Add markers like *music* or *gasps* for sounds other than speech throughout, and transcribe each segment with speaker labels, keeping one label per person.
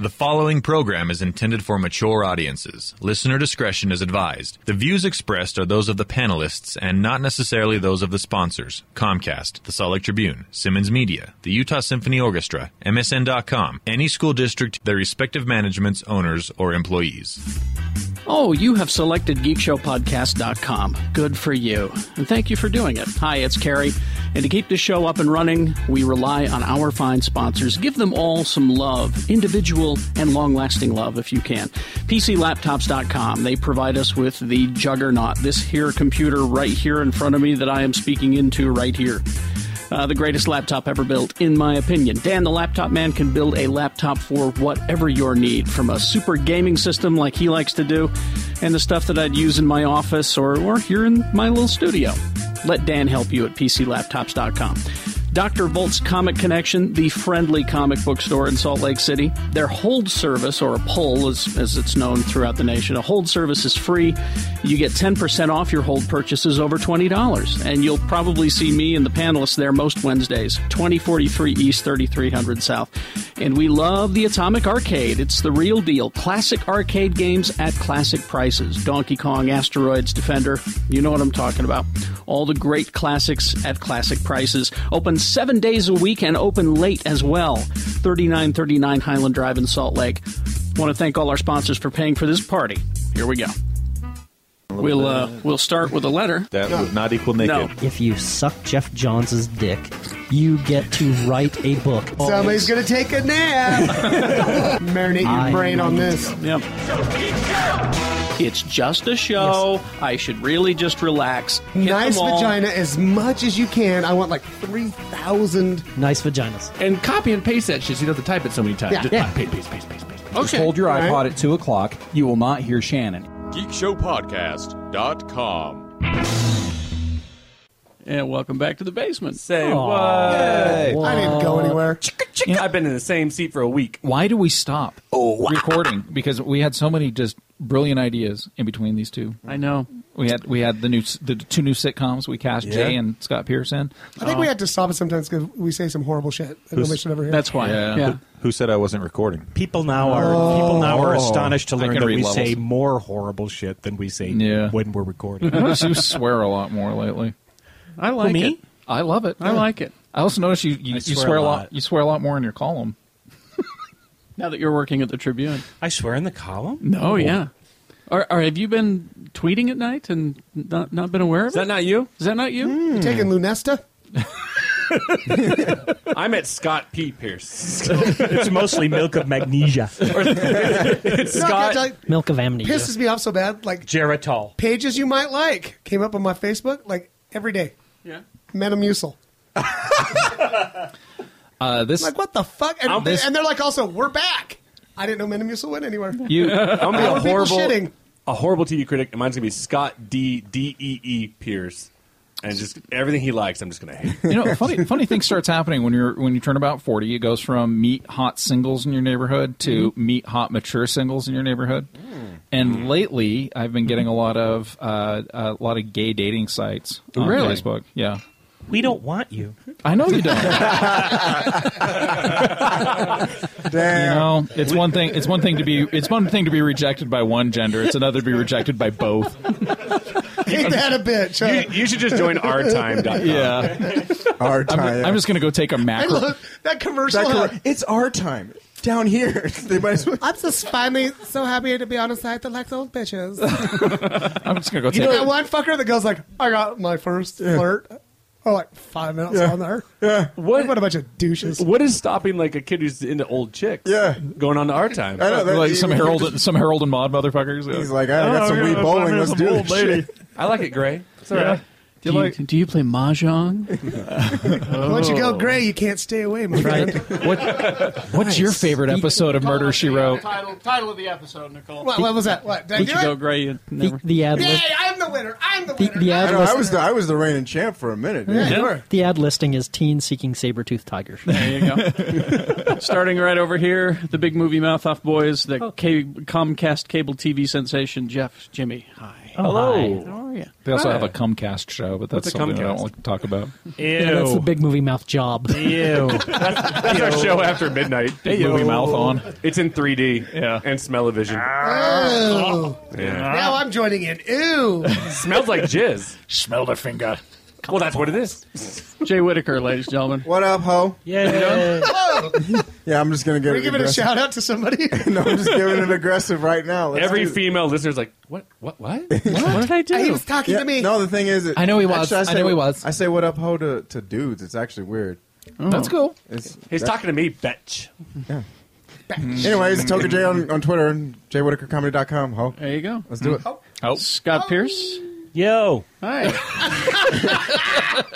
Speaker 1: The following program is intended for mature audiences. Listener discretion is advised. The views expressed are those of the panelists and not necessarily those of the sponsors Comcast, the Salt Lake Tribune, Simmons Media, the Utah Symphony Orchestra, MSN.com, any school district, their respective managements, owners, or employees.
Speaker 2: Oh, you have selected geekshowpodcast.com. Good for you. And thank you for doing it. Hi, it's Carrie. And to keep this show up and running, we rely on our fine sponsors. Give them all some love, individual and long lasting love if you can. PCLaptops.com. They provide us with the juggernaut, this here computer right here in front of me that I am speaking into right here. Uh, the greatest laptop ever built, in my opinion. Dan the Laptop Man can build a laptop for whatever your need, from a super gaming system like he likes to do, and the stuff that I'd use in my office or, or here in my little studio. Let Dan help you at PCLaptops.com. Dr. Volt's Comic Connection, the friendly comic book store in Salt Lake City. Their hold service, or a pull as, as it's known throughout the nation, a hold service is free. You get 10% off your hold purchases over $20. And you'll probably see me and the panelists there most Wednesdays, 2043 East, 3300 South. And we love the Atomic Arcade. It's the real deal. Classic arcade games at classic prices. Donkey Kong, Asteroids, Defender. You know what I'm talking about. All the great classics at classic prices. Open seven days a week and open late as well. 3939 Highland Drive in Salt Lake. Want to thank all our sponsors for paying for this party. Here we go. We'll uh, we'll start with a letter.
Speaker 1: That would not equal naked.
Speaker 2: No.
Speaker 3: If you suck Jeff Johns' dick, you get to write a
Speaker 4: *laughs*
Speaker 3: book.
Speaker 5: Somebody's gonna take a nap. Marinate your
Speaker 3: I
Speaker 5: brain on
Speaker 3: need
Speaker 5: this.
Speaker 2: Yep. It's just a show. I should really just relax. Hit
Speaker 5: Nice
Speaker 2: them all
Speaker 5: vagina as much as you can. I want like three thousand.
Speaker 3: Nice vaginas.
Speaker 6: and copy and paste that shit so you don't have to type it so many times.
Speaker 5: Yeah.
Speaker 6: Just
Speaker 5: Yeah.
Speaker 6: copy, Paste, paste, paste, paste, paste.
Speaker 7: Just hold your
Speaker 5: Right.
Speaker 7: iPod at 2 *laughs* o'clock. You will not hear Shannon.
Speaker 8: geekshowpodcast.com.
Speaker 2: And welcome back to the basement.
Speaker 9: Say what?
Speaker 5: I didn't go anywhere.
Speaker 9: You know, I've been in the same seat for a week.
Speaker 7: Why do we stop recording? Because we had so many just brilliant ideas in between these two.
Speaker 2: I know.
Speaker 7: We had we had the new s- the two new sitcoms. We cast Jay and Scott Pearson. Uh,
Speaker 5: I think we
Speaker 7: Oh.
Speaker 5: have to stop it sometimes because we say some horrible shit that nobody should ever hear.
Speaker 2: That's why.
Speaker 7: Yeah.
Speaker 1: Who said I wasn't recording?
Speaker 10: People now are people now
Speaker 9: Oh.
Speaker 10: are astonished to
Speaker 7: I
Speaker 10: learn
Speaker 7: can
Speaker 10: that
Speaker 7: read
Speaker 10: we
Speaker 7: levels.
Speaker 10: say more horrible shit than we say
Speaker 7: Yeah.
Speaker 10: when we're recording.
Speaker 7: I noticed *laughs* you swear a lot more lately.
Speaker 2: I like
Speaker 10: me?
Speaker 2: it.
Speaker 7: I love it.
Speaker 2: I like it.
Speaker 7: I also noticed you you,
Speaker 10: I
Speaker 7: you swear,
Speaker 10: swear
Speaker 7: a
Speaker 10: a
Speaker 7: lot.
Speaker 10: lot.
Speaker 7: You swear a lot more in your column.
Speaker 2: Now that you're working at the Tribune.
Speaker 10: I swear in the column.
Speaker 2: No, yeah. Or, or have you been tweeting at night and not not been aware of
Speaker 9: Is
Speaker 2: it?
Speaker 9: that not you?
Speaker 2: Is that not you?
Speaker 5: You Hmm. taking Lunesta?
Speaker 9: I'm at Scott P. *laughs* Pierce.
Speaker 10: *laughs* it's mostly milk of magnesia,
Speaker 5: *laughs* No, that,
Speaker 9: Scott-
Speaker 5: like,
Speaker 3: Milk of amnesia.
Speaker 5: pisses me off so bad. Like
Speaker 10: Geritol.
Speaker 5: pages you might like came up on my Facebook like every day.
Speaker 2: Yeah.
Speaker 5: Metamucil.
Speaker 7: Uh, this
Speaker 5: Like what the fuck? And,
Speaker 7: this-
Speaker 5: and they're like also we're back. I didn't know Metamucil went anywhere.
Speaker 7: you
Speaker 9: I'm gonna
Speaker 5: *laughs*
Speaker 9: be
Speaker 5: How
Speaker 9: a
Speaker 5: are people
Speaker 9: horrible,
Speaker 5: shitting?
Speaker 9: a horrible TV critic, and mine's gonna be Scott D. D. E. E. Pierce, and just everything he likes, I'm just gonna hate.
Speaker 7: you know, *laughs* funny funny thing starts happening when you're when you turn about forty. It goes from meet hot singles in your neighborhood to meet hot mature singles in your neighborhood. And lately, I've been getting a lot of uh, a lot of gay dating sites on
Speaker 2: Really?
Speaker 7: Facebook. Yeah,
Speaker 10: We don't want you.
Speaker 7: I know *laughs* you don't. You know, it's one thing. It's one thing to be. It's one thing to be rejected by one gender. It's another to be rejected by both.
Speaker 5: *laughs* Ain't that a bitch? huh?
Speaker 9: You, you should just join ourtime.com.
Speaker 7: Yeah,
Speaker 4: Our time.
Speaker 7: I'm just gonna go take a
Speaker 5: I
Speaker 7: macro.
Speaker 5: love that commercial.
Speaker 4: That cor- it's our time down here. *laughs* they might as well.
Speaker 5: I'm just finally so happy to be on a site that likes old bitches.
Speaker 7: I'm just gonna go take.
Speaker 5: You know that one fucker that goes like, "I got my first flirt," or like five minutes on there.
Speaker 9: What?
Speaker 5: What a bunch of douches!
Speaker 9: What is stopping like a kid who's into old chicks?
Speaker 4: Yeah.
Speaker 9: going on to our time.
Speaker 4: I know that-
Speaker 7: like some
Speaker 4: he-
Speaker 9: *laughs*
Speaker 7: Harold, some Harold and Maude motherfuckers. yeah.
Speaker 4: He's like, I got some wee bowling. Let's do this shit.
Speaker 9: I like it, Gray. It's all right.
Speaker 2: Do, you, do you play mahjong?
Speaker 5: *laughs* Once Oh. you
Speaker 9: Oh.
Speaker 5: go gray, you can't stay away, my friend.
Speaker 7: What, What's your favorite episode of Murder She Wrote?
Speaker 2: Title, title of the episode, Nicole.
Speaker 5: What, what was that? What did I
Speaker 2: Did
Speaker 5: do
Speaker 2: you go
Speaker 5: it?
Speaker 2: gray? You
Speaker 3: the,
Speaker 2: never.
Speaker 3: the ad
Speaker 5: Yay!
Speaker 3: list,
Speaker 5: I'm the winner. I'm the
Speaker 3: the,
Speaker 5: winner.
Speaker 3: the
Speaker 4: I
Speaker 3: ad
Speaker 4: know. I was
Speaker 3: list,
Speaker 4: the I was the reigning champ for a minute. dude.
Speaker 3: the ad listing is teen seeking saber tooth tiger.
Speaker 2: There you
Speaker 10: *laughs*
Speaker 2: go. Starting right over here, the big movie mouth off boys, the ca- Comcast cable TV sensation Jeff Jimmy. Hi.
Speaker 10: Oh, Hello.
Speaker 2: How are you?
Speaker 7: Oh, They also
Speaker 9: Hi.
Speaker 7: have a Comcast show, but that's
Speaker 9: What's a
Speaker 7: something I don't
Speaker 9: Comcast?
Speaker 7: like to talk about. *laughs*
Speaker 10: Ew.
Speaker 3: Yeah, that's the big movie mouth job.
Speaker 10: Ew.
Speaker 9: That's our show after midnight.
Speaker 7: Big movie mouth on.
Speaker 9: It's in 3D. Yeah. And smell-o-vision.
Speaker 4: Ah.
Speaker 5: Oh,
Speaker 9: Yeah.
Speaker 5: now I'm joining in. Ew.
Speaker 9: smells like jizz.
Speaker 2: Smell the finger.
Speaker 9: Well, that's what it is.
Speaker 2: Jay Whitaker, ladies and gentlemen.
Speaker 4: What up, ho?
Speaker 10: Yeah.
Speaker 4: *laughs* Yeah, I'm just gonna get
Speaker 5: Are we
Speaker 4: it
Speaker 5: giving a
Speaker 4: aggressive.
Speaker 5: shout out to somebody?
Speaker 4: *laughs* no, I'm just giving it aggressive right now. Let's
Speaker 9: Every
Speaker 4: do it.
Speaker 9: female listener's like, what,
Speaker 4: *laughs*
Speaker 9: what, what?
Speaker 10: What did I
Speaker 5: he
Speaker 10: do?
Speaker 5: was talking
Speaker 4: Yeah,
Speaker 5: to me.
Speaker 4: No, the thing is, it,
Speaker 7: I know he was.
Speaker 4: actually,
Speaker 7: I know he was. Oh.
Speaker 4: I say what up, ho to, to dudes. It's actually weird.
Speaker 7: That's cool.
Speaker 4: Oh. It's,
Speaker 9: He's talking to me, bitch.
Speaker 4: *laughs* anyways, Toka J on, on Twitter and jwhitakercomedy.com. Ho,
Speaker 2: There you go.
Speaker 4: let's do
Speaker 7: Mm-hmm.
Speaker 4: it.
Speaker 10: Oh.
Speaker 2: Scott Pierce.
Speaker 10: Yo.
Speaker 2: Hi.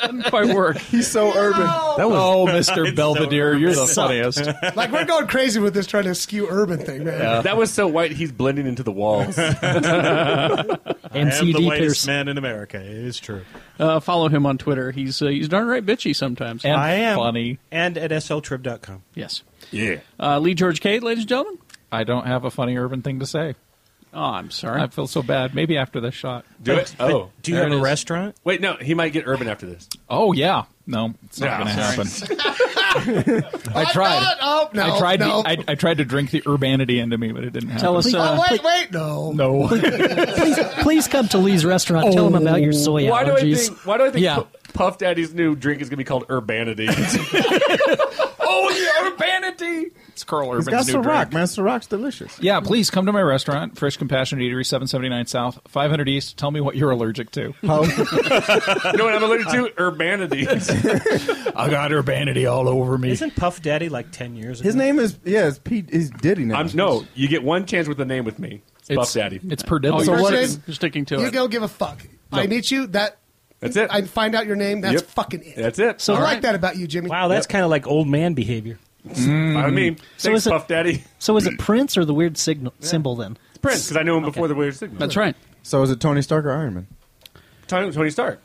Speaker 2: Didn't
Speaker 5: *laughs*
Speaker 2: quite work.
Speaker 4: He's so urban.
Speaker 7: That was oh, Mr. Belvedere, you're the funniest.
Speaker 5: Like we're going crazy with this trying to skew urban thing, man.
Speaker 9: That was so white, he's blending into
Speaker 10: *laughs*
Speaker 9: the walls. *laughs*
Speaker 10: I am the
Speaker 3: MCD
Speaker 10: whitest
Speaker 3: Pierce.
Speaker 10: man in America. It is true.
Speaker 2: Uh, follow him on Twitter. He's uh, he's darn right bitchy sometimes.
Speaker 7: And
Speaker 10: I am.
Speaker 7: funny.
Speaker 10: And at sltrib.com.
Speaker 2: yes.
Speaker 9: yeah.
Speaker 2: Uh, Lee George Cade, ladies
Speaker 10: *laughs*
Speaker 2: and gentlemen. *laughs*
Speaker 7: I don't have a funny urban thing to say.
Speaker 2: Oh, I'm sorry.
Speaker 7: I feel so bad. Maybe after this shot.
Speaker 9: Do it. Oh.
Speaker 10: Do you
Speaker 7: There
Speaker 10: have
Speaker 7: it
Speaker 10: a
Speaker 7: is.
Speaker 10: restaurant?
Speaker 9: Wait, no, he might get urban after this.
Speaker 7: Oh yeah. No, it's not
Speaker 9: Yeah,
Speaker 7: going to happen.
Speaker 5: I
Speaker 7: tried.
Speaker 5: oh no!
Speaker 7: I tried.
Speaker 5: No.
Speaker 7: To, I, I tried to drink the urbanity into me, but it didn't happen.
Speaker 2: Tell us. Uh,
Speaker 5: oh wait, wait, no.
Speaker 3: *laughs*
Speaker 7: no.
Speaker 3: please, please come to Lee's restaurant. Tell him about your soy
Speaker 9: Why do I
Speaker 3: allergies.
Speaker 9: think? Why do I think
Speaker 3: Yeah.
Speaker 9: Pu- Puff Daddy's new drink is going to be called
Speaker 3: *laughs*
Speaker 9: Urbanity? *laughs* oh, yeah, Urbanity!
Speaker 7: It's Carl
Speaker 4: He's got
Speaker 7: Urban's new drink.
Speaker 4: Ciroc, man. Ciroc's delicious.
Speaker 7: *laughs* Yeah, please come to my restaurant, Fresh Compassion Eatery, 779 South, 500 East. Tell me what you're allergic to.
Speaker 4: Ho,
Speaker 9: *laughs* You know what I'm allergic to?
Speaker 3: *laughs*
Speaker 9: Urbanity.
Speaker 7: I got urbanity all over me.
Speaker 10: Isn't Puff Daddy like 10 years ago?
Speaker 4: his name is yeah, it's Pete. Is Diddy now?
Speaker 9: I'm, no, you get one chance with the name with me. It's, Puff Daddy.
Speaker 7: It's per diem.
Speaker 2: oh,
Speaker 5: So
Speaker 2: you're,
Speaker 5: what
Speaker 2: sticking-
Speaker 5: is-
Speaker 2: you're sticking to
Speaker 5: You
Speaker 2: it.
Speaker 5: go give a fuck. I meet you. That
Speaker 9: That's it.
Speaker 5: I find out your name. That's
Speaker 9: Yep.
Speaker 5: fucking it.
Speaker 9: That's it.
Speaker 5: I
Speaker 3: So-
Speaker 5: like that about you, Jimmy.
Speaker 10: Wow, that's kind of like old man behavior.
Speaker 9: I mean, thanks,
Speaker 3: is it-
Speaker 9: Puff Daddy.
Speaker 3: So is it Prince or the weird signal symbol then?
Speaker 9: It's Prince, because I knew him before the Weird Signal.
Speaker 2: That's right.
Speaker 4: So is it Tony Stark or Iron Man?
Speaker 9: Tony, Tony Stark.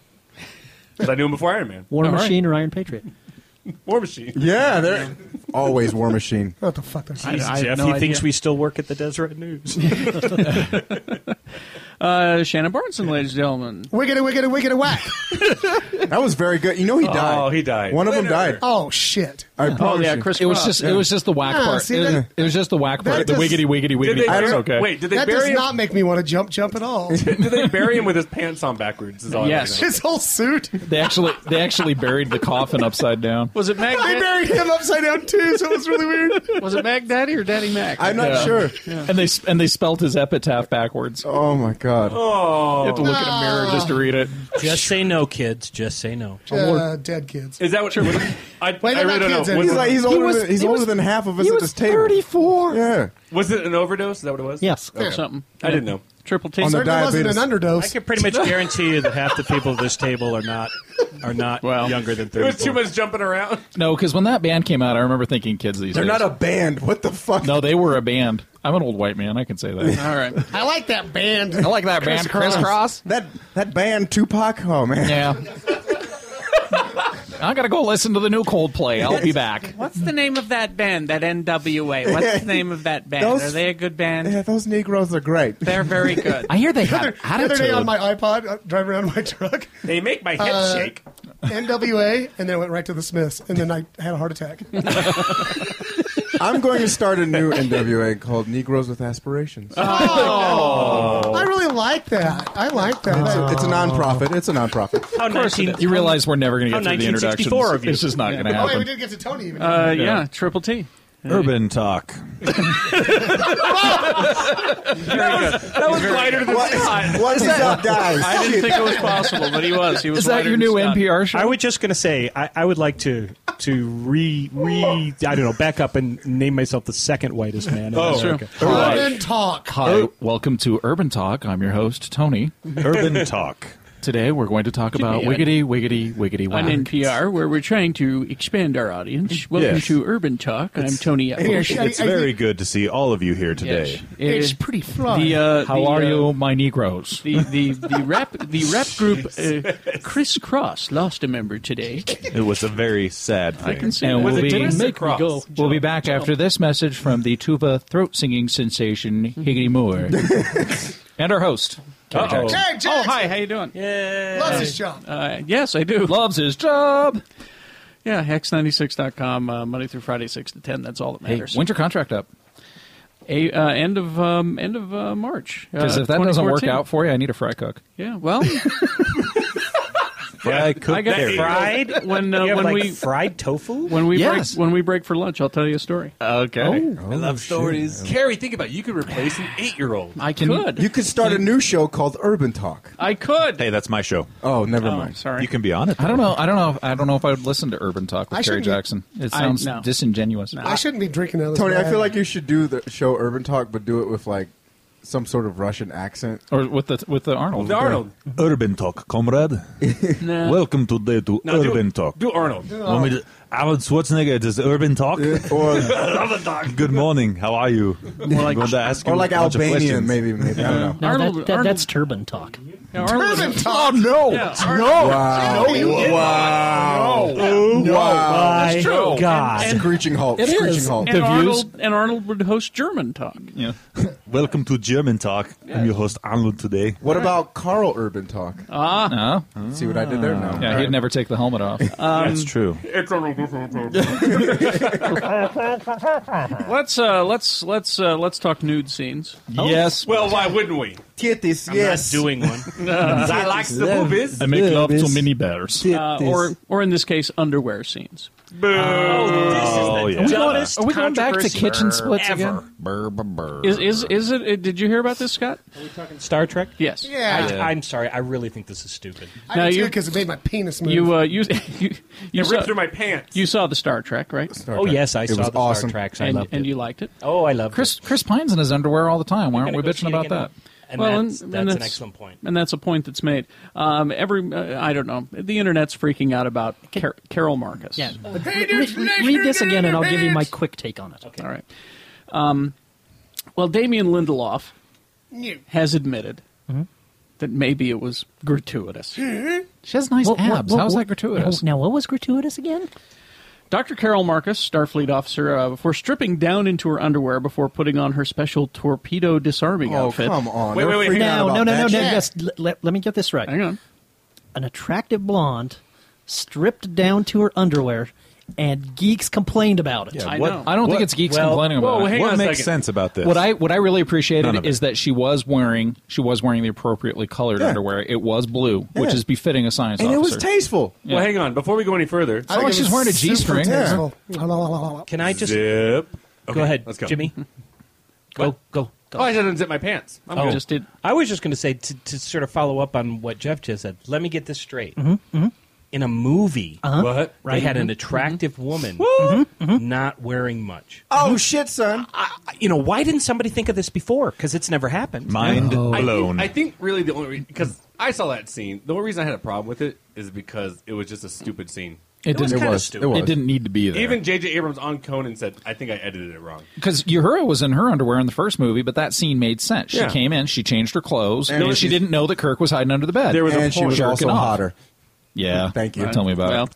Speaker 9: 'Cause I knew him before Iron Man.
Speaker 3: War
Speaker 2: All right.
Speaker 3: Machine or Iron Patriot?
Speaker 9: War Machine.
Speaker 4: Yeah, they're always War Machine.
Speaker 5: *laughs* What the fuck? That's
Speaker 2: I have
Speaker 10: Jeff,
Speaker 2: no
Speaker 10: he
Speaker 2: idea.
Speaker 10: thinks we still work at the Deseret News.
Speaker 2: Uh, Shannon Barneson, ladies and gentlemen.
Speaker 5: wiggity, wiggity, wiggity, whack.
Speaker 4: That was very good. You know he died.
Speaker 9: he died.
Speaker 4: One of them died.
Speaker 5: oh shit!
Speaker 4: I
Speaker 2: Oh
Speaker 4: promise
Speaker 2: yeah,
Speaker 4: you.
Speaker 2: Chris.
Speaker 7: It was
Speaker 2: Rock.
Speaker 7: just. It was just the whack
Speaker 5: Ah,
Speaker 7: part.
Speaker 5: see,
Speaker 7: it, was-
Speaker 5: that-
Speaker 7: *laughs* it was just the whack part.
Speaker 5: just-
Speaker 7: the wiggity wiggity
Speaker 9: Did
Speaker 7: wiggity.
Speaker 9: they bury
Speaker 7: *laughs* That's
Speaker 9: him?
Speaker 7: okay.
Speaker 9: Wait, did they
Speaker 5: That
Speaker 9: bury
Speaker 5: does
Speaker 9: him?
Speaker 5: not make me want to jump, jump at
Speaker 7: *laughs*
Speaker 5: all.
Speaker 9: did they *laughs* bury him with his pants on backwards? Is all I
Speaker 2: Yes.
Speaker 9: wanna
Speaker 5: *laughs* His whole suit.
Speaker 7: They actually. They actually buried the coffin upside down.
Speaker 5: *laughs*
Speaker 2: was it Mac?
Speaker 5: They buried him upside down too, so it was really weird.
Speaker 2: *laughs* was it Mac Daddy or Daddy Mac?
Speaker 4: I'm not sure.
Speaker 7: And they s- and they spelt his epitaph backwards.
Speaker 4: Oh my god.
Speaker 9: Oh.
Speaker 7: You have to look in a
Speaker 5: Ah.
Speaker 7: mirror just to read it.
Speaker 10: just say no, kids. Just say no.
Speaker 5: Uh, dead kids.
Speaker 9: know. Is that what? was it- I,
Speaker 5: Wait,
Speaker 9: I
Speaker 5: they're not
Speaker 9: really don't
Speaker 5: kids
Speaker 9: know. Was,
Speaker 5: anymore.
Speaker 4: He's like he's older.
Speaker 3: was-
Speaker 4: than, he's
Speaker 3: he
Speaker 4: older
Speaker 3: was-
Speaker 4: than half of us
Speaker 3: he
Speaker 4: at
Speaker 3: was
Speaker 4: this table.
Speaker 3: 34.
Speaker 4: Yeah.
Speaker 9: was it an overdose? Is that what it
Speaker 3: *laughs*
Speaker 9: was?
Speaker 3: Yes.
Speaker 2: or something.
Speaker 9: I didn't know.
Speaker 2: Triple T.
Speaker 4: On the
Speaker 5: Certainly wasn't an
Speaker 4: diabetes.
Speaker 5: underdose.
Speaker 10: I can pretty much guarantee you that half the people at this table are not are not
Speaker 7: Well,
Speaker 10: younger than
Speaker 9: There
Speaker 10: thirty.
Speaker 9: was too much jumping around.
Speaker 7: No, because when that band came out, I remember thinking kids these
Speaker 4: They're
Speaker 7: days.
Speaker 4: not a band. What the fuck?
Speaker 7: No, they were a band. I'm an old white man. I can say that.
Speaker 2: All right.
Speaker 5: I like that band.
Speaker 7: I like that band, Crisscross.
Speaker 4: That that band Tupac. Oh man.
Speaker 7: Yeah. I gotta go listen to the new Coldplay. I'll be back.
Speaker 8: What's the name of that band? That NWA. What's the name of that band?
Speaker 4: Those-
Speaker 8: Are they a good band?
Speaker 4: Yeah, those Negroes are great.
Speaker 8: They're very good.
Speaker 7: I hear they have
Speaker 5: The other
Speaker 7: attitude.
Speaker 5: day on my iPod, uh, driving around my truck,
Speaker 9: They make my head
Speaker 5: Uh,
Speaker 9: shake.
Speaker 5: NWA, and then it went right to the Smiths, and then I had a heart
Speaker 9: *laughs*
Speaker 5: attack.
Speaker 4: I'm going to start a new NWA called Negroes with Aspirations.
Speaker 9: Oh.
Speaker 5: I really like that. I like that.
Speaker 4: It's, a, it's a nonprofit. It's a nonprofit.
Speaker 10: How 19,
Speaker 7: you realize we're never going to
Speaker 10: How
Speaker 7: get through the introductions.
Speaker 10: 1964 of you.
Speaker 7: It's just not going to
Speaker 5: oh, wait, we
Speaker 7: happen.
Speaker 5: did get to Tony even.
Speaker 2: Uh, yeah,
Speaker 11: *laughs*
Speaker 2: Triple T.
Speaker 11: Urban talk.
Speaker 9: That was lighter than
Speaker 4: What is,
Speaker 9: Scott.
Speaker 4: what is up, guys?
Speaker 2: I didn't think
Speaker 8: *laughs*
Speaker 2: it was possible, but he was. He was.
Speaker 7: Is that
Speaker 2: lighter
Speaker 7: your
Speaker 2: than
Speaker 7: new
Speaker 2: Scott.
Speaker 7: NPR show?
Speaker 10: I was just going to say I, I would like to to re re I don't know back up and name myself the second whitest man. In oh, America.
Speaker 5: Urban talk.
Speaker 7: Hi, welcome to Urban Talk. I'm your host, Tony. *laughs*
Speaker 11: Urban talk.
Speaker 7: Today we're going to talk about wiggity, wiggity, wiggity,
Speaker 2: On
Speaker 7: whack.
Speaker 2: NPR, where we're trying to expand our audience. Welcome
Speaker 11: Yes.
Speaker 2: to Urban Talk. I'm Tony. Atwell.
Speaker 11: It's very good to see all of you here today.
Speaker 2: Yes.
Speaker 5: It's
Speaker 2: Uh,
Speaker 5: pretty fly.
Speaker 2: The, uh,
Speaker 7: How
Speaker 2: the,
Speaker 7: are
Speaker 2: uh,
Speaker 7: you, my Negroes?
Speaker 2: The, the
Speaker 7: *laughs*
Speaker 2: the rap the rap group uh, Criss Cross lost a member today.
Speaker 11: It was a very sad thing.
Speaker 2: I can see
Speaker 7: And
Speaker 2: that.
Speaker 7: we'll
Speaker 9: it
Speaker 7: be
Speaker 9: Dennis or
Speaker 7: make me
Speaker 9: Cross?
Speaker 7: go. We'll be back after this message from the tuba throat singing sensation Higgity Moore and our host
Speaker 2: Kerry
Speaker 8: Uh-oh.
Speaker 2: Jackson.
Speaker 8: Kerry
Speaker 2: Oh, hi. How you doing?
Speaker 5: Yeah. Loves his job.
Speaker 2: Uh, yes, I do. Loves his job. Yeah, hex96.com, uh, Monday through Friday, 6 to 10. That's all that
Speaker 7: Hey,
Speaker 2: matters.
Speaker 7: winter contract up.
Speaker 2: A, uh, end of um, end of uh, March.
Speaker 7: Because
Speaker 2: uh,
Speaker 7: if that doesn't work
Speaker 2: 2014.
Speaker 7: out for you, I need a fry cook.
Speaker 2: Yeah, well,
Speaker 11: I,
Speaker 2: I got fried *laughs* when uh,
Speaker 10: You have,
Speaker 2: when
Speaker 10: like,
Speaker 2: we
Speaker 10: fried tofu.
Speaker 2: When we
Speaker 10: Yes.
Speaker 2: break when we break for lunch, I'll tell you a story.
Speaker 7: Okay.
Speaker 9: I love stories. Carrie, think about it. You could replace an eight-year-old.
Speaker 2: I could.
Speaker 4: You could start a new show called Urban Talk.
Speaker 2: I could.
Speaker 11: Hey, that's my show.
Speaker 4: Oh, never
Speaker 11: mind.
Speaker 2: Sorry.
Speaker 11: You can be on it.
Speaker 7: I don't know. I don't know. If, I don't know if I would listen to Urban Talk with
Speaker 4: I
Speaker 7: Terry
Speaker 4: shouldn't be-
Speaker 7: Jackson. It
Speaker 4: I-
Speaker 7: sounds
Speaker 4: no.
Speaker 7: disingenuous.
Speaker 5: I shouldn't be drinking out of this
Speaker 4: Tony, I
Speaker 5: bag.
Speaker 4: feel like you should do the show Urban Talk, but do it with like some sort of Russian accent.
Speaker 7: Or with the with the Arnold.
Speaker 11: Urban Talk, comrade.
Speaker 4: *laughs*
Speaker 2: No.
Speaker 11: Welcome today to
Speaker 9: No, do-
Speaker 11: Urban Talk. Oh.
Speaker 9: do Arnold. Do
Speaker 11: Want me to- Alan Schwarzenegger, it is Urban Talk. *laughs*
Speaker 9: Urban Talk.
Speaker 11: Good morning. How are you?
Speaker 4: *laughs* More like-
Speaker 11: You want to ask
Speaker 4: or
Speaker 11: him a
Speaker 4: like
Speaker 11: bunch of
Speaker 4: Albanian,
Speaker 11: questions?
Speaker 4: maybe, maybe. I don't know.
Speaker 11: *laughs*
Speaker 3: No, that, that, that's turban talk.
Speaker 2: Yeah, Arnold-
Speaker 4: Urban Talk. Oh no!
Speaker 2: Yeah,
Speaker 4: No! Wow!
Speaker 2: No, you did
Speaker 4: wow!
Speaker 2: not. No. No.
Speaker 7: Oh,
Speaker 4: Wow!
Speaker 2: That's
Speaker 11: Oh,
Speaker 2: true. God. And- and-
Speaker 4: Screeching halt!
Speaker 2: It
Speaker 4: Screeching
Speaker 2: is.
Speaker 4: halt!
Speaker 2: And Arnold, and Arnold would host German talk.
Speaker 7: Yeah.
Speaker 11: *laughs* Welcome to German Talk. I'm your host Arnold today.
Speaker 4: What about Carl Urban Talk?
Speaker 2: Ah,
Speaker 7: No.
Speaker 4: See what I did there? No.
Speaker 7: Hmm. Yeah, he'd never take the helmet off.
Speaker 11: That's true.
Speaker 2: *laughs* let's uh, let's let's uh, let's talk nude scenes.
Speaker 7: Yes.
Speaker 9: Well, why wouldn't we?
Speaker 4: Titties,
Speaker 9: doing
Speaker 2: *laughs*
Speaker 9: one. I like the boobies.
Speaker 7: I make love
Speaker 11: to
Speaker 7: mini bears.
Speaker 2: Uh, or or in this case, underwear scenes.
Speaker 11: Oh, yeah.
Speaker 7: Are we going back to kitchen splits
Speaker 9: ever.
Speaker 7: again?
Speaker 11: Brr, brr, brr.
Speaker 2: Is is is it? it- Did you hear about this, Scott?
Speaker 10: Star Trek.
Speaker 2: Yes.
Speaker 5: Yeah.
Speaker 10: I, I'm sorry. I really think this is stupid.
Speaker 2: Now
Speaker 5: I did too
Speaker 2: you-
Speaker 5: because it made my penis move.
Speaker 2: *laughs* You uh, you you you,
Speaker 9: It ripped
Speaker 2: saw,
Speaker 9: through my pants.
Speaker 2: you saw the Star Trek, right?
Speaker 10: Oh yes, I
Speaker 4: It
Speaker 10: saw
Speaker 4: was
Speaker 10: the
Speaker 4: awesome.
Speaker 10: Star Treks. I
Speaker 2: and
Speaker 10: loved
Speaker 2: and
Speaker 10: it.
Speaker 2: you liked it.
Speaker 10: oh, I love
Speaker 7: Chris Chris Pine's in his underwear all the time. Why aren't we
Speaker 10: Gotta go see
Speaker 7: bitching
Speaker 10: it
Speaker 7: about
Speaker 10: again.
Speaker 7: that?
Speaker 10: And
Speaker 2: Well,
Speaker 10: that's,
Speaker 2: and-
Speaker 10: that's,
Speaker 2: and
Speaker 10: an
Speaker 2: that's-
Speaker 10: excellent point.
Speaker 2: And that's a point that's made. Um, every uh, I don't know. The internet's freaking out about Car- Carol Marcus.
Speaker 3: Yeah. Re- re- read this again, and I'll give you my quick take on it.
Speaker 2: All right. Um, well, Damien Lindelof
Speaker 5: You.
Speaker 2: has admitted that maybe it was gratuitous.
Speaker 7: *laughs* She has nice
Speaker 3: What- what-
Speaker 7: abs.
Speaker 3: what-
Speaker 7: How's that
Speaker 3: what-
Speaker 7: gratuitous?
Speaker 3: Now, what was gratuitous again?
Speaker 2: Dr. Carol Marcus, Starfleet officer, uh, before stripping down into her underwear before putting on her special torpedo disarming
Speaker 4: Oh
Speaker 2: outfit.
Speaker 4: come on!
Speaker 9: Wait,
Speaker 4: They're
Speaker 9: wait, wait,
Speaker 4: freaking
Speaker 9: hang
Speaker 4: out about
Speaker 3: No, no, no,
Speaker 4: that
Speaker 3: no, no.
Speaker 4: shit.
Speaker 3: Yes, l- let, let me get this right.
Speaker 2: Hang on.
Speaker 3: An attractive blonde stripped down to her underwear, and geeks complained about it.
Speaker 2: I know.
Speaker 7: I don't think it's geeks
Speaker 10: well,
Speaker 7: complaining about
Speaker 9: whoa,
Speaker 7: it.
Speaker 9: hang on
Speaker 11: What
Speaker 9: a
Speaker 11: makes
Speaker 9: second.
Speaker 11: sense about this?
Speaker 7: What I what I really
Speaker 11: None
Speaker 7: appreciated
Speaker 11: of it.
Speaker 7: is that she was wearing she was wearing the appropriately colored
Speaker 4: Yeah.
Speaker 7: underwear. It was blue, which
Speaker 4: Yeah.
Speaker 7: is befitting a science
Speaker 4: And it was
Speaker 7: officer.
Speaker 4: tasteful.
Speaker 9: Well, hang on. Before we go any further,
Speaker 5: I think
Speaker 7: she's
Speaker 5: it was
Speaker 7: wearing
Speaker 9: *laughs*
Speaker 7: a
Speaker 5: super
Speaker 7: G-string.
Speaker 9: Oh,
Speaker 5: tasteful. La, la, la, la, la.
Speaker 10: Can I just
Speaker 11: Zip.
Speaker 10: go ahead,
Speaker 9: let's go.
Speaker 10: Jimmy? Go, go, go.
Speaker 9: oh, I didn't zip my pants. I'm
Speaker 2: I
Speaker 11: Oh.
Speaker 9: good.
Speaker 2: just did.
Speaker 10: I was just going to say to, to sort of follow up on what Jeff just said. Let me get this straight.
Speaker 3: Mm-hmm,
Speaker 10: In a movie,
Speaker 11: Uh-huh.
Speaker 9: What?
Speaker 10: they had
Speaker 11: Mm-hmm.
Speaker 10: an attractive woman not wearing much.
Speaker 4: Oh shit, son!
Speaker 10: I- you know, why didn't somebody think of this before? Because it's never happened.
Speaker 11: Mind
Speaker 9: I
Speaker 11: blown.
Speaker 9: think, I think really the only reason because I saw that scene. The only reason I had a problem with it is because it was just a stupid scene.
Speaker 7: It
Speaker 10: was
Speaker 7: didn't.
Speaker 10: kinda
Speaker 7: It,
Speaker 4: was.
Speaker 10: stupid.
Speaker 4: It was.
Speaker 7: didn't need to be there.
Speaker 9: Even J.J. Abrams on Conan said, "I think I edited it wrong."
Speaker 7: because Uhura was in her underwear in the first movie, but that scene made sense. She
Speaker 9: Yeah.
Speaker 7: came in, she changed her clothes,
Speaker 4: And
Speaker 7: and, she
Speaker 4: she's-
Speaker 7: didn't know that Kirk was hiding under the bed.
Speaker 9: There was a
Speaker 4: And she was also
Speaker 7: jerking off.
Speaker 4: hotter.
Speaker 7: Yeah,
Speaker 4: Thank you.
Speaker 7: Tell me about
Speaker 2: Well,
Speaker 7: it.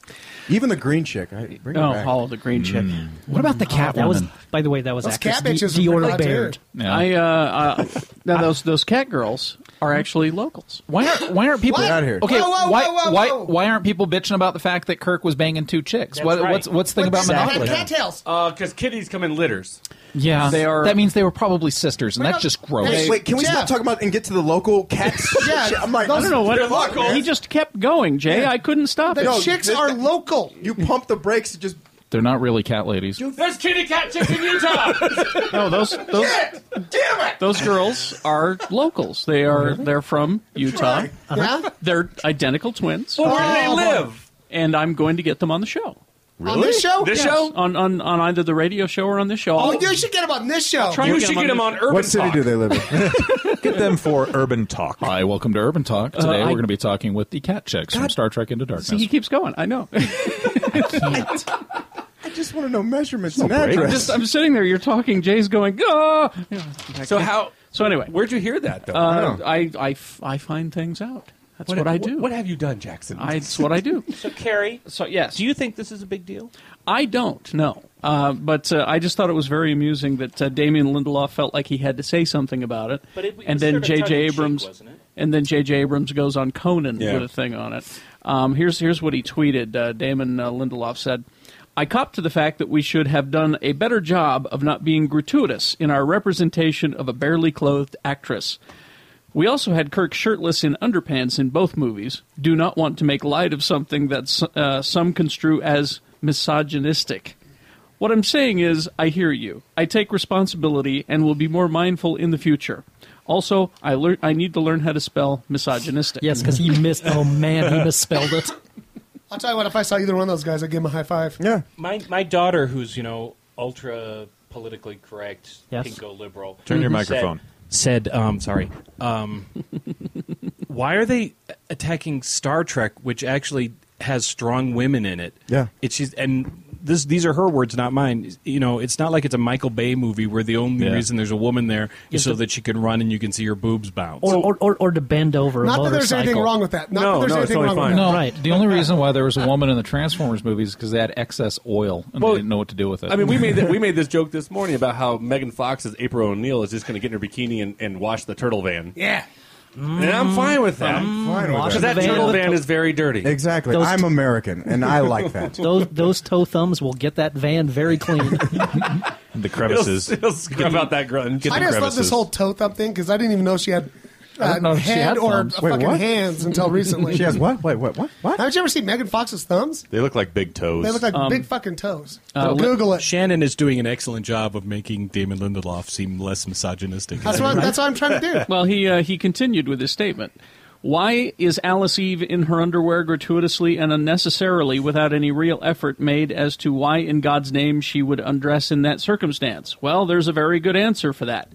Speaker 4: Even the green chick. I, bring her
Speaker 2: oh,
Speaker 4: back.
Speaker 2: Hall of the Green Chip.
Speaker 7: What about the cat
Speaker 3: That was, by the way, that was
Speaker 5: Those
Speaker 3: actress
Speaker 5: cat
Speaker 3: Di-
Speaker 5: bitches were pretty
Speaker 3: Diora
Speaker 5: hot, too.
Speaker 3: Baird.
Speaker 7: Yeah.
Speaker 2: I uh,
Speaker 3: *laughs*
Speaker 2: uh, now those those cat girls are actually locals.
Speaker 7: Why aren't why aren't people
Speaker 4: Get outta here.
Speaker 7: Okay,
Speaker 5: Whoa, whoa,
Speaker 7: why,
Speaker 5: whoa, whoa,
Speaker 7: why
Speaker 5: whoa.
Speaker 7: why aren't people bitching about the fact that Kirk was banging two chicks? What,
Speaker 10: right.
Speaker 7: What's what's the thing
Speaker 5: But
Speaker 7: about
Speaker 5: they had
Speaker 7: Monopoly?
Speaker 5: Cattails.
Speaker 9: Because Uh, kitties come in litters.
Speaker 7: Yeah,
Speaker 2: They are-
Speaker 7: That means they were probably sisters, and that's just gross.
Speaker 4: Hey, wait, can we
Speaker 5: Jeff.
Speaker 4: stop talking about and get to the local *laughs* cats?
Speaker 5: Yeah.
Speaker 4: Shit, I'm like,
Speaker 2: I don't know what
Speaker 4: They're local.
Speaker 2: He just kept going, Jay. I couldn't stop
Speaker 5: The
Speaker 2: it.
Speaker 4: No,
Speaker 5: chicks
Speaker 4: th-
Speaker 5: are
Speaker 4: th-
Speaker 5: local.
Speaker 4: You pump the brakes. Just
Speaker 7: They're not really cat ladies.
Speaker 9: There's kitty cat chicks in Utah. *laughs*
Speaker 5: Oh,
Speaker 2: No, those those
Speaker 4: damn it.
Speaker 2: those girls are locals. They are they're from Utah.
Speaker 3: Uh-huh.
Speaker 5: Yeah? Oh,
Speaker 2: They're identical twins,
Speaker 9: well, where do they live?
Speaker 2: and I'm going to get them on the show.
Speaker 5: On this show?
Speaker 9: This
Speaker 2: Yes,
Speaker 9: show?
Speaker 2: on, on on either the radio show or on this show.
Speaker 5: Oh,
Speaker 2: I'll-
Speaker 5: you should get them on this show.
Speaker 2: Try-
Speaker 9: You
Speaker 2: Get
Speaker 9: should
Speaker 2: them
Speaker 9: get them
Speaker 2: on
Speaker 9: on Urban
Speaker 4: What city
Speaker 9: Talk.
Speaker 4: do they live in?
Speaker 11: Get them for Urban Talk.
Speaker 7: Hi, welcome to Urban Talk. Today
Speaker 2: I-
Speaker 7: we're going to be talking with the cat chicks from Star Trek Into Darkness.
Speaker 2: See, he keeps going. I know. *laughs*
Speaker 4: I just want to know measurements and
Speaker 11: break.
Speaker 4: address.
Speaker 2: I'm just I'm sitting there. You're talking. Jay's going. Ah! Yeah.
Speaker 9: So how?
Speaker 2: So anyway,
Speaker 9: Where'd you hear that though?
Speaker 2: uh, I, I f- I find things out. That's what, I do.
Speaker 9: What have you done, Jackson? *laughs*
Speaker 2: I, it's what I do.
Speaker 10: So, Carrie,
Speaker 2: So yes,
Speaker 10: do you think this is a big deal?
Speaker 2: I don't know. Uh, but uh, I just thought it was very amusing that uh, Damien Lindelof felt like he had to say something about it,
Speaker 12: But it- it
Speaker 2: and
Speaker 12: was
Speaker 2: then
Speaker 12: sort of
Speaker 2: J.J.
Speaker 12: tongue-in-cheek,
Speaker 2: Abrams,
Speaker 12: wasn't it?
Speaker 2: and then J.J. Abrams goes on Conan
Speaker 12: Yeah.
Speaker 2: with a thing on it. Um, here's here's what he tweeted. Uh, Damon uh, Lindelof said, "I cop to the fact that we should have done a better job of not being gratuitous in our representation of a barely clothed actress." We also had Kirk shirtless in underpants in both movies. Do not want to make light of something that uh, some construe as misogynistic. What I'm saying is, I hear you. I take responsibility and will be more mindful in the future. Also, I lear- I need to learn how to spell misogynistic.
Speaker 3: Yes, because he missed. Oh man, he misspelled it.
Speaker 5: *laughs* I'll tell you what, if I saw either one of those guys, I'd give him a high five.
Speaker 4: Yeah.
Speaker 12: My my daughter, who's you know ultra politically correct,
Speaker 5: Yes.
Speaker 12: pinko liberal.
Speaker 1: Turn your
Speaker 12: said-
Speaker 1: microphone.
Speaker 12: Said, um, sorry.
Speaker 9: *laughs*
Speaker 12: Um, why are they attacking Star Trek, which actually has strong women in it?
Speaker 4: Yeah.
Speaker 12: It's just,
Speaker 9: and this these are her words, not mine. You know, it's not like it's a Michael Bay movie where the only
Speaker 4: Yeah.
Speaker 9: reason there's a woman there is
Speaker 3: Is
Speaker 9: so
Speaker 3: the-
Speaker 9: that she can run and you can see her boobs bounce.
Speaker 3: Or, or, or, or to bend over a
Speaker 5: Not that
Speaker 3: motorcycle.
Speaker 5: there's anything wrong with that. Not that there's anything wrong with that.
Speaker 7: No, right. The only reason why there was a woman in the Transformers movies is because they had excess oil and they didn't know what to do with it.
Speaker 9: I mean, we made that, we made this joke this morning about how Megan Fox's April O'Neil is just going to get in her bikini and, and wash the turtle van.
Speaker 12: Yeah.
Speaker 9: And I'm fine with that.
Speaker 4: I'm fine with
Speaker 9: Because
Speaker 4: that.
Speaker 9: that turtle
Speaker 4: Those-
Speaker 9: van is very dirty.
Speaker 4: Exactly.
Speaker 3: Those-
Speaker 4: I'm American, and I like that.
Speaker 3: *laughs* Those those toe thumbs will get that van
Speaker 5: *laughs*
Speaker 3: very clean.
Speaker 1: The
Speaker 4: crevices.
Speaker 9: It'll, it'll scrub out that grunge.
Speaker 5: I just love this whole toe thumb thing because I didn't even know she had
Speaker 4: I
Speaker 5: uh,
Speaker 4: didn't know she
Speaker 5: head
Speaker 4: had
Speaker 5: or
Speaker 4: thumbs.
Speaker 5: uh,
Speaker 4: Wait,
Speaker 5: fucking
Speaker 4: what?
Speaker 5: hands until
Speaker 4: *laughs*
Speaker 5: recently.
Speaker 4: She has what? Wait, what? What? What?
Speaker 5: Haven't you ever seen Megan Fox's thumbs?
Speaker 1: They look like big toes.
Speaker 5: They look like
Speaker 9: Um,
Speaker 5: big fucking toes.
Speaker 9: Uh,
Speaker 5: Google it.
Speaker 9: Shannon is doing an excellent job of making Damon Lindelof seem less misogynistic.
Speaker 5: what I'm trying to do.
Speaker 2: *laughs*
Speaker 12: Oh,
Speaker 2: well, he uh, he continued with his statement. Why is Alice Eve in her underwear gratuitously and unnecessarily without any real effort made as to why in God's name she would undress in that circumstance? Well, there's a very good answer for that.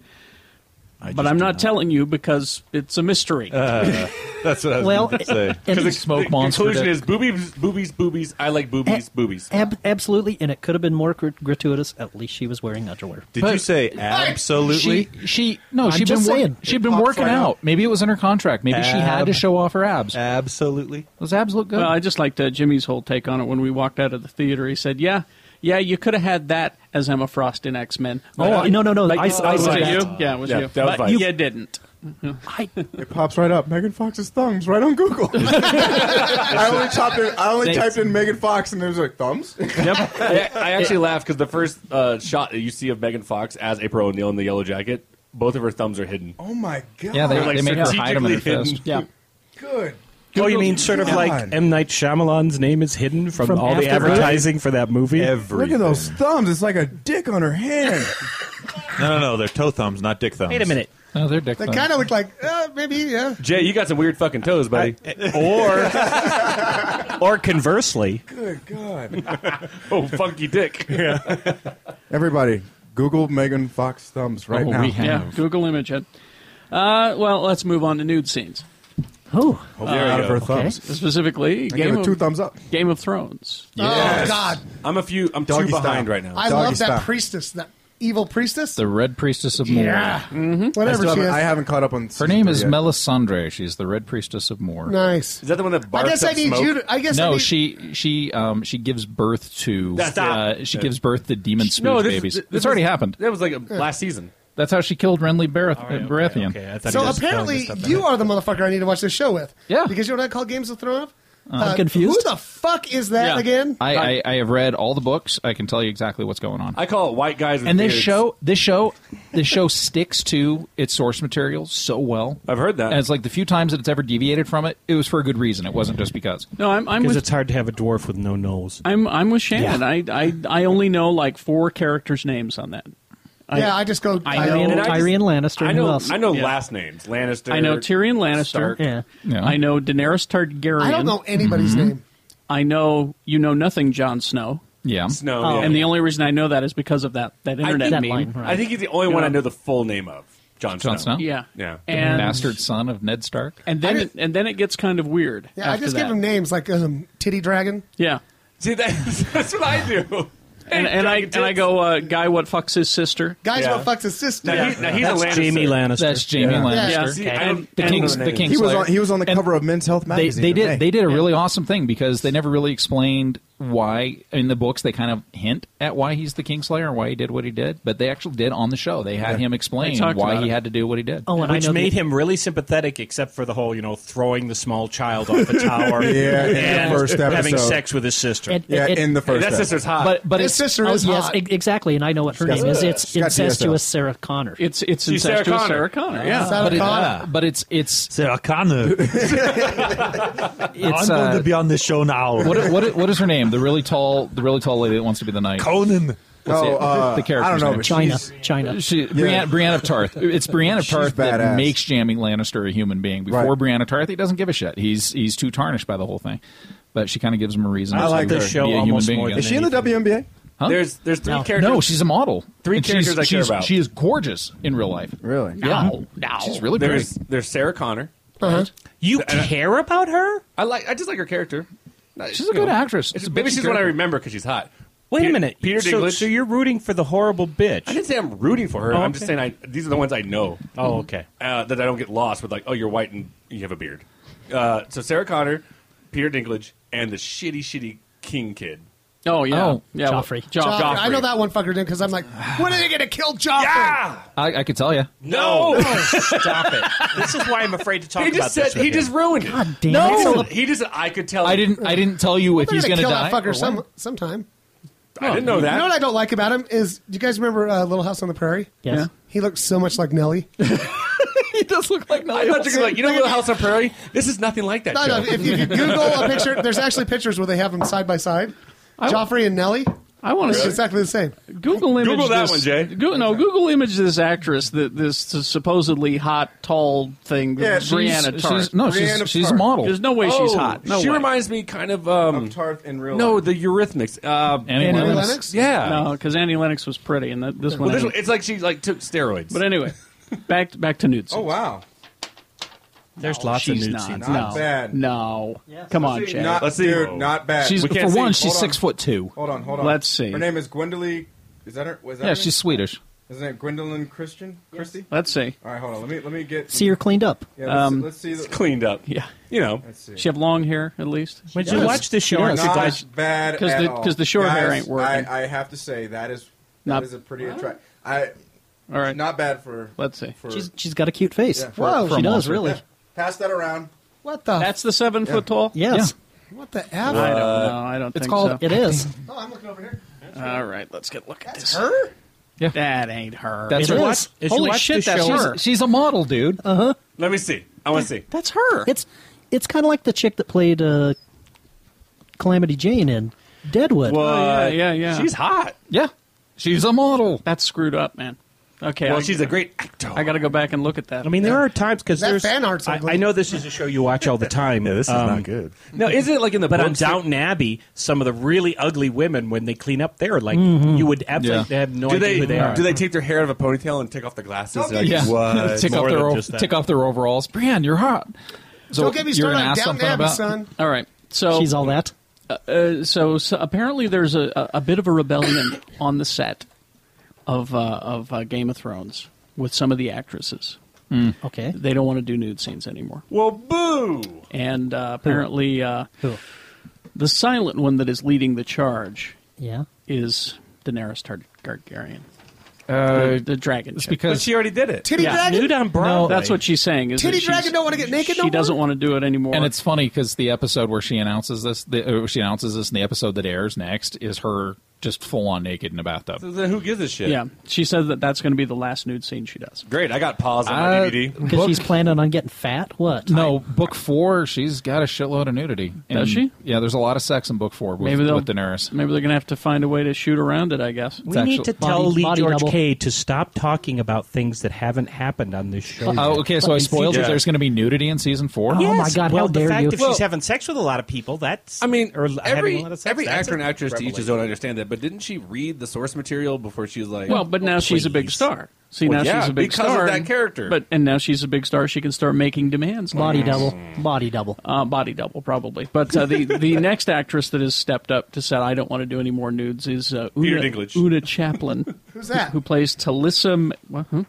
Speaker 2: But I'm not telling you because it's a mystery.
Speaker 1: Uh, *laughs* that's what I was
Speaker 3: Well,
Speaker 1: going to say.
Speaker 3: and-
Speaker 9: the,
Speaker 3: Smoke
Speaker 9: the
Speaker 3: monster
Speaker 9: conclusion
Speaker 3: dick.
Speaker 9: is boobies, boobies, boobies. I like boobies, boobies.
Speaker 3: Ab- absolutely, and it could have been more gr- gratuitous. At least she was wearing underwear.
Speaker 1: Did you say absolutely?
Speaker 7: She, she no,
Speaker 3: I'm
Speaker 7: she'd been
Speaker 3: just
Speaker 7: wor-
Speaker 3: saying.
Speaker 7: she'd been working out. Maybe it was in her contract. Maybe she had to
Speaker 2: Ab-
Speaker 7: show off her abs.
Speaker 1: Absolutely.
Speaker 7: Those abs look good.
Speaker 2: Well, I just liked uh, Jimmy's whole take on it when we walked out of the theater. He said, "Yeah, yeah, you could have had that as Emma Frost in X Men."
Speaker 3: Oh, no, no, no, I- I saw
Speaker 2: was
Speaker 3: that.
Speaker 2: it you? Yeah, it was
Speaker 4: Yeah,
Speaker 2: you.
Speaker 4: that was
Speaker 2: but
Speaker 4: Vice.
Speaker 2: you didn't.
Speaker 4: It pops right up. Megan Fox's thumbs right on Google. I only typed in. I only
Speaker 9: Thanks.
Speaker 4: typed in Megan Fox, and it was like thumbs.
Speaker 9: Yep. I, I actually laughed because the first uh, shot that you see of Megan Fox as April O'Neil in the yellow jacket, both of her thumbs are hidden.
Speaker 4: Oh my god.
Speaker 9: Yeah, they- They're, like, they made her hide 'em in her strategically fist.
Speaker 2: Yeah.
Speaker 9: *laughs*
Speaker 4: Good.
Speaker 10: Oh, you mean sort of like M. Night Shyamalan's name is hidden from,
Speaker 4: From
Speaker 10: all the
Speaker 4: after-
Speaker 10: advertising for that movie?
Speaker 4: Look at those thumbs. It's like a dick on her hand.
Speaker 1: No, no, no. They're toe thumbs, not dick thumbs.
Speaker 7: No, they're dick
Speaker 5: They kind of look like uh, maybe yeah.
Speaker 9: Jay, you got some weird fucking toes, buddy.
Speaker 10: or or conversely,
Speaker 4: Good God.
Speaker 9: oh, funky
Speaker 4: *laughs*
Speaker 9: dick.
Speaker 4: Everybody, Google Megan Fox thumbs right
Speaker 2: Oh,
Speaker 4: now.
Speaker 2: we have. Yeah, Google image it. Uh, well, let's move on to nude scenes. Uh,
Speaker 3: Oh,
Speaker 4: out of her thumbs.
Speaker 2: Specifically,
Speaker 4: I give
Speaker 2: Game
Speaker 4: her
Speaker 2: of,
Speaker 4: two thumbs up.
Speaker 2: Game of Thrones.
Speaker 5: Oh God,
Speaker 9: I'm a few. I'm
Speaker 4: Doggy
Speaker 9: two
Speaker 4: style.
Speaker 9: behind right now.
Speaker 5: I love that priestess, that evil priestess.
Speaker 7: the Red Priestess of Moor.
Speaker 5: yeah,
Speaker 4: Mm-hmm. I,
Speaker 5: whatever
Speaker 4: still
Speaker 5: she
Speaker 4: haven't-
Speaker 5: is.
Speaker 4: I haven't caught up on.
Speaker 7: Her
Speaker 4: season
Speaker 7: name
Speaker 4: three
Speaker 7: is
Speaker 4: yet.
Speaker 7: Melisandre. She's the Red Priestess of Moor.
Speaker 5: nice.
Speaker 9: Is that the one that
Speaker 5: I guess I need you to. I guess I
Speaker 7: no,
Speaker 5: need,
Speaker 7: she she um she gives birth to
Speaker 9: Stop.
Speaker 7: uh, she gives birth to demon spooge
Speaker 9: No, this-
Speaker 7: babies.
Speaker 9: this
Speaker 7: it's already
Speaker 9: was-
Speaker 7: happened.
Speaker 9: That was like a, last season.
Speaker 7: That's how she killed Renly Barath- uh, Baratheon.
Speaker 5: So apparently, you are the motherfucker I need to watch this show with. Yeah, because you know what I call Games of Thrones. Uh,
Speaker 7: I'm confused.
Speaker 5: Who the fuck is that
Speaker 7: Yeah.
Speaker 5: again?
Speaker 7: I, I, I have read all the books. I can tell you exactly what's going on.
Speaker 9: I call it white guys. With
Speaker 7: and this
Speaker 9: beards.
Speaker 7: show, this show, this show sticks to its source material so well.
Speaker 9: I've heard that.
Speaker 7: And it's like the few times that it's ever deviated from it, it was for a good reason. It wasn't just because.
Speaker 2: No, I'm, I'm
Speaker 10: because
Speaker 2: with
Speaker 10: it's hard to have a dwarf with no nose.
Speaker 2: I'm I'm with Shannon. I, I I only know like four characters' names on that.
Speaker 5: yeah, I just go.
Speaker 2: I know-
Speaker 9: And I just-
Speaker 3: Tyrion Lannister.
Speaker 9: I know.
Speaker 3: who else?
Speaker 9: I know last names. Lannister.
Speaker 2: I know Tyrion Lannister.
Speaker 9: Stark.
Speaker 2: I know Daenerys Targaryen.
Speaker 5: I don't know anybody's
Speaker 9: Mm-hmm.
Speaker 5: name.
Speaker 2: I know you know nothing, Jon Snow.
Speaker 7: Yeah.
Speaker 9: Snow. yeah.
Speaker 2: Oh, And the only reason I know that is because of that that internet
Speaker 9: I
Speaker 2: meme.
Speaker 9: think, I think he's the only
Speaker 2: You
Speaker 9: one I
Speaker 2: know?
Speaker 9: know the full name of. John Snow.
Speaker 7: Jon Snow?
Speaker 2: Yeah.
Speaker 9: Yeah.
Speaker 2: And-
Speaker 7: bastard son of Ned Stark.
Speaker 2: And then it, and then it gets kind of weird.
Speaker 5: Yeah, I
Speaker 2: after
Speaker 5: just
Speaker 2: that.
Speaker 5: give them names like um, Titty Dragon.
Speaker 2: Yeah.
Speaker 9: See, that's, *laughs* that's what I do.
Speaker 2: *laughs* And, and I and I go, uh, guy, what fucks his sister?
Speaker 5: Guys, what fucks his sister?
Speaker 2: Now,
Speaker 9: he- now he's a That's Lannister. Jaime
Speaker 10: Lannister.
Speaker 7: That's Jamie
Speaker 2: Yeah.
Speaker 7: Lannister.
Speaker 2: Yeah. See, I
Speaker 7: And
Speaker 2: don't-
Speaker 7: the
Speaker 2: I don't
Speaker 7: King's
Speaker 2: know
Speaker 7: the
Speaker 2: names.
Speaker 7: King's
Speaker 4: He was on. He was on the cover of Men's Health
Speaker 7: They,
Speaker 4: magazine.
Speaker 7: they did.
Speaker 4: today.
Speaker 7: They did a really awesome thing because they never really explained why in the books they kind of hint at why he's the Kingslayer and why he did what he did, but they actually did on the show. They had
Speaker 12: Yeah.
Speaker 7: him explain
Speaker 12: They talked
Speaker 7: why
Speaker 12: about
Speaker 7: he
Speaker 12: it.
Speaker 7: had to do what he did.
Speaker 2: Oh,
Speaker 12: Which made him really sympathetic, except for the whole, you know, throwing the small child
Speaker 5: *laughs*
Speaker 12: off a tower
Speaker 4: Yeah, in the
Speaker 12: and
Speaker 4: first
Speaker 12: having
Speaker 4: episode.
Speaker 12: sex with his sister.
Speaker 3: And- and- But, but
Speaker 12: His
Speaker 3: it's, oh, yes, e- exactly. And I know what her
Speaker 7: She's
Speaker 3: name
Speaker 7: got-
Speaker 3: is. It's
Speaker 7: she's got
Speaker 3: incestuous
Speaker 7: DSL.
Speaker 3: Sarah Connor. uh,
Speaker 2: It's it's
Speaker 7: She's Sarah
Speaker 2: incestuous
Speaker 7: Connor.
Speaker 2: Sarah Connor. Yeah,
Speaker 7: Sarah But it- Connor. but it's it's
Speaker 11: Sarah Connor.
Speaker 4: *laughs*
Speaker 7: It's,
Speaker 11: I'm going
Speaker 7: uh,
Speaker 11: to be on this show now.
Speaker 7: *laughs* what, what what is her name? The really tall, the really tall lady that wants to be the knight.
Speaker 11: Conan.
Speaker 7: What's
Speaker 11: Oh,
Speaker 7: it?
Speaker 11: uh,
Speaker 7: the character.
Speaker 11: I don't know, but
Speaker 3: China,
Speaker 11: she's-
Speaker 3: China.
Speaker 7: She, Brienne, Brienne of Tarth. It's Brienne of
Speaker 3: She's
Speaker 7: Tarth that
Speaker 3: badass.
Speaker 7: makes Jamming Lannister a human being. Before
Speaker 3: Right.
Speaker 7: Brienne of Tarth, he doesn't give a shit. He's he's too tarnished by the whole thing. But she kind of gives him a reason.
Speaker 4: I
Speaker 7: to
Speaker 4: like
Speaker 7: be
Speaker 4: this
Speaker 7: a
Speaker 4: show
Speaker 7: human
Speaker 4: almost
Speaker 7: being
Speaker 4: more
Speaker 7: again.
Speaker 4: than Is she in the WNBA?
Speaker 7: Huh?
Speaker 4: There's- there's three
Speaker 7: no.
Speaker 4: characters-
Speaker 7: No, she's a model.
Speaker 4: Three
Speaker 7: And she's-
Speaker 4: characters I care
Speaker 7: she's-
Speaker 4: about.
Speaker 7: She is gorgeous in real life. Really? Yeah.
Speaker 4: No,
Speaker 9: no.
Speaker 7: She's really
Speaker 9: there's,
Speaker 7: pretty. Uh-huh.
Speaker 9: There's Sarah Connor.
Speaker 12: You
Speaker 9: care
Speaker 12: about her?
Speaker 9: I like. I just like her character.
Speaker 7: She's a good actress. It's a
Speaker 9: Maybe
Speaker 7: bitchy
Speaker 9: she's what I
Speaker 7: character.
Speaker 9: remember because she's hot.
Speaker 12: Wait
Speaker 9: Pe-
Speaker 12: a minute.
Speaker 9: Peter
Speaker 12: so,
Speaker 9: Dinklage.
Speaker 12: So you're rooting for the horrible bitch.
Speaker 9: I didn't say I'm rooting for her.
Speaker 12: Oh,
Speaker 9: I'm just
Speaker 12: okay.
Speaker 9: saying I, these are the ones I know.
Speaker 12: Oh, okay.
Speaker 9: Uh, that I don't get lost with like, oh, you're white and you have a beard. Uh, so Sarah Connor, Peter Dinklage, and the shitty, shitty King kid.
Speaker 2: Oh yeah,
Speaker 9: Oh,
Speaker 2: yeah. well,
Speaker 9: Joffrey.
Speaker 2: Jo-
Speaker 9: Joffrey.
Speaker 2: Joffrey.
Speaker 5: I know that one fucker didn't because I'm like, when are they going to kill Oh, Joffrey?
Speaker 7: I, I could tell you.
Speaker 5: *laughs*
Speaker 9: No,
Speaker 12: stop it. Oh. This is why I'm afraid to talk
Speaker 9: he
Speaker 12: about
Speaker 9: just said
Speaker 12: this. with
Speaker 9: he
Speaker 12: you.
Speaker 9: just ruined it. God
Speaker 12: damn it.
Speaker 9: no,
Speaker 12: So
Speaker 9: *laughs* he just. I could tell.
Speaker 7: I didn't. I didn't tell you if
Speaker 5: They're
Speaker 7: he's
Speaker 5: gonna
Speaker 7: going to
Speaker 5: kill
Speaker 7: die.
Speaker 5: that fucker
Speaker 7: or
Speaker 5: some,
Speaker 7: what.
Speaker 5: sometime.
Speaker 9: I didn't know that.
Speaker 5: You know what I don't like about him is, do you guys remember uh, Little House on the Prairie?
Speaker 9: Yes. Yeah.
Speaker 5: He looks so much like Nelly.
Speaker 7: he does look like.
Speaker 9: I thought you were like, you know, Little House on Prairie. This is nothing like that.
Speaker 5: No, no,
Speaker 9: show.
Speaker 5: if, if you Google a picture, there's actually pictures where they have them side by side. Joffrey and Nelly.
Speaker 2: I wanna
Speaker 5: It's
Speaker 2: see-
Speaker 5: exactly the same.
Speaker 2: Google image
Speaker 5: Google that
Speaker 2: this,
Speaker 5: one, Jay.
Speaker 2: Go, no, Google image this actress, that this supposedly hot, tall thing,
Speaker 9: *laughs* Yeah, she's-
Speaker 2: Brianna Tarth.
Speaker 7: she's- no, she's- Brianna she's a Tarth. model.
Speaker 2: There's no way she's
Speaker 9: Oh,
Speaker 2: hot. No
Speaker 9: she
Speaker 2: way.
Speaker 9: reminds me kind of um, Tarth in real. No, the Eurythmics. Uh,
Speaker 2: Annie Lennox?
Speaker 9: Yeah.
Speaker 2: no, because Annie Lennox was pretty, and that, this
Speaker 9: Well,
Speaker 2: one.
Speaker 9: this
Speaker 2: ain't.
Speaker 9: one- it's like she like took steroids.
Speaker 2: but anyway, back to, back to nudes.
Speaker 4: Oh wow.
Speaker 12: There's
Speaker 2: No,
Speaker 12: lots
Speaker 2: she's
Speaker 12: of nude
Speaker 2: not.
Speaker 12: scenes.
Speaker 2: No. No, come on, Chad.
Speaker 4: Not, Dude, not bad.
Speaker 7: She's-
Speaker 4: We can't
Speaker 7: for
Speaker 4: see.
Speaker 7: one, she's
Speaker 4: Hold on.
Speaker 7: six foot two.
Speaker 4: Hold on, hold on.
Speaker 7: Let's see.
Speaker 4: Her name is Gwendolyn. Is that her? Was that
Speaker 7: Yeah,
Speaker 4: her
Speaker 7: she's
Speaker 4: name?
Speaker 7: Swedish.
Speaker 4: Isn't it Gwendolyn Christian? Christie?
Speaker 2: Let's see.
Speaker 4: All right, hold on. Let me let me get.
Speaker 3: See her cleaned up.
Speaker 4: Yeah, let's,
Speaker 2: Um,
Speaker 4: let's see. The,
Speaker 9: cleaned up.
Speaker 2: Yeah,
Speaker 9: you know.
Speaker 2: She have long hair at least.
Speaker 4: When you watch this show,
Speaker 2: She does.
Speaker 4: not bad
Speaker 2: because
Speaker 4: at
Speaker 2: the
Speaker 4: all.
Speaker 2: because the short hair
Speaker 4: Guys,
Speaker 2: ain't working.
Speaker 4: I, I have to say that is that
Speaker 2: Not-
Speaker 4: is a pretty attractive. I
Speaker 2: all right.
Speaker 4: Not bad for.
Speaker 2: Let's see.
Speaker 4: For,
Speaker 3: She's, she's got a cute face.
Speaker 4: Yeah,
Speaker 3: Whoa,
Speaker 4: for-
Speaker 3: she
Speaker 4: for a
Speaker 3: does
Speaker 4: monster.
Speaker 3: really.
Speaker 4: Yeah. Pass that around.
Speaker 5: What the?
Speaker 2: That's the seven
Speaker 4: Yeah.
Speaker 2: foot tall.
Speaker 3: Yes.
Speaker 5: What the F?
Speaker 2: I don't know.
Speaker 9: Uh,
Speaker 2: I don't.
Speaker 3: It's
Speaker 2: think
Speaker 3: called.
Speaker 2: so.
Speaker 3: It is.
Speaker 4: *laughs*
Speaker 5: Oh, I'm looking over here.
Speaker 2: All right, let's get a look at this.
Speaker 5: Her?
Speaker 7: Yeah.
Speaker 2: That ain't her.
Speaker 7: That's her.
Speaker 2: Holy shit, that's her.
Speaker 7: She's, she's a model, dude.
Speaker 3: Uh
Speaker 4: Uh-huh.
Speaker 3: huh.
Speaker 9: Let me see. I
Speaker 2: Oh,
Speaker 9: want to see.
Speaker 2: That's her.
Speaker 3: It's it's kind of like the chick that played uh, Calamity Jane in Deadwood.
Speaker 2: Well, Oh,
Speaker 3: Oh,
Speaker 2: yeah, yeah, yeah.
Speaker 9: She's hot.
Speaker 7: Yeah. She's a model.
Speaker 2: That's screwed up, man. Okay.
Speaker 12: Well,
Speaker 2: I-
Speaker 12: she's a great actor.
Speaker 2: I got to go back and look at that.
Speaker 12: I mean, there are times because
Speaker 2: That
Speaker 12: there's.
Speaker 2: fan art's
Speaker 12: I,
Speaker 2: ugly.
Speaker 12: I know this is a show you watch all the time. yeah,
Speaker 11: this is
Speaker 2: Um,
Speaker 11: not good.
Speaker 9: No, isn't it like
Speaker 2: *laughs*
Speaker 9: in the
Speaker 12: But on
Speaker 9: books that-
Speaker 12: Downton Abbey, some of the really ugly women, when they clean up, they're like
Speaker 9: Mhm.
Speaker 2: Mm-hmm.
Speaker 12: you would absolutely they have no
Speaker 9: do
Speaker 12: idea
Speaker 9: they, mm.
Speaker 12: who they are.
Speaker 9: Do they take their hair out of a ponytail and take off the glasses? They're like,
Speaker 2: *laughs*
Speaker 7: yeah.
Speaker 9: "What?"
Speaker 7: *laughs* take
Speaker 9: More
Speaker 7: off their
Speaker 9: than
Speaker 7: o-
Speaker 9: just that.
Speaker 7: take off their overalls. Brian, you're hot. So
Speaker 2: Don't get me
Speaker 7: you're
Speaker 2: started
Speaker 7: gonna
Speaker 2: on
Speaker 7: ask
Speaker 2: Downton
Speaker 7: something
Speaker 2: Abbey,
Speaker 7: about
Speaker 2: son. *laughs* All right. So
Speaker 3: she's all that.
Speaker 2: Uh, uh, so, so apparently there's a, a, a bit of a rebellion *coughs* on the set of uh, of uh, Game of Thrones with some of the actresses.
Speaker 12: Mm.
Speaker 3: Okay.
Speaker 2: They don't want to do nude scenes anymore.
Speaker 9: Well, boo.
Speaker 2: And uh, apparently uh, the silent one that is leading the charge
Speaker 3: Yeah.
Speaker 2: is Daenerys Tar- Targaryen.
Speaker 7: Uh,
Speaker 2: the, the dragon.
Speaker 7: it's
Speaker 2: chick.
Speaker 7: because- But she already did it. Titty dragon?
Speaker 12: Nude on Broadway.
Speaker 2: No, that's what she's saying. Is
Speaker 5: Titty
Speaker 2: that she's-
Speaker 5: dragon don't wanna get naked
Speaker 2: She
Speaker 5: no more?
Speaker 2: doesn't want to do it anymore.
Speaker 7: And it's funny because the episode where she announces this, the, uh, she announces this, and the episode that airs next is her just full on naked in a bathtub.
Speaker 9: So then who gives a shit?
Speaker 2: yeah, she said that that's going to be the last nude scene she does.
Speaker 9: Great. I got paused on
Speaker 7: Uh,
Speaker 9: my DVD.
Speaker 3: Because she's planning on getting fat. What?
Speaker 7: No, book four, she's got a shitload of nudity.
Speaker 2: Does she?
Speaker 7: Yeah, there's a lot of sex in book four with,
Speaker 2: Maybe they'll-
Speaker 7: with Daenerys.
Speaker 2: Maybe they're going to have to find a way to shoot around it. I guess
Speaker 12: We need to tell Lee George K to stop talking about things that haven't happened on this show.
Speaker 7: Oh, okay. So I spoiled that there's Oh going to be nudity in season four.
Speaker 2: Oh
Speaker 12: well, the fact that she's having sex with a lot of people, that's
Speaker 9: I mean,
Speaker 12: or having
Speaker 9: every
Speaker 12: a lot of sex,
Speaker 9: every
Speaker 12: that's
Speaker 9: actor
Speaker 12: a
Speaker 9: and actress to each his
Speaker 12: revelation.
Speaker 9: own. I understand that, but didn't she read the source material before she was like?
Speaker 2: Well, but now she's a big star. See,
Speaker 9: Well,
Speaker 2: now
Speaker 9: yeah,
Speaker 2: she's a big
Speaker 9: because of
Speaker 2: star
Speaker 9: that
Speaker 2: and-
Speaker 9: character.
Speaker 2: But and now she's a big star. She can start making demands. like
Speaker 3: Body
Speaker 2: this.
Speaker 3: double. Body double.
Speaker 2: Uh, body double, probably. But uh, the the
Speaker 7: *laughs*
Speaker 2: next actress that has stepped up to said, "I don't want to do any more nudes," is uh,
Speaker 9: Peter
Speaker 2: Una,
Speaker 9: Dinklage.
Speaker 2: Una
Speaker 3: *laughs*
Speaker 2: Chaplin.
Speaker 5: Who's that?
Speaker 2: Who plays Talissa? M- What, huh?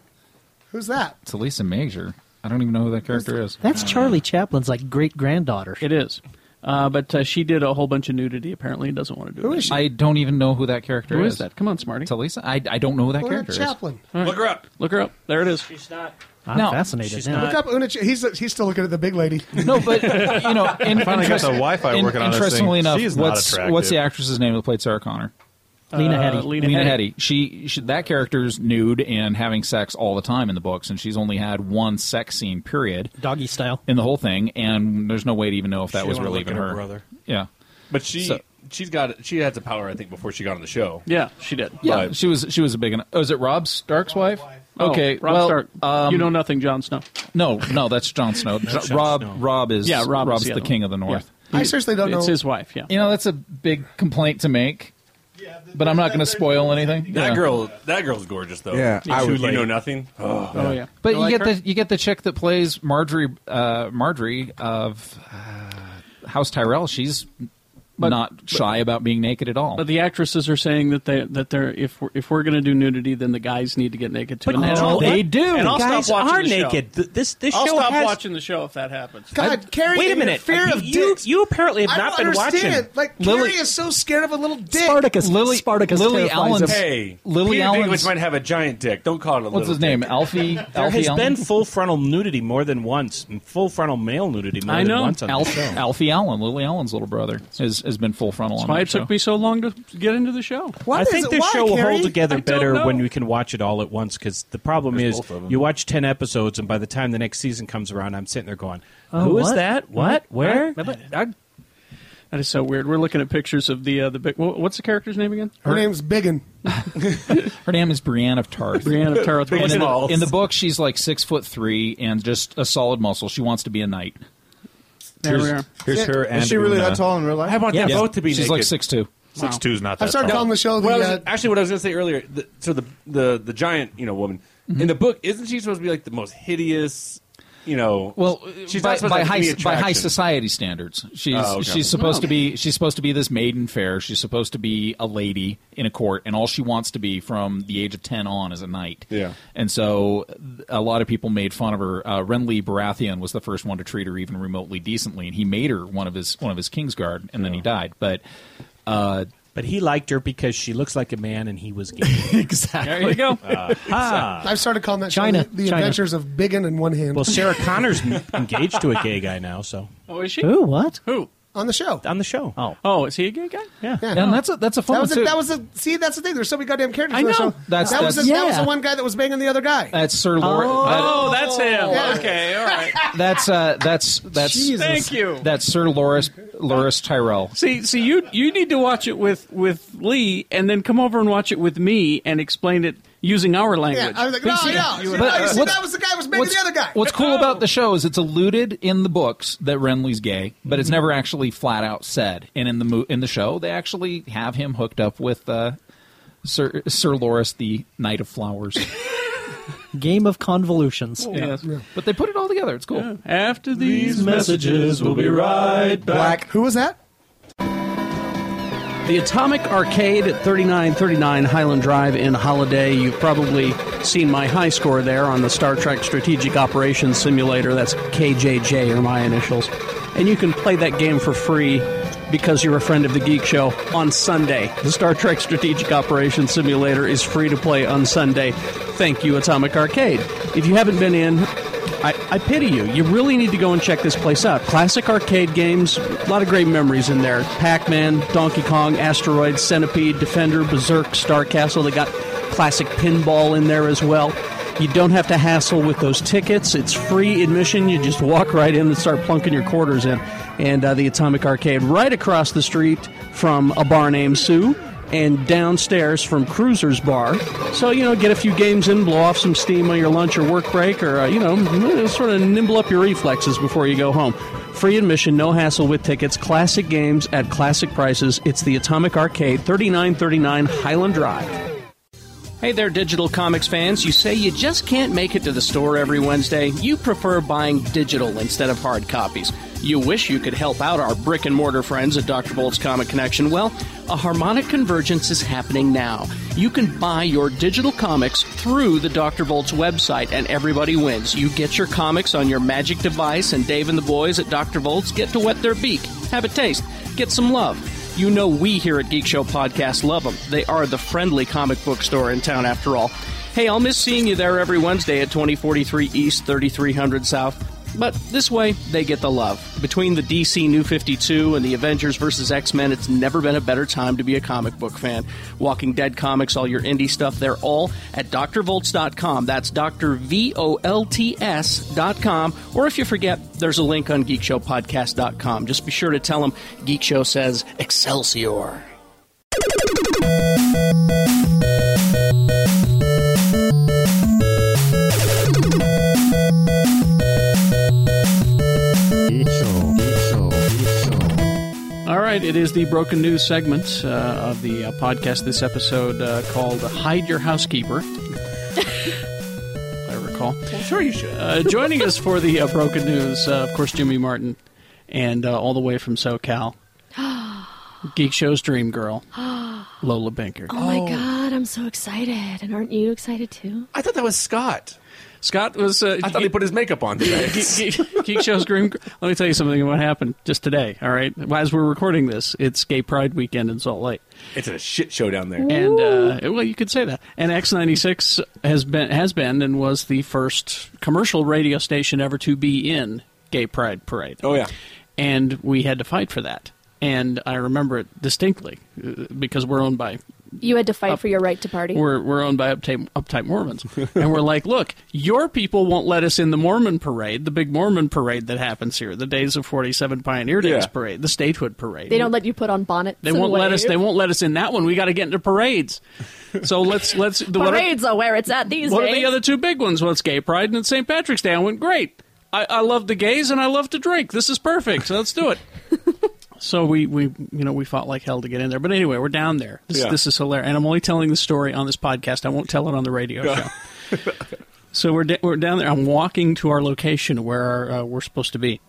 Speaker 5: Who's that?
Speaker 7: Talisa Major. I don't even know who that character is.
Speaker 3: That's Charlie Chaplin's like great granddaughter.
Speaker 2: It is. Uh, but uh, she did a whole bunch of nudity. Apparently, and doesn't want to do it.
Speaker 7: I don't even know who that character
Speaker 2: Who
Speaker 7: is.
Speaker 2: is that? Come on, Smarty.
Speaker 7: Talisa? I, I don't know who that
Speaker 5: Una
Speaker 7: character
Speaker 5: Chaplin.
Speaker 2: All right.
Speaker 5: Look her up.
Speaker 2: Look her up. There it is.
Speaker 5: She's not.
Speaker 7: I'm No, fascinated she's now. not.
Speaker 5: Look up Una. Ch- he's he's still looking at the big lady.
Speaker 7: No, but you *laughs* know, is.
Speaker 5: and
Speaker 7: Finally
Speaker 5: got the
Speaker 11: Wi-Fi working on this
Speaker 7: Interestingly
Speaker 11: thing.
Speaker 7: enough,
Speaker 11: She is not
Speaker 7: what's
Speaker 11: attractive.
Speaker 7: what's the actress's name that played Sarah Connor?
Speaker 11: Lena
Speaker 7: Uh,
Speaker 11: Headey.
Speaker 7: Lena,
Speaker 11: Lena
Speaker 7: Headey. She, she that character's nude and having sex all the time in the books, and she's only had one sex scene period,
Speaker 3: doggy style,
Speaker 7: in the whole thing. And there's no way to even know if that
Speaker 9: She
Speaker 7: was
Speaker 9: wanna
Speaker 7: really
Speaker 9: look
Speaker 7: even
Speaker 9: at her
Speaker 7: her
Speaker 9: brother.
Speaker 7: Yeah,
Speaker 9: But she
Speaker 7: So-
Speaker 9: she's got she had some power, I think, before she got on the show.
Speaker 2: Yeah, she did.
Speaker 7: yeah. She was she was a big enough. Oh, is it Rob Stark's wife?
Speaker 2: Oh,
Speaker 7: Okay,
Speaker 2: Rob
Speaker 7: well,
Speaker 2: Stark.
Speaker 7: um,
Speaker 2: you know nothing, Jon Snow.
Speaker 7: No, no, that's Jon Snow. Jo-
Speaker 2: Jon
Speaker 7: Rob,
Speaker 2: Snow.
Speaker 7: Rob is
Speaker 2: Yeah, Rob is
Speaker 7: Rob's
Speaker 2: the
Speaker 7: the,
Speaker 2: other
Speaker 7: king
Speaker 2: one.
Speaker 7: of the north.
Speaker 2: Yeah. I seriously don't It's know- his wife. Yeah,
Speaker 7: you know that's a big complaint to make. but I'm not going to spoil anything.
Speaker 9: That
Speaker 7: Yeah.
Speaker 9: girl, that girl's gorgeous though.
Speaker 7: Yeah, I
Speaker 9: Too
Speaker 7: would
Speaker 9: you
Speaker 7: like-
Speaker 9: know nothing. Oh,
Speaker 7: But you, get the you get the chick that plays Marjorie uh, Marjorie of uh, House Tyrell. She's
Speaker 2: But-
Speaker 7: not shy about being naked at all.
Speaker 2: But the actresses are saying that they that they're if we're, if we're going to do nudity, then the guys need to get naked too. And
Speaker 7: But no,
Speaker 2: I'll-
Speaker 7: they do.
Speaker 2: And I'll
Speaker 7: Guys
Speaker 2: stop watching
Speaker 7: are
Speaker 2: the show.
Speaker 7: naked.
Speaker 13: Th- this- this
Speaker 2: I'll
Speaker 13: show
Speaker 2: stop
Speaker 13: has-
Speaker 2: watching the show if that happens.
Speaker 5: God, Carrie,
Speaker 13: wait a
Speaker 5: and your
Speaker 13: minute.
Speaker 5: Fear of
Speaker 13: you,
Speaker 5: dicks.
Speaker 13: you apparently have
Speaker 5: I
Speaker 13: not
Speaker 5: don't
Speaker 13: been
Speaker 5: understand.
Speaker 13: watching.
Speaker 5: Like
Speaker 13: Lily-
Speaker 5: Carrie is so scared of a little dick.
Speaker 7: Lily, Lily Allen's
Speaker 9: Hey,
Speaker 7: Lily
Speaker 9: Peter
Speaker 7: Allen's
Speaker 9: Dinklage might have a giant dick. Don't call it a
Speaker 7: what's
Speaker 9: little.
Speaker 7: his name? Alfie.
Speaker 12: There
Speaker 7: Alfie
Speaker 12: has
Speaker 7: Allen?
Speaker 12: been full frontal nudity more than once. Full frontal male nudity more
Speaker 7: I
Speaker 12: than
Speaker 7: know
Speaker 12: once on
Speaker 7: Alf-
Speaker 12: the show.
Speaker 7: Alfie Allen, Lily Allen's little brother, has has been full frontal.
Speaker 2: That's
Speaker 7: on
Speaker 2: why
Speaker 7: that
Speaker 2: it took
Speaker 7: show.
Speaker 2: me so long to get into the show.
Speaker 12: I think the show will hold together
Speaker 2: I don't
Speaker 12: better
Speaker 2: know.
Speaker 12: when we can watch it all at once. Because the problem
Speaker 2: There's
Speaker 12: is,
Speaker 2: both of 'em.
Speaker 12: you watch ten episodes, and by the time the next season comes around, I'm sitting there going,
Speaker 2: Oh,
Speaker 12: "Who is
Speaker 2: what?
Speaker 12: that? What?
Speaker 2: What?
Speaker 12: Where?"
Speaker 2: That is so weird. We're looking at pictures of the uh, the big. wha- What's the character's name again?
Speaker 5: Her name's Biggin.
Speaker 7: Her name is Brienne of Tarth.
Speaker 12: *laughs*
Speaker 2: Brienne of
Speaker 7: *laughs*
Speaker 2: Tarth.
Speaker 7: And in, the,
Speaker 2: Balls.
Speaker 7: in the book, she's like six foot three and just a solid muscle. She wants to be a knight.
Speaker 2: There
Speaker 7: here's,
Speaker 2: we are.
Speaker 7: Here's
Speaker 4: Is
Speaker 7: her.
Speaker 4: she
Speaker 7: and
Speaker 4: really that
Speaker 7: Una.
Speaker 4: tall in real life? I want them both to be
Speaker 7: She's
Speaker 4: naked.
Speaker 7: like six two.
Speaker 9: Wow.
Speaker 11: Six two is not
Speaker 9: I
Speaker 11: that.
Speaker 9: started
Speaker 11: tall.
Speaker 9: calling
Speaker 5: the show
Speaker 9: What I
Speaker 5: the,
Speaker 9: was- actually, what I was going to say earlier. The, so the the the giant, you know, woman in the book isn't she supposed to be like the most hideous? You know,
Speaker 7: Well,
Speaker 9: she's
Speaker 7: by,
Speaker 9: not supposed
Speaker 7: by
Speaker 9: to have
Speaker 7: high,
Speaker 9: any
Speaker 7: by high
Speaker 9: attraction.
Speaker 7: society standards, she's
Speaker 9: Oh, okay.
Speaker 7: she's supposed
Speaker 9: Oh.
Speaker 7: to be she's supposed to be this maiden fair. She's supposed to be a lady in a court, and all she wants to be from the age of ten on is a knight.
Speaker 9: Yeah.
Speaker 7: and so th- a lot of people made fun of her. Uh, Renly Baratheon was the first one to treat her even remotely decently, and he made her one of his one of his king's guard, and then he died. But uh,
Speaker 12: but he liked her because she looks like a man, and he was gay. Uh-huh.
Speaker 7: exactly.
Speaker 2: There
Speaker 12: *laughs*
Speaker 2: you go.
Speaker 5: Ah.
Speaker 2: Ah.
Speaker 5: I've started calling that
Speaker 12: China,
Speaker 5: show the, the
Speaker 12: China.
Speaker 5: Adventures of Biggin in one hand. *laughs*
Speaker 12: Well, Sarah Connor's m- engaged to a gay guy now, so
Speaker 2: Oh, is she?
Speaker 5: Who?
Speaker 12: What?
Speaker 2: Who?
Speaker 5: on the show.
Speaker 12: On the show.
Speaker 7: Oh,
Speaker 2: Oh, is he a
Speaker 12: *laughs*
Speaker 2: gay guy?
Speaker 12: Yeah.
Speaker 7: And that's a that's a fun
Speaker 5: that was
Speaker 7: one,
Speaker 5: a,
Speaker 7: too.
Speaker 5: that was a, see that's the thing. There's so many goddamn characters.
Speaker 7: I
Speaker 5: on the
Speaker 7: know.
Speaker 5: show.
Speaker 7: That's-
Speaker 5: that was
Speaker 7: that's-
Speaker 5: the, that was
Speaker 7: Yeah.
Speaker 5: the one guy that was banging the other guy.
Speaker 7: That's Sir Lord.
Speaker 2: Oh, that's him. Okay, all right.
Speaker 7: That's uh, that's that's
Speaker 2: Jesus. Thank you.
Speaker 7: That's Sir Loris Loris Tyrell.
Speaker 2: See, see, you you need to watch it with with Lee, and then come over and watch it with me, and explain it using our language.
Speaker 5: Yeah, I was like,
Speaker 2: But
Speaker 5: no,
Speaker 2: you see-
Speaker 5: yeah,
Speaker 2: you-
Speaker 5: see, no,
Speaker 7: But
Speaker 5: you see,
Speaker 7: what's-
Speaker 5: that was the guy who was banging the other guy.
Speaker 7: What's cool about the show is it's alluded in the books that Renly's gay, but
Speaker 2: Mm-hmm.
Speaker 7: it's never actually flat out said. And in the mo- in the show, they actually have him hooked up with uh, Sir Sir Loris, the Knight of Flowers.
Speaker 3: Game of convolutions.
Speaker 7: But they put it all together. It's cool.
Speaker 2: After
Speaker 3: These messages, we'll be right back.
Speaker 5: Who was that?
Speaker 2: The Atomic Arcade at 3939 Highland Drive in Holiday. You've probably seen my high score there on the Star Trek Strategic Operations Simulator. That's KJJ, are my initials. And you can play that game for free because you're a friend of the Geek Show on Sunday. The Star Trek Strategic Operations Simulator is free to play on Sunday. Thank you, Atomic Arcade. If you haven't been in, I, I pity you. You really need to go and check this place out. Classic arcade games, a lot of great memories in there. Pac Man, Donkey Kong, Asteroid, Centipede, Defender, Berserk, Star Castle. They got classic pinball in there as well. You don't have to hassle with those tickets. It's free admission. You just walk *laughs* right in and start plunking your quarters in. And uh, the Atomic Arcade right across the street from a bar named Sue and downstairs from Cruiser's Bar. So, you know, get a few games in, blow off some steam on your lunch or work break, or, uh, you know, sort of nimble up your reflexes before you go home. Free admission, no hassle with tickets, classic games at classic prices. It's the Atomic Arcade, 3939 Highland Drive. Hey there, digital comics fans. You say you just can't make it to the store every Wednesday. You prefer buying digital instead of hard copies. You wish you could help out our brick and mortar friends at Dr. Bolt's Comic Connection. Well, a harmonic convergence is happening now. You can buy your digital comics through the Dr. Bolt's website, and everybody wins. You get your comics on your magic device, and Dave and the boys at Dr. Bolt's get to wet their beak. have a taste, get some love. You know we here at Geek Show Podcast love them. They are the friendly comic book store in town after all. Hey, I'll miss seeing you there every Wednesday at 2043 East, 3300 South. But this way, they get the love. Between the DC New 52 and the Avengers vs. X Men, it's never been a better time to be a comic book fan. Walking Dead comics, all your indie stuff, they're all at drvolts.com. That's drvolts.com. Or if you forget, there's a link on geekshowpodcast.com. Just be sure to tell them Geek Show says Excelsior. All right, it is the broken news segment uh, of the uh, podcast this episode uh, called Hide Your Housekeeper. *laughs* if I recall.
Speaker 8: sure you should.
Speaker 2: Uh, joining us for the uh, broken news, uh, of course, Jimmy Martin, and uh, all the way from SoCal,
Speaker 13: *gasps*
Speaker 2: Geek Show's Dream Girl, Lola Binker.
Speaker 13: Oh, my god, I'm so excited. And aren't you excited too?
Speaker 9: I thought that was Scott.
Speaker 2: Scott was. Uh,
Speaker 9: I thought he put his makeup on today.
Speaker 2: Geek, Geek- Geek Show's Dream Girl. Let me tell you something about what happened just today, all right? As we're recording this, it's Gay Pride Weekend in Salt Lake.
Speaker 9: it's a shit show down there.
Speaker 2: And uh, well, you could say that. And X ninety six has been has been and was the first commercial radio station ever to be in Gay Pride Parade. Oh yeah, and we had to fight for that. And I remember it distinctly uh, because we're owned by
Speaker 13: You had to fight for your right to party.
Speaker 2: Uh, we're, we're owned by uptight, uptight Mormons. and we're like, look, your people won't let us in the Mormon parade, the big Mormon parade that happens here, the Days of 47 Pioneer Days
Speaker 13: Yeah.
Speaker 2: parade, the statehood parade.
Speaker 13: They don't let you put on bonnets.
Speaker 2: They
Speaker 13: and
Speaker 2: won't let us.
Speaker 13: wave.
Speaker 2: They won't let us in that one. We got to get into parades. So let's let's. the- what are-
Speaker 13: Parades are where it's at these
Speaker 2: what
Speaker 13: days.
Speaker 2: are the other two big ones? Well, it's Gay Pride and it's St. Patrick's Day. I went, great. I, *laughs* I love the gays and I love to drink. This is perfect. So let's do it. so we, we, you know, we fought like hell to get in there. But anyway, we're down there. This,
Speaker 14: Yeah.
Speaker 2: this is hilarious. And I'm only telling the story on this podcast. I won't tell it on
Speaker 5: *laughs*
Speaker 2: the radio show. so we're, da- we're down there. I'm walking to our location where uh, we're supposed to be.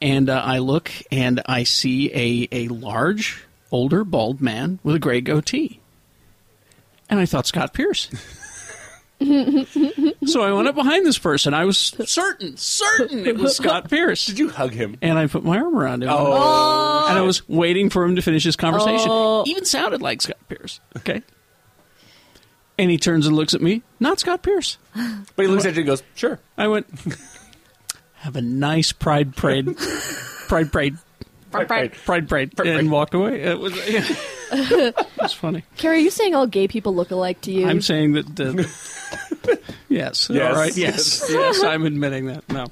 Speaker 2: And uh, I look and I see a, a large, older, bald man with a gray goatee. And I thought Scott Pierce so I went up behind this person. I was *laughs*
Speaker 9: *laughs*
Speaker 2: certain, certain it was Scott Pierce. Did
Speaker 9: you hug him?
Speaker 2: And I put my arm around him.
Speaker 13: Oh.
Speaker 2: And I was waiting for him to finish his conversation.
Speaker 13: Oh.
Speaker 2: Even sounded like Scott Pierce. Okay. And he turns and looks at me. Not Scott Pierce.
Speaker 9: *laughs* But he looks at you and goes, "Sure."
Speaker 2: I went. Have a nice
Speaker 9: *laughs*
Speaker 2: pride parade, pride parade,
Speaker 13: Pride parade.
Speaker 2: pride parade, and walked away. It was, it was *laughs* funny.
Speaker 13: Carrie, are you saying all gay people look alike to you?
Speaker 2: I'm saying that. Uh,
Speaker 13: *laughs* Yes.
Speaker 2: yes. All right. Yes.
Speaker 13: Yes.
Speaker 2: yes. I'm admitting that. No.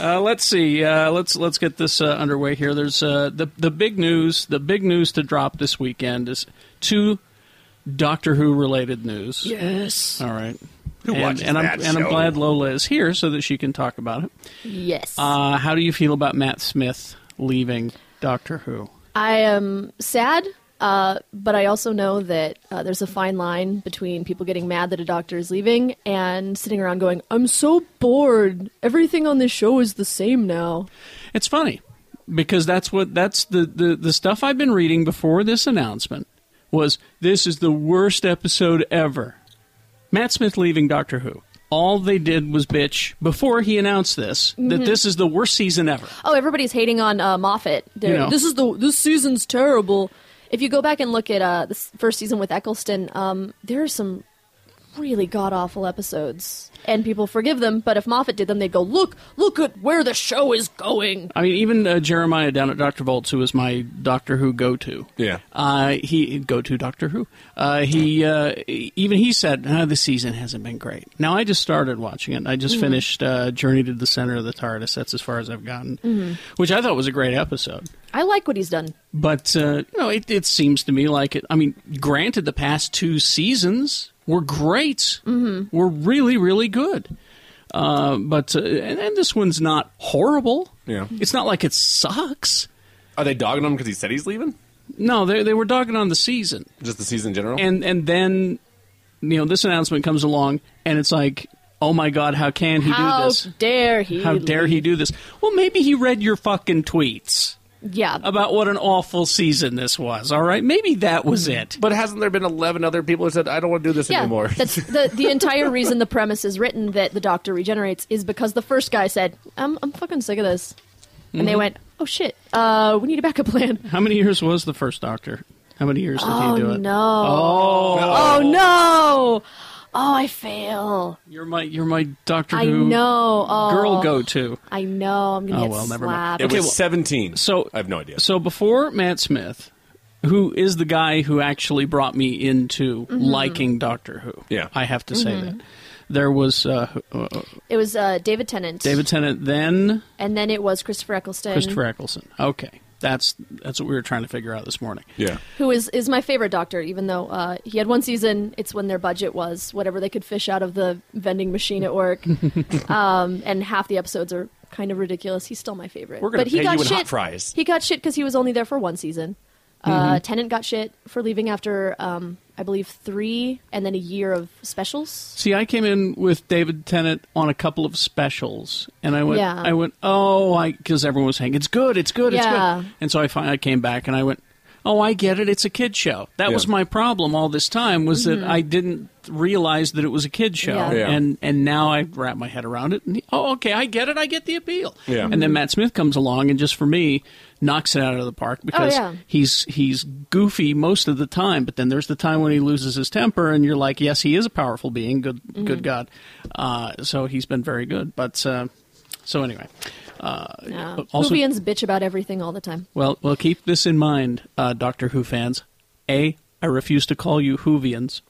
Speaker 2: Uh, let's see. Uh, let's let's get this uh, underway here. There's uh, the the big news. The big news to drop this weekend is two Doctor Who related news.
Speaker 13: Yes.
Speaker 2: All right.
Speaker 13: Who
Speaker 2: and,
Speaker 13: watches
Speaker 2: and I'm
Speaker 13: that
Speaker 2: and I'm
Speaker 13: show?
Speaker 2: glad Lola is here so that she can talk about it.
Speaker 13: Yes.
Speaker 2: Uh, how do you feel about Matt Smith leaving Doctor Who?
Speaker 13: I am sad, uh, but I also know that uh, there's a fine line between people getting mad that a doctor is leaving and sitting around going, I'm so bored. Everything on this show is the same now.
Speaker 2: It's funny because that's what that's the, the the stuff I've been reading before this announcement was this is the worst episode ever. Matt Smith leaving Doctor Who. All they did was bitch before he announced this that
Speaker 13: Mhm.
Speaker 2: this is the worst season ever.
Speaker 13: Oh, everybody's hating on uh, Moffat. They're-
Speaker 2: You know.
Speaker 13: This is the this season's terrible. If you go back and look at uh, the s- first season with Eccleston, um, there are some really god awful episodes, and people forgive them. But if Moffat did them, they'd go, "Look, look at where the show is going."
Speaker 2: I mean, even uh, Jeremiah down at Doctor Volts, who is my Doctor Who go to.
Speaker 9: Yeah.
Speaker 2: Uh, he go to Doctor Who. Uh, he uh, even he said "Ah, the season hasn't been great. Now I just started watching it. I just
Speaker 14: Mhm.
Speaker 2: finished uh, Journey to the Center of the TARDIS. That's as far as I've gotten,
Speaker 13: Mhm.
Speaker 2: which I thought was a great episode.
Speaker 13: I like what he's done.
Speaker 2: But uh, you know, it, it seems to me like it. I mean, granted, the past two seasons were great, mm-hmm. were really, really good. Uh, but uh, and, and this one's not horrible.
Speaker 9: Yeah.
Speaker 2: It's not like it sucks.
Speaker 9: Are they dogging him because he said he's leaving?
Speaker 2: No, they they were dogging on the season,
Speaker 9: Just the season in general.
Speaker 2: and and then you know this announcement comes along, and it's like, oh my god, how can he
Speaker 13: How
Speaker 2: do this?
Speaker 13: dare he?
Speaker 2: How dare he do this? Well, maybe he read your fucking tweets
Speaker 13: Yeah.
Speaker 2: about what an awful season this was. All right, maybe that was it.
Speaker 9: But hasn't there been eleven other people who said, "I don't want to do this
Speaker 13: Hmm. Yeah,
Speaker 9: anymore"?
Speaker 2: *laughs*
Speaker 13: that's the the entire reason the premise is written that the Doctor regenerates is because the first guy said, "I'm I'm fucking sick of this." and they
Speaker 2: Mhm.
Speaker 13: went, "Oh shit, uh, we need a backup plan."
Speaker 2: How many years was the first Doctor? How many years did
Speaker 13: Oh,
Speaker 2: he do it?
Speaker 13: no.
Speaker 2: Oh.
Speaker 13: Oh no! Oh, I fail.
Speaker 2: You're my you're my Doctor
Speaker 13: I
Speaker 2: Who
Speaker 13: know. Oh.
Speaker 2: girl go to.
Speaker 13: I know. I'm gonna
Speaker 2: Oh,
Speaker 13: get
Speaker 2: well,
Speaker 13: slapped.
Speaker 2: never mind.
Speaker 9: It
Speaker 2: Okay,
Speaker 9: was
Speaker 2: well-
Speaker 9: 17.
Speaker 2: So
Speaker 9: I have no idea.
Speaker 2: So before Matt Smith, who is the guy who actually brought me into
Speaker 13: Mhm.
Speaker 2: liking Doctor Who? Yeah, I have to say
Speaker 13: Mhm.
Speaker 2: that there was uh, uh,
Speaker 13: It was uh, David Tennant.
Speaker 2: David Tennant, then
Speaker 13: And then it was Christopher Eccleston.
Speaker 2: Christopher Eccleston. Okay, that's that's what we were trying to figure out this morning.
Speaker 9: Yeah,
Speaker 13: who is is my favorite doctor even though uh, he had one season it's when their budget was whatever they could fish out of the vending machine at work
Speaker 2: *laughs*
Speaker 13: um, and half the episodes are kind of ridiculous he's still my favorite
Speaker 9: We're gonna
Speaker 13: but he
Speaker 9: pay
Speaker 13: got
Speaker 9: you in
Speaker 13: shit
Speaker 9: hot fries.
Speaker 13: he got shit because he was only there for one season uh,
Speaker 2: Mm-hmm.
Speaker 9: Mhm.
Speaker 13: Tennant got shit for leaving after um, I believe three and then a year of specials
Speaker 2: See, I came in with David Tennant on a couple of specials, and I went,
Speaker 13: Yeah.
Speaker 2: I went, oh, I because everyone was saying it's good, it's good,
Speaker 13: Yeah.
Speaker 2: it's good, and so I fin- I came back and I went, oh, I get it, it's a kid show. That
Speaker 8: Yeah.
Speaker 2: was my problem all this time was
Speaker 8: Mhm.
Speaker 2: that I didn't realize that it was a kid show,
Speaker 8: Yeah. Yeah.
Speaker 2: and and now I wrap my head around it, and he- oh, okay, I get it, I get the appeal.
Speaker 8: Yeah.
Speaker 2: And then Matt Smith comes along and just for me knocks it out of the
Speaker 13: Oh,
Speaker 2: park because
Speaker 8: yeah.
Speaker 2: he's he's goofy most of the time, but then there's the time when he loses his temper, and you're like, yes, he is a powerful being, good
Speaker 13: Mm-hmm.
Speaker 2: good
Speaker 8: Mhm.
Speaker 2: God. Uh, so he's been very good, but uh, so anyway. Uh,
Speaker 13: uh,
Speaker 2: but also,
Speaker 13: Whovians bitch about everything all the time
Speaker 2: well, well, keep this in mind, uh, Doctor Who fans. A, I refuse to call you Whovians.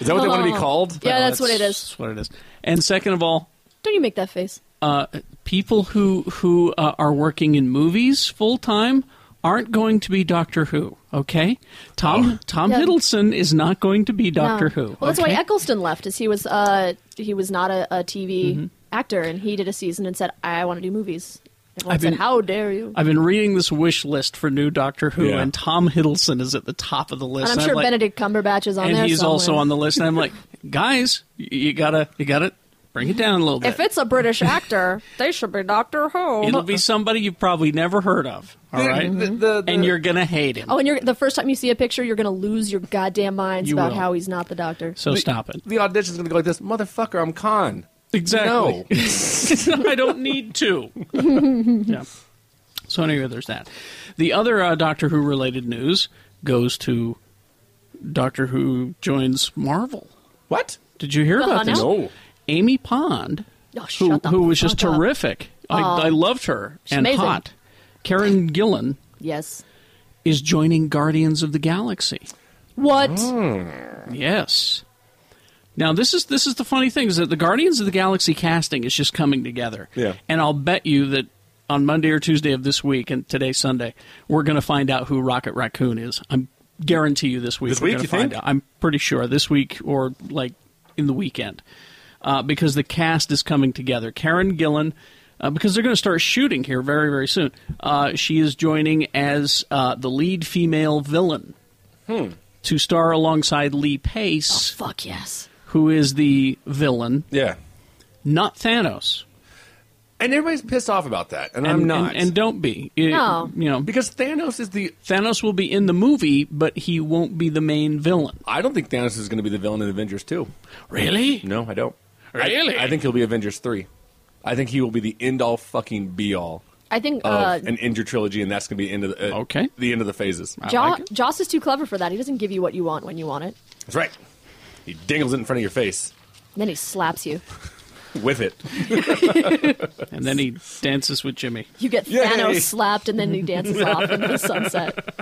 Speaker 9: Is that what they want to be called?
Speaker 13: Yeah, that's what it is.
Speaker 2: That's what it is. And second of all,
Speaker 13: don't you make that face
Speaker 2: uh, people who who uh, are working in movies full time aren't going to be Doctor Who. Okay,
Speaker 13: Oh.
Speaker 2: Tom Tom
Speaker 13: Yeah.
Speaker 2: Hiddleston is not going to be Doctor
Speaker 13: No.
Speaker 2: Who.
Speaker 13: Well, that's
Speaker 2: okay?
Speaker 13: why Eccleston left, is he was uh, he was not a, a TV
Speaker 2: Mm-hmm.
Speaker 13: actor, and he did a season and said, "I want to do movies." Everyone
Speaker 2: I've
Speaker 13: said,
Speaker 2: been-
Speaker 13: "How dare you?"
Speaker 2: I've been reading this wish list for new Doctor Who,
Speaker 13: Yeah.
Speaker 2: and Tom Hiddleston is at the top of the
Speaker 13: And
Speaker 2: list.
Speaker 13: I'm
Speaker 2: And
Speaker 13: sure
Speaker 2: like-
Speaker 13: Benedict Cumberbatch is on
Speaker 2: and
Speaker 13: there.
Speaker 2: he's
Speaker 13: somewhere.
Speaker 2: also on the list. And
Speaker 13: *laughs*
Speaker 2: I'm like, guys, y- you gotta, you gotta bring it down a little bit.
Speaker 13: If it's a
Speaker 2: *laughs*
Speaker 13: British actor, they should be Doctor Who.
Speaker 2: It'll be somebody you've probably never heard of. All
Speaker 13: The-
Speaker 2: right,
Speaker 13: the-
Speaker 2: and you're gonna hate him.
Speaker 13: oh, and you're the first time you see a picture, you're going to lose your goddamn minds
Speaker 2: You
Speaker 13: about
Speaker 2: will.
Speaker 13: how he's not the Doctor.
Speaker 2: So stop it.
Speaker 9: The audition's going to go like this Motherfucker, I'm Khan.
Speaker 2: Exactly.
Speaker 9: No.
Speaker 2: *laughs* I don't
Speaker 9: *laughs*
Speaker 2: need to. yeah. So anyway, there's that. The other uh, Doctor Who related news goes to Doctor Who joins Marvel.
Speaker 9: What?
Speaker 2: Did you hear
Speaker 8: The
Speaker 2: about this?
Speaker 8: Hunnell? No.
Speaker 2: Amy Pond,
Speaker 8: Oh,
Speaker 2: who,
Speaker 8: shut the
Speaker 2: who was just
Speaker 8: fuck up.
Speaker 2: terrific. I,
Speaker 8: Aw.
Speaker 2: I loved her
Speaker 8: She's
Speaker 2: and
Speaker 8: amazing.
Speaker 2: hot. Karen Gillan
Speaker 13: Yes.
Speaker 2: is joining Guardians of the Galaxy.
Speaker 13: What?
Speaker 2: Yes. Now this is this is the funny thing is that the Guardians of the Galaxy casting is just coming together.
Speaker 8: Yeah.
Speaker 2: And I'll bet you that on Monday or Tuesday of this week and today's Sunday, we're going to find out who Rocket Raccoon is. I'm guarantee you this week
Speaker 8: This
Speaker 2: we're
Speaker 8: week,
Speaker 2: going
Speaker 8: you
Speaker 2: to find
Speaker 8: think?
Speaker 2: out. I'm pretty sure this week or like in the weekend. Uh, because the cast is coming together. Karen Gillan uh, because they're going to start shooting here very, very soon. Uh, she is joining as uh, the lead female villain
Speaker 8: Hmm.
Speaker 2: to star alongside Lee Pace.
Speaker 13: Oh, fuck yes.
Speaker 2: Who is the villain?
Speaker 9: Yeah.
Speaker 2: Not Thanos.
Speaker 9: And everybody's pissed off about that, and, I'm
Speaker 2: And-
Speaker 9: not.
Speaker 2: And, and don't be. It-
Speaker 9: No.
Speaker 2: You know,
Speaker 9: because Thanos is the
Speaker 2: Thanos will be in the movie, but he won't be the main villain.
Speaker 9: I don't think Thanos is going to be the villain in Avengers 2.
Speaker 2: Really?
Speaker 9: No, I don't.
Speaker 2: Really?
Speaker 9: I, I think he'll be Avengers 3. I think he will be the end all fucking be all
Speaker 13: I think
Speaker 9: of
Speaker 2: Oh,
Speaker 13: uh,
Speaker 9: an Ender trilogy, and that's going to be the end of the, uh, okay. the end of the phases.
Speaker 13: Jo- Joss is too clever for that. He doesn't give you what you want when you want it.
Speaker 9: That's right. He dangles it in front of your face
Speaker 13: And then he slaps you.
Speaker 9: with it.
Speaker 2: *laughs* and then he dances with Jimmy.
Speaker 13: You get
Speaker 2: Yay.
Speaker 13: Thanos slapped, and then he dances off into
Speaker 2: *laughs*
Speaker 13: the sunset.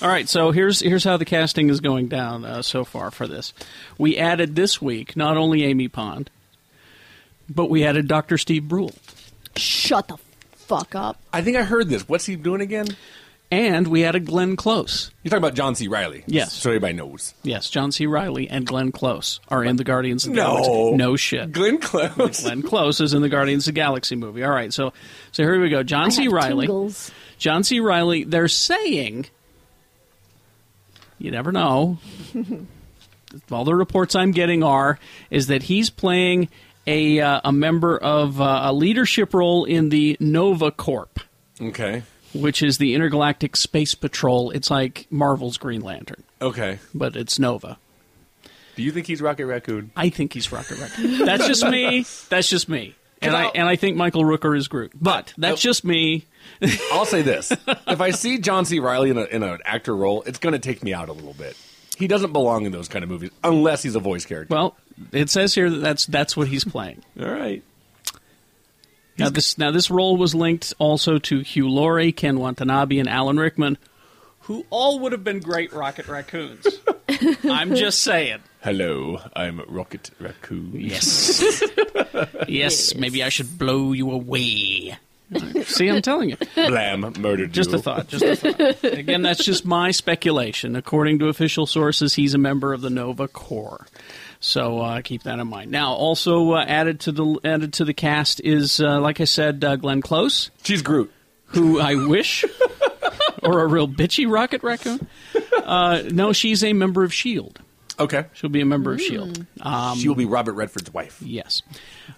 Speaker 2: All right, so here's here's how the casting is going down uh, so far for this. We added this week not only Amy Pond, but we added Dr. Steve Brule.
Speaker 13: Shut the fuck up.
Speaker 9: I think I heard this. What's he doing again?
Speaker 2: And we added Glenn Close.
Speaker 9: You're talking about John C. Riley.
Speaker 2: Yes.
Speaker 9: So everybody knows.
Speaker 2: Yes, John C. Riley and Glenn Close are in the Guardians of the
Speaker 9: No.
Speaker 2: Galaxy. No shit.
Speaker 9: Glenn Close.
Speaker 2: Glenn Close is in the Guardians of the Galaxy movie. All right, so so here we go. John C.
Speaker 13: have
Speaker 2: Riley.
Speaker 13: tingles.
Speaker 2: John C. Riley. They're saying. You never know. All the reports I'm getting are is that he's playing a uh, a member of uh, a leadership role in the Nova Corp,
Speaker 9: Okay.
Speaker 2: which is the intergalactic space patrol. It's like Marvel's Green Lantern,
Speaker 9: Okay.
Speaker 2: but it's Nova.
Speaker 9: Do you think he's Rocket Raccoon?
Speaker 2: *laughs* I think he's Rocket Raccoon. That's just me. That's just me. and I and I think Michael Rooker is Groot. But that's just me.
Speaker 9: Oh. *laughs* I'll say
Speaker 2: *laughs*
Speaker 9: this: if I see John C. Riley in, a, in an actor role, it's going to take me out a little bit. He doesn't belong in those kind of movies unless he's a voice character.
Speaker 2: Well, it says here that that's that's what he's playing.
Speaker 9: All right.
Speaker 2: Now this now this role was linked also to Hugh Laurie, Ken Watanabe, and Alan *laughs* Rickman, who all would have been great Rocket Raccoons. I'm just saying.
Speaker 9: Hello, I'm Rocket Raccoon.
Speaker 2: Yes.
Speaker 9: *laughs*
Speaker 2: yes, maybe I should blow you away. See, I'm telling you.
Speaker 9: Blam murdered.
Speaker 2: Just
Speaker 9: you.
Speaker 2: a thought. Just a thought. Again, that's just my speculation. According to official sources, he's a member of the Nova Corps. So uh, keep that in mind. Now, also uh, added to the added to the cast is, uh, like I said, uh, Glenn Close.
Speaker 9: She's Groot,
Speaker 2: who I wish, or a real bitchy Rocket Raccoon. Uh, no, she's a member of Shield.
Speaker 9: Okay,
Speaker 2: E she'll be a member of Shield. Um,
Speaker 9: she will be Robert Redford's wife.
Speaker 2: Yes.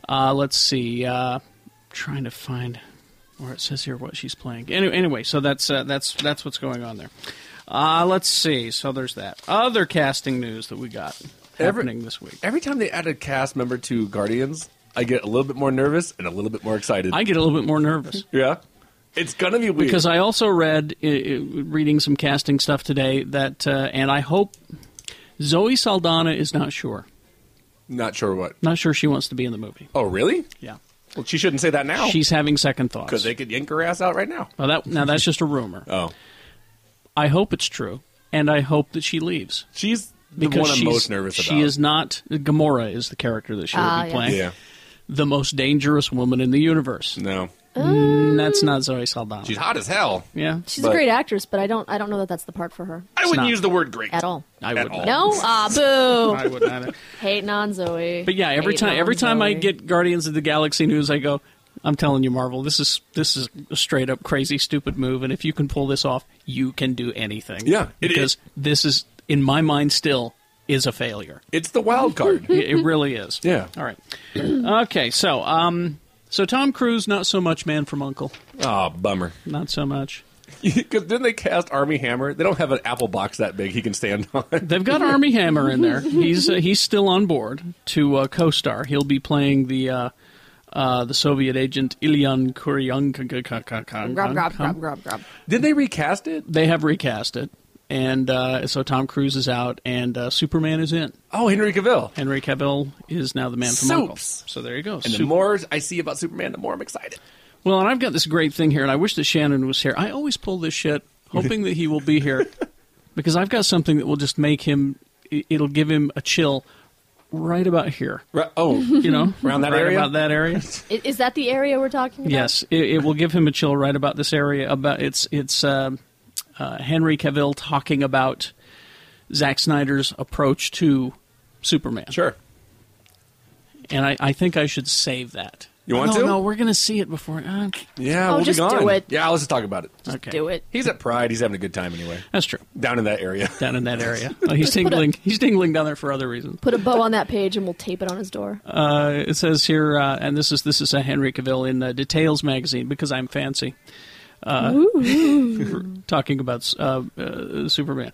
Speaker 2: Uh, let's see. Uh, trying to find where it says here what she's playing. Anyway, anyway so that's uh, that's that's what's going on there. Uh, let's see. So there's that other casting news that we got
Speaker 9: Every-
Speaker 2: happening this week.
Speaker 9: Every time they add a cast member to Guardians, I get a little bit more nervous and a little bit more excited.
Speaker 2: I get a little bit more nervous.
Speaker 9: Yeah, it's gonna be weird
Speaker 2: Because I also read, i- i- reading some casting stuff today, that, uh, and I hope Zoe Saldana is not sure.
Speaker 9: not sure what.
Speaker 2: Not sure she wants to be in the movie.
Speaker 9: Oh, really?
Speaker 2: Yeah.
Speaker 9: Well, she shouldn't say that now.
Speaker 2: She's having second thoughts.
Speaker 9: because they could yank her ass out right now.
Speaker 2: Well, that, now, that's just a rumor.
Speaker 9: *laughs* Oh.
Speaker 2: I hope it's true, and I hope that she leaves.
Speaker 9: She's the
Speaker 2: because
Speaker 9: one I'm
Speaker 2: she's-
Speaker 9: most nervous
Speaker 2: she
Speaker 9: about.
Speaker 2: is not. Gamora is the character that she
Speaker 9: Ah,
Speaker 2: will be
Speaker 9: yes.
Speaker 2: playing.
Speaker 9: Yeah.
Speaker 2: The most dangerous woman in the universe. Mm,
Speaker 9: No.
Speaker 2: that's not Zoe Saldana.
Speaker 9: She's hot as hell.
Speaker 2: Yeah.
Speaker 13: She's a great actress, but I don't I don't know that that's the part for her.
Speaker 9: I wouldn't
Speaker 2: not.
Speaker 9: use the word great
Speaker 13: at all.
Speaker 2: I
Speaker 9: at
Speaker 2: would
Speaker 9: all.
Speaker 13: No, ah, boo.
Speaker 2: I would either.
Speaker 13: Hating on Zoe.
Speaker 2: But yeah, every
Speaker 13: Hating
Speaker 2: time
Speaker 13: on
Speaker 2: every time I
Speaker 13: Zoe.
Speaker 2: get Guardians of the Galaxy news, I go, I'm telling you, Marvel, this is this is a straight up crazy stupid move, and if you can pull this off, you can do anything.
Speaker 9: Yeah, it
Speaker 2: because
Speaker 9: is.
Speaker 2: this is in my mind still is a failure.
Speaker 9: It's the wild card.
Speaker 2: *laughs* it it really is.
Speaker 9: Yeah.
Speaker 2: All right. *clears throat* okay, so um, so Tom Cruise, not so much Man from Uncle,
Speaker 9: Oh, *laughs* bummer.
Speaker 2: not so much.
Speaker 9: Because then they cast Army Hammer. They don't have an apple box that big he can stand on. *laughs*
Speaker 2: They've got Army Hammer in there. He's uh, he's still on board to uh, co-star. He'll be playing the uh, uh, the Soviet agent Ilyan Kuryankin.
Speaker 13: Grub, grub, grub, grub, grub.
Speaker 9: Did they recast it?
Speaker 2: They have recast it, and uh, so Tom Cruise is out, and uh, Superman is in.
Speaker 9: Oh, Henry Cavill.
Speaker 2: Henry Cavill is now the man from Uncle.
Speaker 9: Soups.
Speaker 2: So there you go.
Speaker 9: And the
Speaker 2: Soup.
Speaker 9: more I see about Superman, the more I'm excited.
Speaker 2: Well, and I've got this great thing here, and I wish that Shannon was here. I always pull this shit, hoping that he will be here, because I've got something that will just make him. it- It'll give him a chill, right about here.
Speaker 9: oh,
Speaker 2: you know,
Speaker 9: Around that
Speaker 2: right
Speaker 9: area?
Speaker 2: about that area.
Speaker 13: I- Is that the area we're talking about?
Speaker 2: yes, it, it will give him a chill right about this area. About it's it's um uh, Henry Cavill talking about Zack Snyder's approach to Superman.
Speaker 9: Sure.
Speaker 2: And I, I think I should save that.
Speaker 9: You want
Speaker 2: no,
Speaker 9: to?
Speaker 2: No, we're gonna see it before. Uh,
Speaker 9: Yeah,
Speaker 13: Oh,
Speaker 9: we'll
Speaker 13: just
Speaker 9: be gone.
Speaker 13: do it.
Speaker 9: Yeah, let's just talk about it. Just
Speaker 2: Okay.
Speaker 13: Do it.
Speaker 9: He's at Pride. He's having a good time anyway.
Speaker 2: That's true.
Speaker 9: Down in that area.
Speaker 2: Down in
Speaker 9: *laughs*
Speaker 2: that area. Oh, he's tingling. He's tingling down there for other reasons.
Speaker 13: Put a bow on that page and we'll tape it on his door.
Speaker 2: Uh, it says here, uh, and this is this is a Henry Cavill in uh, Details magazine because I'm fancy. Uh, *laughs* talking about uh, uh, Superman. It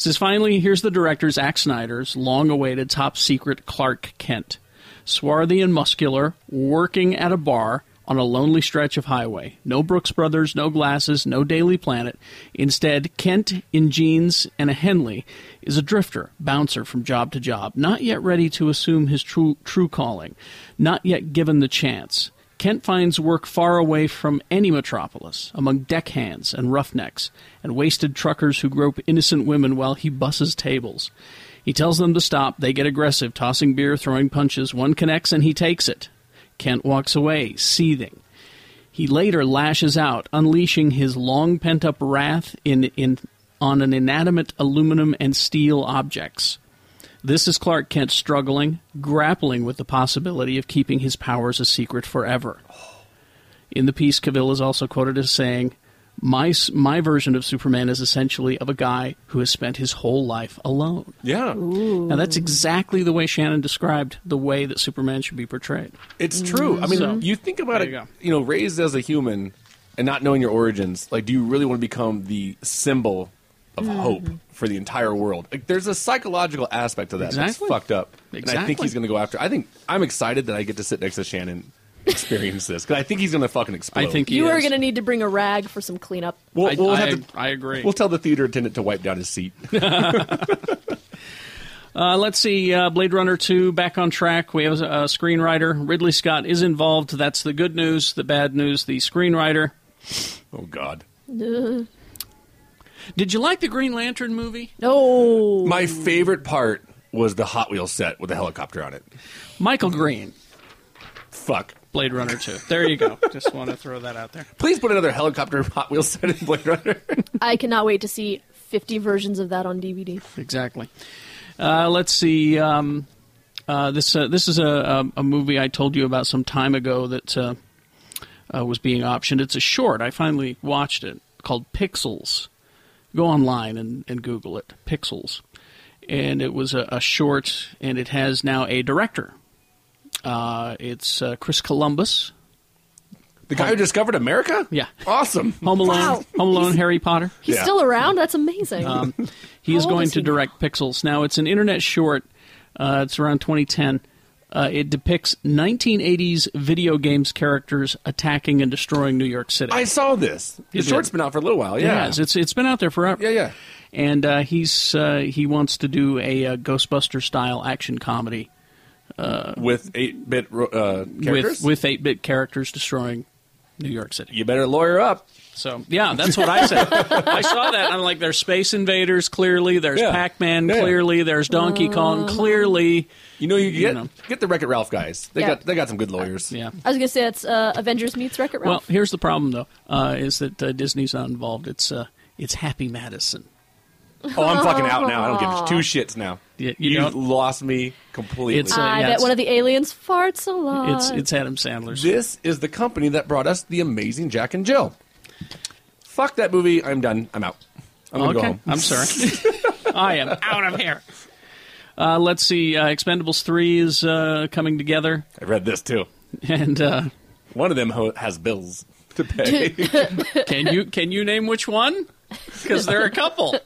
Speaker 2: says finally, here's the director Zack Snyder's long-awaited top secret Clark Kent, swarthy and muscular, working at a bar on a lonely stretch of highway. No Brooks Brothers, no glasses, no Daily Planet. Instead, Kent in jeans and a Henley is a drifter, bouncer from job to job, not yet ready to assume his true true calling, not yet given the chance. Kent finds work far away from any metropolis, among deckhands and roughnecks, and wasted truckers who grope innocent women while he busses tables. He tells them to stop, they get aggressive, tossing beer, throwing punches. One connects and he takes it. Kent walks away, seething. He later lashes out, unleashing his long pent up wrath in, in, on an inanimate aluminum and steel objects. This is Clark Kent struggling, grappling with the possibility of keeping his powers a secret forever. In the piece, Cavill is also quoted as saying, my, s- my version of Superman is essentially of a guy who has spent his whole life alone.
Speaker 9: Yeah.
Speaker 2: Now, that's exactly the way Shannon described the way that Superman should be portrayed.
Speaker 9: It's true. I mean,
Speaker 2: So-
Speaker 9: you think about
Speaker 2: Mm-hmm. There
Speaker 9: it.
Speaker 2: you
Speaker 9: You,
Speaker 2: go.
Speaker 9: know, raised as a human and not knowing your origins, like, do you really want to become the symbol of
Speaker 2: Mhm.
Speaker 9: hope for the entire world? Like, there's a psychological aspect to that that's
Speaker 2: Exactly.
Speaker 9: fucked up. And I think
Speaker 2: Exactly.
Speaker 9: he's going to go after. I think I'm excited that I get to sit next to Shannon experience this because I think he's going to fucking explode.
Speaker 13: you are going to need to bring a rag for some cleanup.
Speaker 9: We'll, we'll have to,
Speaker 7: I agree.
Speaker 9: We'll tell the theater attendant to wipe down his seat.
Speaker 2: Uh, let's see, uh, Blade Runner 2 back on track. We have a screenwriter. Ridley Scott is involved. That's the good news. The bad news, the screenwriter.
Speaker 9: Oh, God.
Speaker 13: Ugh.
Speaker 2: Did you like the Green Lantern movie?
Speaker 13: No.
Speaker 9: My favorite part was the Hot Wheels set with the helicopter on it.
Speaker 2: Michael Green.
Speaker 9: Fuck.
Speaker 2: Blade Runner 2. There you go. Just want to throw that out there.
Speaker 9: *laughs* Please put another helicopter Hot Wheels set in Blade Runner.
Speaker 13: I cannot wait to see 50 versions of that on DVD.
Speaker 2: Exactly. Uh, let's see. Um, uh, this uh, this is a, a, a movie I told you about some time ago that uh, uh, was being optioned. It's a short. I finally watched it called Pixels. Go online and, and Google it, Pixels, and it was a, a short, and it has now a director. Uh, it's uh, Chris Columbus.
Speaker 9: The guy who discovered America?
Speaker 2: Yeah.
Speaker 9: Awesome.
Speaker 2: Home Alone,
Speaker 13: Wow.
Speaker 2: Home Alone, Harry Potter.
Speaker 13: He's still around? That's amazing.
Speaker 2: Um, *laughs* he is
Speaker 13: How old
Speaker 2: going
Speaker 13: is
Speaker 2: to
Speaker 13: he?
Speaker 2: direct Pixels. Now, it's an internet short. Uh, it's around 2010. Uh, it depicts 1980s video games characters attacking and destroying New York City.
Speaker 9: I saw this. The
Speaker 2: You
Speaker 9: short's
Speaker 2: did.
Speaker 9: been out for a little while.
Speaker 2: It
Speaker 9: Yeah.
Speaker 2: has. It's it's been out there forever. Yeah,
Speaker 9: yeah.
Speaker 2: And uh, he's uh, he wants to do a, uh Ghostbuster style action comedy uh,
Speaker 9: with 8 bit uh, characters?
Speaker 2: with with eight bit characters destroying New York City.
Speaker 9: You better lawyer up.
Speaker 2: So yeah, that's what
Speaker 9: *laughs*
Speaker 2: I said. I saw that. I'm like, there's Space Invaders clearly. There's Pac Man clearly. There's Donkey
Speaker 13: Um,
Speaker 2: Kong clearly.
Speaker 9: You know, you, get get the Wreck It Ralph guys. They
Speaker 13: Yeah.
Speaker 9: got they got some good lawyers.
Speaker 2: Yeah.
Speaker 13: I was going to say that's uh, Avengers meets Wreck-It
Speaker 2: Well,
Speaker 13: Ralph.
Speaker 2: here's the problem though, uh, is that uh, Disney's not involved. It's uh, it's Happy Madison.
Speaker 9: Oh, I'm fucking out now. I
Speaker 13: *laughs*
Speaker 9: don't give two shits now.
Speaker 2: you
Speaker 9: you
Speaker 2: don't-
Speaker 9: lost me completely.
Speaker 2: It's, uh,
Speaker 13: I
Speaker 2: yeah,
Speaker 13: bet one of the aliens farts a lot.
Speaker 2: Adam Sandler's.
Speaker 9: This is the company that brought us the amazing Jack and Jill. Fuck that movie. I'm done. I'm out. I'm gonna go
Speaker 2: Okay.
Speaker 9: home.
Speaker 2: I'm sorry. *laughs* I am out of here. Uh, let's see. Uh, Expendables three is uh, coming together,
Speaker 9: *laughs* I read this too.
Speaker 2: and uh,
Speaker 9: One of them ho- has bills
Speaker 13: *laughs*
Speaker 9: to pay.
Speaker 2: can you can *laughs* you name which one? Because there are a couple.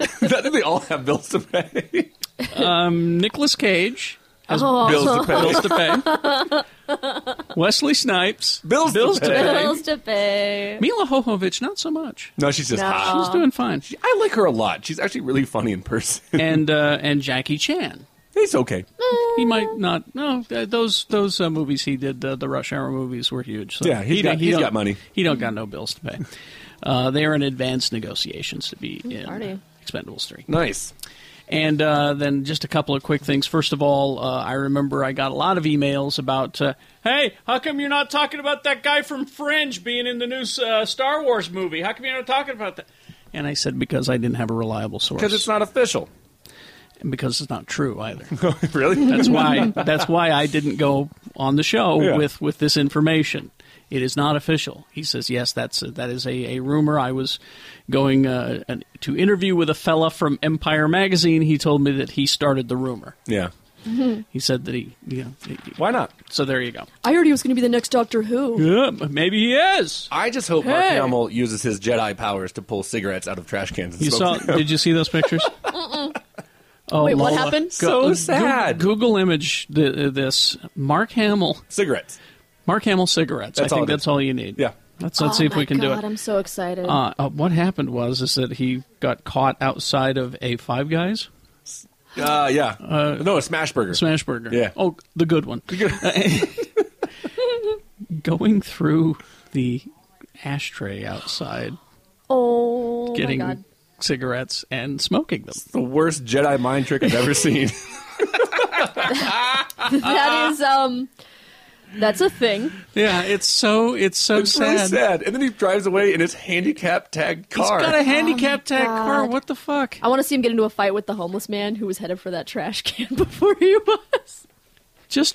Speaker 9: I think they all have bills to pay.
Speaker 2: Um, Nicholas Cage has
Speaker 13: Oh.
Speaker 2: bills to *laughs* pay. Wesley Snipes bills, to pay.
Speaker 13: Bills to pay.
Speaker 2: Mila Hohovich, not so much.
Speaker 9: *laughs* No, she's just
Speaker 13: No.
Speaker 9: hot.
Speaker 2: She's doing fine.
Speaker 9: I like her a lot. She's actually really funny in person. *laughs*
Speaker 2: and uh, and Jackie Chan.
Speaker 9: He's okay.
Speaker 2: He might not. No, th- those those uh, movies he did, uh, the Rush Hour movies, were huge. So
Speaker 9: Yeah, he's
Speaker 2: he,
Speaker 9: got-
Speaker 2: he
Speaker 9: he's
Speaker 2: don't-
Speaker 9: got money.
Speaker 2: He don't got no bills to pay. Uh, they are in advanced negotiations to be in
Speaker 13: party.
Speaker 2: Expendables three.
Speaker 9: Nice.
Speaker 2: And uh, then just a couple of quick things. First of all, uh, I remember I got a lot of emails about, uh, hey, how come you're not talking about that guy from Fringe being in the new uh, Star Wars movie? How come you're not talking about that? And I said because I didn't have a reliable source.
Speaker 9: Because it's not official.
Speaker 2: and because it's not
Speaker 9: *laughs*
Speaker 2: true either.
Speaker 9: Oh, really?
Speaker 2: That's why. That's why I didn't go on the show
Speaker 9: Yeah.
Speaker 2: with with this information. It is not official. He says yes. That's a, that is a, a rumor. I was going uh, an, to interview with a fella from Empire magazine. He told me that he started the rumor.
Speaker 9: Yeah.
Speaker 2: He said that he. You know,
Speaker 9: Why not?
Speaker 2: So there you go.
Speaker 13: *laughs* I heard he was going to be the next Doctor Who.
Speaker 2: Yeah, maybe he is.
Speaker 9: I just hope Mark
Speaker 13: Hey.
Speaker 9: Hamill uses his Jedi powers to pull cigarettes out of trash cans. And
Speaker 2: You
Speaker 9: smoke
Speaker 2: saw?
Speaker 9: them.
Speaker 2: Did you see those pictures? Oh,
Speaker 13: Wait, what
Speaker 2: Lola.
Speaker 13: happened?
Speaker 9: So sad.
Speaker 2: Goo- Google image th- uh, this. Mark Hamill
Speaker 9: cigarettes.
Speaker 2: Mark Hamill cigarettes.
Speaker 9: That's
Speaker 2: I
Speaker 9: all
Speaker 2: think
Speaker 9: it is.
Speaker 2: that's all you need. Yeah. Let's let's
Speaker 13: Oh
Speaker 2: see if
Speaker 13: my
Speaker 2: we can
Speaker 13: God,
Speaker 2: do it.
Speaker 13: I'm so excited.
Speaker 2: Uh, uh, what happened was is that he got caught outside of a Five Guys
Speaker 9: *laughs* Uh, yeah. no, a Smashburger. burger.
Speaker 2: smash burger.
Speaker 9: Yeah.
Speaker 2: Oh, the good one. *laughs* Going through the ashtray outside,
Speaker 13: oh
Speaker 2: getting
Speaker 13: my god. *laughs*
Speaker 2: cigarettes and smoking them.
Speaker 9: The worst Jedi mind trick I've
Speaker 2: *laughs*
Speaker 9: ever seen.
Speaker 13: that is um that's a thing.
Speaker 2: Yeah, it's so it's so
Speaker 9: it's really sad. And then he drives away in his handicap tagged car.
Speaker 2: He's got a handicap tag
Speaker 13: Oh God.
Speaker 2: car. What the fuck?
Speaker 13: I want to see him get into a fight with the homeless man who was headed for that trash can before he was.
Speaker 2: Just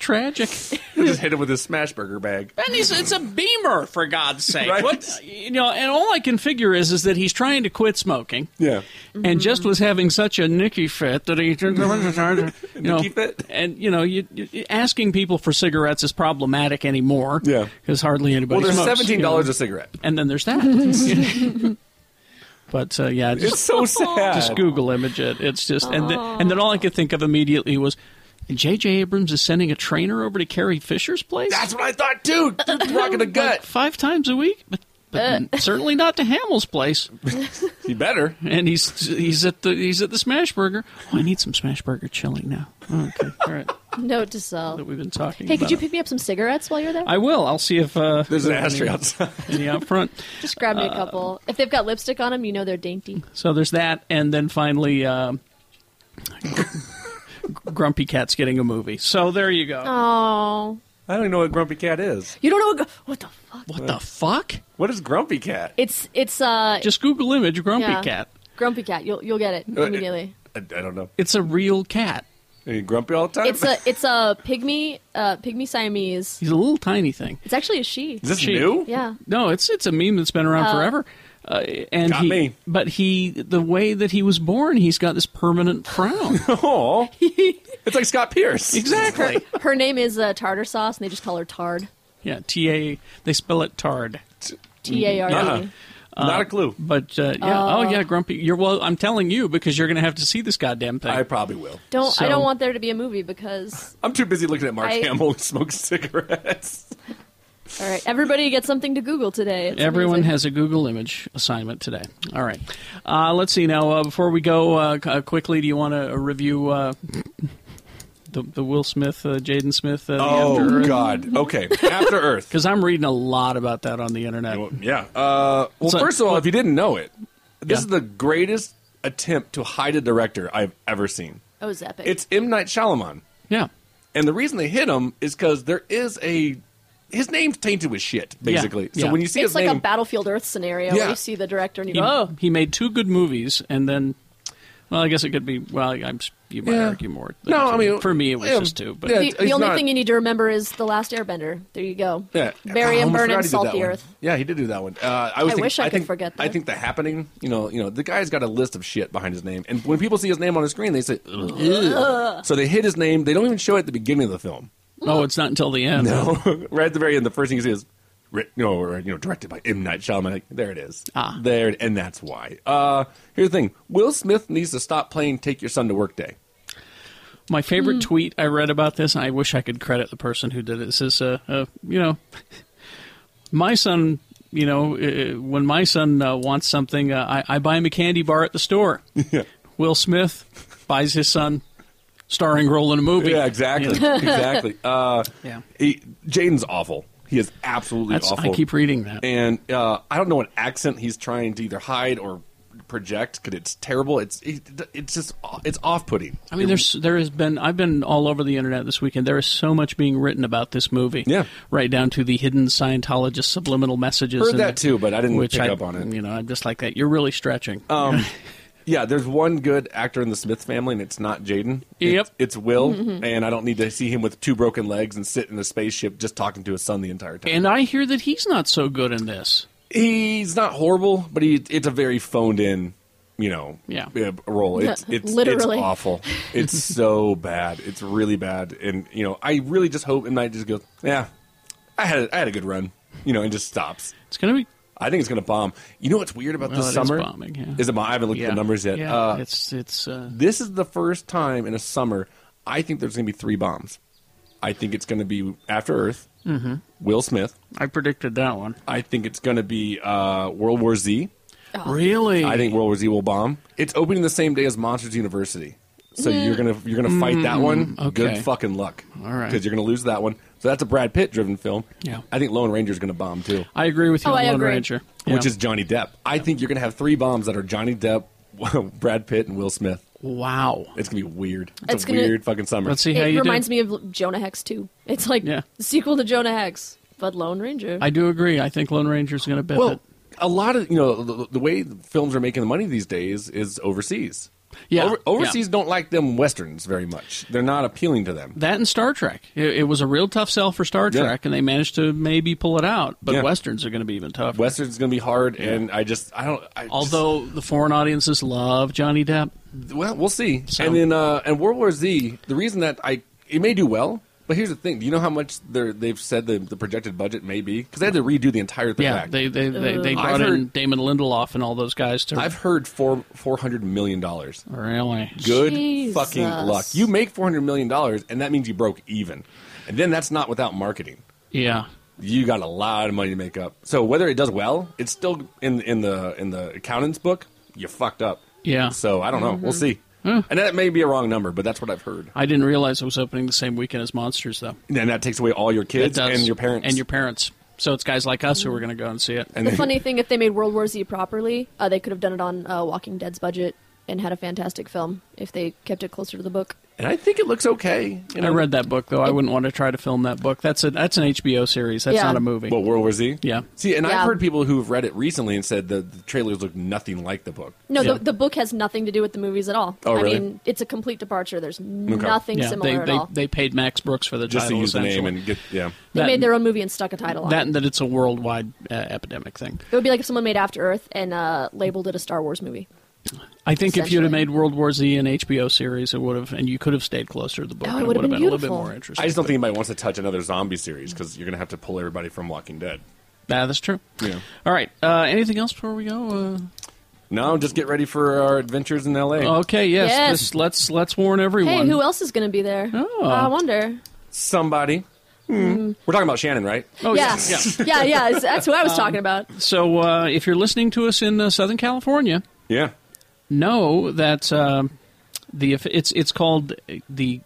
Speaker 9: *laughs*
Speaker 2: tragic.
Speaker 9: just hit him with his Smashburger bag.
Speaker 2: And he's, it's a Beamer
Speaker 9: *laughs*
Speaker 2: for God's sake.
Speaker 9: Right.
Speaker 2: What you know? And all I can figure is is that he's trying to quit smoking.
Speaker 9: Yeah.
Speaker 2: and just was having such a Nicky fit that he
Speaker 9: *laughs*
Speaker 2: turned around, you know,
Speaker 9: Nicky fit?
Speaker 2: and you know, you, you, asking people for cigarettes is problematic anymore.
Speaker 9: Yeah.
Speaker 2: because hardly anybody.
Speaker 9: Well, there's
Speaker 2: smokes,
Speaker 9: $17
Speaker 2: you know.
Speaker 9: a cigarette.
Speaker 2: and then there's that. *laughs* but uh, yeah, just,
Speaker 9: It's so sad.
Speaker 2: Just Google image it. It's just and then, and then all I could think of immediately was And J.J. Abrams is sending a trainer over to Carrie Fisher's place?
Speaker 9: That's what I thought, too. Dude's
Speaker 2: *laughs*
Speaker 9: rocking a gut.
Speaker 2: five times a week? But,
Speaker 13: Uh.
Speaker 2: but certainly not to Hamill's
Speaker 13: *laughs*
Speaker 2: place.
Speaker 9: he better.
Speaker 2: And he's he's at the he's at the Smash Burger. Oh, I need some Smash Burger chilling now. Oh,
Speaker 5: *laughs*
Speaker 2: okay, all right.
Speaker 13: Note to self.
Speaker 2: That we've been talking.
Speaker 13: Hey,
Speaker 2: about
Speaker 13: could you
Speaker 2: it.
Speaker 13: pick me up some cigarettes while you're there?
Speaker 2: I will. I'll see if uh,
Speaker 9: There's an
Speaker 2: any-
Speaker 9: ashtray outside.
Speaker 2: Any out front.
Speaker 13: *laughs* Just grab me a
Speaker 2: Uh,
Speaker 13: couple. If they've got lipstick on them, you know they're dainty.
Speaker 2: So there's that, and then finally, um, *laughs* Grumpy Cat's getting a movie. So there you go.
Speaker 13: Oh,
Speaker 9: I don't even know what Grumpy Cat is. Uh,
Speaker 13: you don't know what, gr- what the.
Speaker 2: What the fuck?
Speaker 9: What is Grumpy Cat?
Speaker 13: It's it's uh.
Speaker 2: Just Google image Grumpy
Speaker 13: yeah.
Speaker 2: Cat.
Speaker 13: Grumpy cat. You'll you'll get it
Speaker 9: Uh,
Speaker 13: immediately.
Speaker 9: I, I don't know.
Speaker 2: It's a real cat.
Speaker 9: Are you grumpy all the time?
Speaker 13: It's a it's a pygmy uh pygmy Siamese.
Speaker 2: He's a little tiny thing.
Speaker 13: It's actually a she.
Speaker 2: Is this She. new?
Speaker 13: Yeah.
Speaker 2: No, it's it's a meme that's been around
Speaker 13: Oh.
Speaker 2: forever. Uh, and he, but he, the way that he was born, he's got this
Speaker 9: *laughs*
Speaker 2: permanent frown.
Speaker 9: oh, it's like Scott Pierce.
Speaker 2: Exactly.
Speaker 13: Her name is uh, tartar sauce, and they just call her Tard.
Speaker 2: Yeah, T A. They spell it tard.
Speaker 13: T A R D.
Speaker 2: Yeah.
Speaker 9: Not a clue.
Speaker 2: But uh, yeah,
Speaker 13: Oh.
Speaker 2: oh yeah, Grumpy. You're well. I'm telling you because you're going to have to see this goddamn thing. I
Speaker 9: probably will.
Speaker 13: Don't I don't want there to be a movie because
Speaker 9: I'm too busy looking at Mark
Speaker 13: I-
Speaker 9: Hamill and smoking cigarettes. *laughs*
Speaker 13: all right, everybody gets something to Google today. It's
Speaker 2: Everyone
Speaker 13: amazing.
Speaker 2: has a Google image assignment today. All right. Uh, let's see now. Uh, before we go uh, c- uh, quickly, do you want to review uh, the, the Will Smith, uh, Jaden Smith? Uh,
Speaker 9: Oh,
Speaker 2: After Earth?
Speaker 9: God. Okay. After Earth.
Speaker 2: Because I'm reading a lot about that on the internet.
Speaker 9: Yeah. Uh, well,
Speaker 2: So-
Speaker 9: first of all, if you didn't know it, this is the greatest attempt to hide a director I've ever seen.
Speaker 13: Oh, it's epic.
Speaker 9: It's M. Night Shyamalan.
Speaker 2: Yeah.
Speaker 9: And the reason they hit him is because there is a. His name's tainted with shit, basically. So when you see
Speaker 13: it's
Speaker 9: his
Speaker 13: like
Speaker 9: name.
Speaker 13: a Battlefield Earth scenario
Speaker 9: Yeah.
Speaker 13: where you see the director and you
Speaker 2: He,
Speaker 13: go, oh,
Speaker 2: he made two good movies, and then, well, I guess it could be. Well, I'm, you might
Speaker 13: Yeah.
Speaker 2: argue more.
Speaker 13: No, I mean,
Speaker 2: for me, it was
Speaker 13: yeah,
Speaker 2: just two. But
Speaker 13: the, the only thing you need to remember is the Last Airbender. There you go.
Speaker 9: Yeah.
Speaker 13: Bury
Speaker 9: I
Speaker 13: and burn
Speaker 9: almost forgot
Speaker 13: and
Speaker 9: he did
Speaker 13: salt
Speaker 9: that
Speaker 13: the
Speaker 9: one.
Speaker 13: earth.
Speaker 9: Yeah, he did do that one. Uh, I, was
Speaker 13: I
Speaker 9: thinking,
Speaker 13: wish I could
Speaker 9: think,
Speaker 13: forget
Speaker 9: I
Speaker 13: that.
Speaker 9: think the happening. You know, you know, the guy's got a list of shit behind his name, and when people see his name on the screen, they say, "Ugh."
Speaker 13: Ugh.
Speaker 9: so they hit his name. They don't even show it at the beginning of the film.
Speaker 2: Oh, it's not until the end.
Speaker 9: No, *laughs* right at the very end, the first thing you see is, writ- you know, or, you know, directed by M Night Shyamalan. Like, There it is. Ah. there, it- and that's why. Uh, here's the thing: Will Smith needs to stop playing "Take Your Son to Work" Day.
Speaker 2: My favorite
Speaker 9: Mm.
Speaker 2: tweet I read about this, and I wish I could credit the person who did it. This is, uh, uh, you know, *laughs* my son. You know, uh, when my son uh, wants something, uh, I, I buy him a candy bar at
Speaker 9: *laughs*
Speaker 2: the store. Will Smith buys his son starring role in a movie.
Speaker 9: Yeah,
Speaker 2: *laughs*
Speaker 9: exactly,
Speaker 2: You know?
Speaker 9: exactly. Uh,
Speaker 2: Yeah.
Speaker 9: he- Jaden's awful. He is absolutely
Speaker 2: That's- I
Speaker 9: awful.
Speaker 2: keep reading that.
Speaker 9: and uh, I don't know what accent he's trying to either hide or project because it's terrible. It's it, it's just it's off-putting.
Speaker 2: I mean, there's there has been I've been all over the internet this weekend. There is so much being written about this movie. Yeah, right down to the hidden Scientologist subliminal messages.
Speaker 9: Heard
Speaker 2: in
Speaker 9: that
Speaker 2: it,
Speaker 9: too, but I didn't
Speaker 2: which
Speaker 9: pick
Speaker 2: I-
Speaker 9: up on it.
Speaker 2: You know, I'm just like that. You're really stretching. *laughs*
Speaker 9: Um, yeah, there's one good actor in the Smith family, and it's not Jaden.
Speaker 2: Yep.
Speaker 9: it's, it's Will,
Speaker 2: Mhm.
Speaker 9: and I don't need to see him with two broken legs and sit in a spaceship just talking to his son the entire time.
Speaker 2: And I hear that he's not so good in this.
Speaker 9: He's not horrible, but he it's a very phoned in, you know,
Speaker 2: Yeah.
Speaker 9: uh, role. It's it's
Speaker 2: Literally.
Speaker 9: it's awful.
Speaker 2: *laughs*
Speaker 9: It's so bad. It's really bad, and you know, I really just hope M Night just goes, yeah, I had a, I had a good run, you know, and just stops.
Speaker 2: It's gonna be.
Speaker 9: I think it's gonna bomb. You know what's weird about
Speaker 2: Well,
Speaker 9: this
Speaker 2: it is
Speaker 9: summer?
Speaker 2: bombing, yeah.
Speaker 9: Is it? I haven't looked at
Speaker 2: Yeah.
Speaker 9: the numbers yet.
Speaker 2: Yeah,
Speaker 9: uh,
Speaker 2: it's it's. Uh,
Speaker 9: this is the first time in a summer I think there's going to be three bombs. I think it's going to be After Earth,
Speaker 2: Mhm.
Speaker 9: Will Smith.
Speaker 2: I predicted that one.
Speaker 9: I think it's going to be uh, World War Z.
Speaker 2: Really?
Speaker 9: I think World War Z will bomb. It's opening the same day as Monsters University, so
Speaker 2: Yeah.
Speaker 9: you're gonna you're gonna fight that
Speaker 2: Mm,
Speaker 9: one.
Speaker 2: okay.
Speaker 9: Good fucking luck,
Speaker 2: All right.
Speaker 9: because you're gonna lose that one. So that's a Brad Pitt driven film.
Speaker 2: Yeah.
Speaker 9: I think Lone Ranger's going to bomb too.
Speaker 2: I agree with you
Speaker 13: Oh,
Speaker 2: on
Speaker 13: I
Speaker 2: Lone
Speaker 13: agree.
Speaker 2: Ranger,
Speaker 9: Which
Speaker 2: Yeah.
Speaker 9: is Johnny Depp. I think you're going to have three bombs that are Johnny Depp, *laughs* Brad Pitt, and Will Smith.
Speaker 2: Wow,
Speaker 9: it's going to be weird. It's,
Speaker 13: It's
Speaker 9: a
Speaker 13: gonna-
Speaker 9: weird fucking summer.
Speaker 13: it reminds me of Jonah Hex too. It's like
Speaker 2: Yeah.
Speaker 13: the sequel to Jonah Hex, but Lone Ranger.
Speaker 2: I do agree. I think Lone Ranger's going to bet
Speaker 9: Well,
Speaker 2: it.
Speaker 9: a lot of you know the, the way films are making the money these days is overseas.
Speaker 2: Yeah,
Speaker 9: Over- overseas don't like them westerns very much. They're not appealing to them.
Speaker 2: That and Star Trek. It, it was a real tough sell for Star
Speaker 9: Yeah.
Speaker 2: Trek, and they managed to maybe pull it out. But
Speaker 9: Yeah.
Speaker 2: westerns are going to be even tougher.
Speaker 9: Westerns going to be hard, and I just I don't. I
Speaker 2: Although the foreign audiences love Johnny Depp.
Speaker 9: Well, we'll see. And then uh, and World War Z. The reason that I it may do well But here's the thing: Do you know how much they're, they've said the, the projected budget may be? Because they had to redo the entire thing.
Speaker 2: Yeah,
Speaker 9: back.
Speaker 2: they they they, they
Speaker 9: I've
Speaker 2: brought in
Speaker 9: heard-
Speaker 2: Damon Lindelof and all those guys to.
Speaker 9: I've heard four four hundred million dollars.
Speaker 2: Really?
Speaker 9: Good
Speaker 2: Jesus.
Speaker 9: fucking luck. You make four hundred million dollars, and that means you broke even. And then that's not without marketing.
Speaker 2: yeah.
Speaker 9: You got a lot of money to make up. So whether it does well, it's still in in the in the accountant's book. You fucked up.
Speaker 2: Yeah.
Speaker 9: So I don't know. We'll
Speaker 2: Mhm.
Speaker 13: Mm-hmm.
Speaker 9: see. And that may be a wrong number, but that's what I've heard.
Speaker 2: I didn't realize it was opening the same weekend as Monsters, though.
Speaker 9: And that takes away all your kids
Speaker 2: It does.
Speaker 9: and your parents.
Speaker 2: And your parents. So it's guys like us who are going to go and see it.
Speaker 9: And
Speaker 13: The funny thing, if they made World War Z properly, uh, they could have done it on uh, Walking Dead's budget and had a fantastic film if they kept it closer to the book.
Speaker 9: And I think it looks okay. You
Speaker 2: I
Speaker 9: know?
Speaker 2: read that book though. I wouldn't want to try to film that book. That's a that's an HBO series. That's
Speaker 13: Yeah.
Speaker 2: not a movie.
Speaker 9: What World War Z?
Speaker 2: Yeah.
Speaker 9: See, and
Speaker 13: Yeah.
Speaker 9: I've heard people who've read it recently and said the, the trailers look nothing like the book.
Speaker 13: No, the, the book has nothing to do with the movies at all.
Speaker 9: Oh,
Speaker 13: I
Speaker 9: really?
Speaker 13: mean, it's a complete departure. There's nothing
Speaker 2: Yeah,
Speaker 13: similar
Speaker 2: they,
Speaker 13: at
Speaker 2: they,
Speaker 13: all.
Speaker 2: They paid Max Brooks for the
Speaker 9: just to
Speaker 2: title.
Speaker 9: use the name
Speaker 2: essentially.
Speaker 9: and get yeah.
Speaker 13: They
Speaker 2: that-
Speaker 13: made their own movie and stuck a title on
Speaker 2: that
Speaker 13: it.
Speaker 2: and that it's a worldwide uh, epidemic thing.
Speaker 13: It would be like if someone made After Earth and uh, labeled it a Star Wars movie.
Speaker 2: I think if you'd have made World War Z an HBO series, it would have, and you could have stayed closer to the book.
Speaker 13: Oh, it
Speaker 2: and
Speaker 13: would have
Speaker 2: have
Speaker 13: been
Speaker 2: been a little bit
Speaker 13: beautiful.
Speaker 2: more interesting.
Speaker 9: I just don't think anybody wants to touch another zombie series because you're gonna have to pull everybody from Walking Dead.
Speaker 2: Nah, that's true.
Speaker 9: Yeah.
Speaker 2: All right. Uh, anything else before we go? Uh,
Speaker 9: No, just get ready for our adventures in L.A.
Speaker 2: okay. Yes.
Speaker 13: Yes.
Speaker 2: Just let's let's warn everyone.
Speaker 13: Hey, who else is going to be there? Oh. I wonder.
Speaker 9: Somebody. Hmm. We're talking about Shannon, right?
Speaker 2: Oh,
Speaker 13: yeah. Yeah, yeah. it's- Mm. *laughs* that's what I
Speaker 2: *laughs* Um,
Speaker 13: was talking about.
Speaker 2: So uh, if you're listening to us in uh, Southern California,
Speaker 9: yeah,
Speaker 2: know that uh, the it's it's called the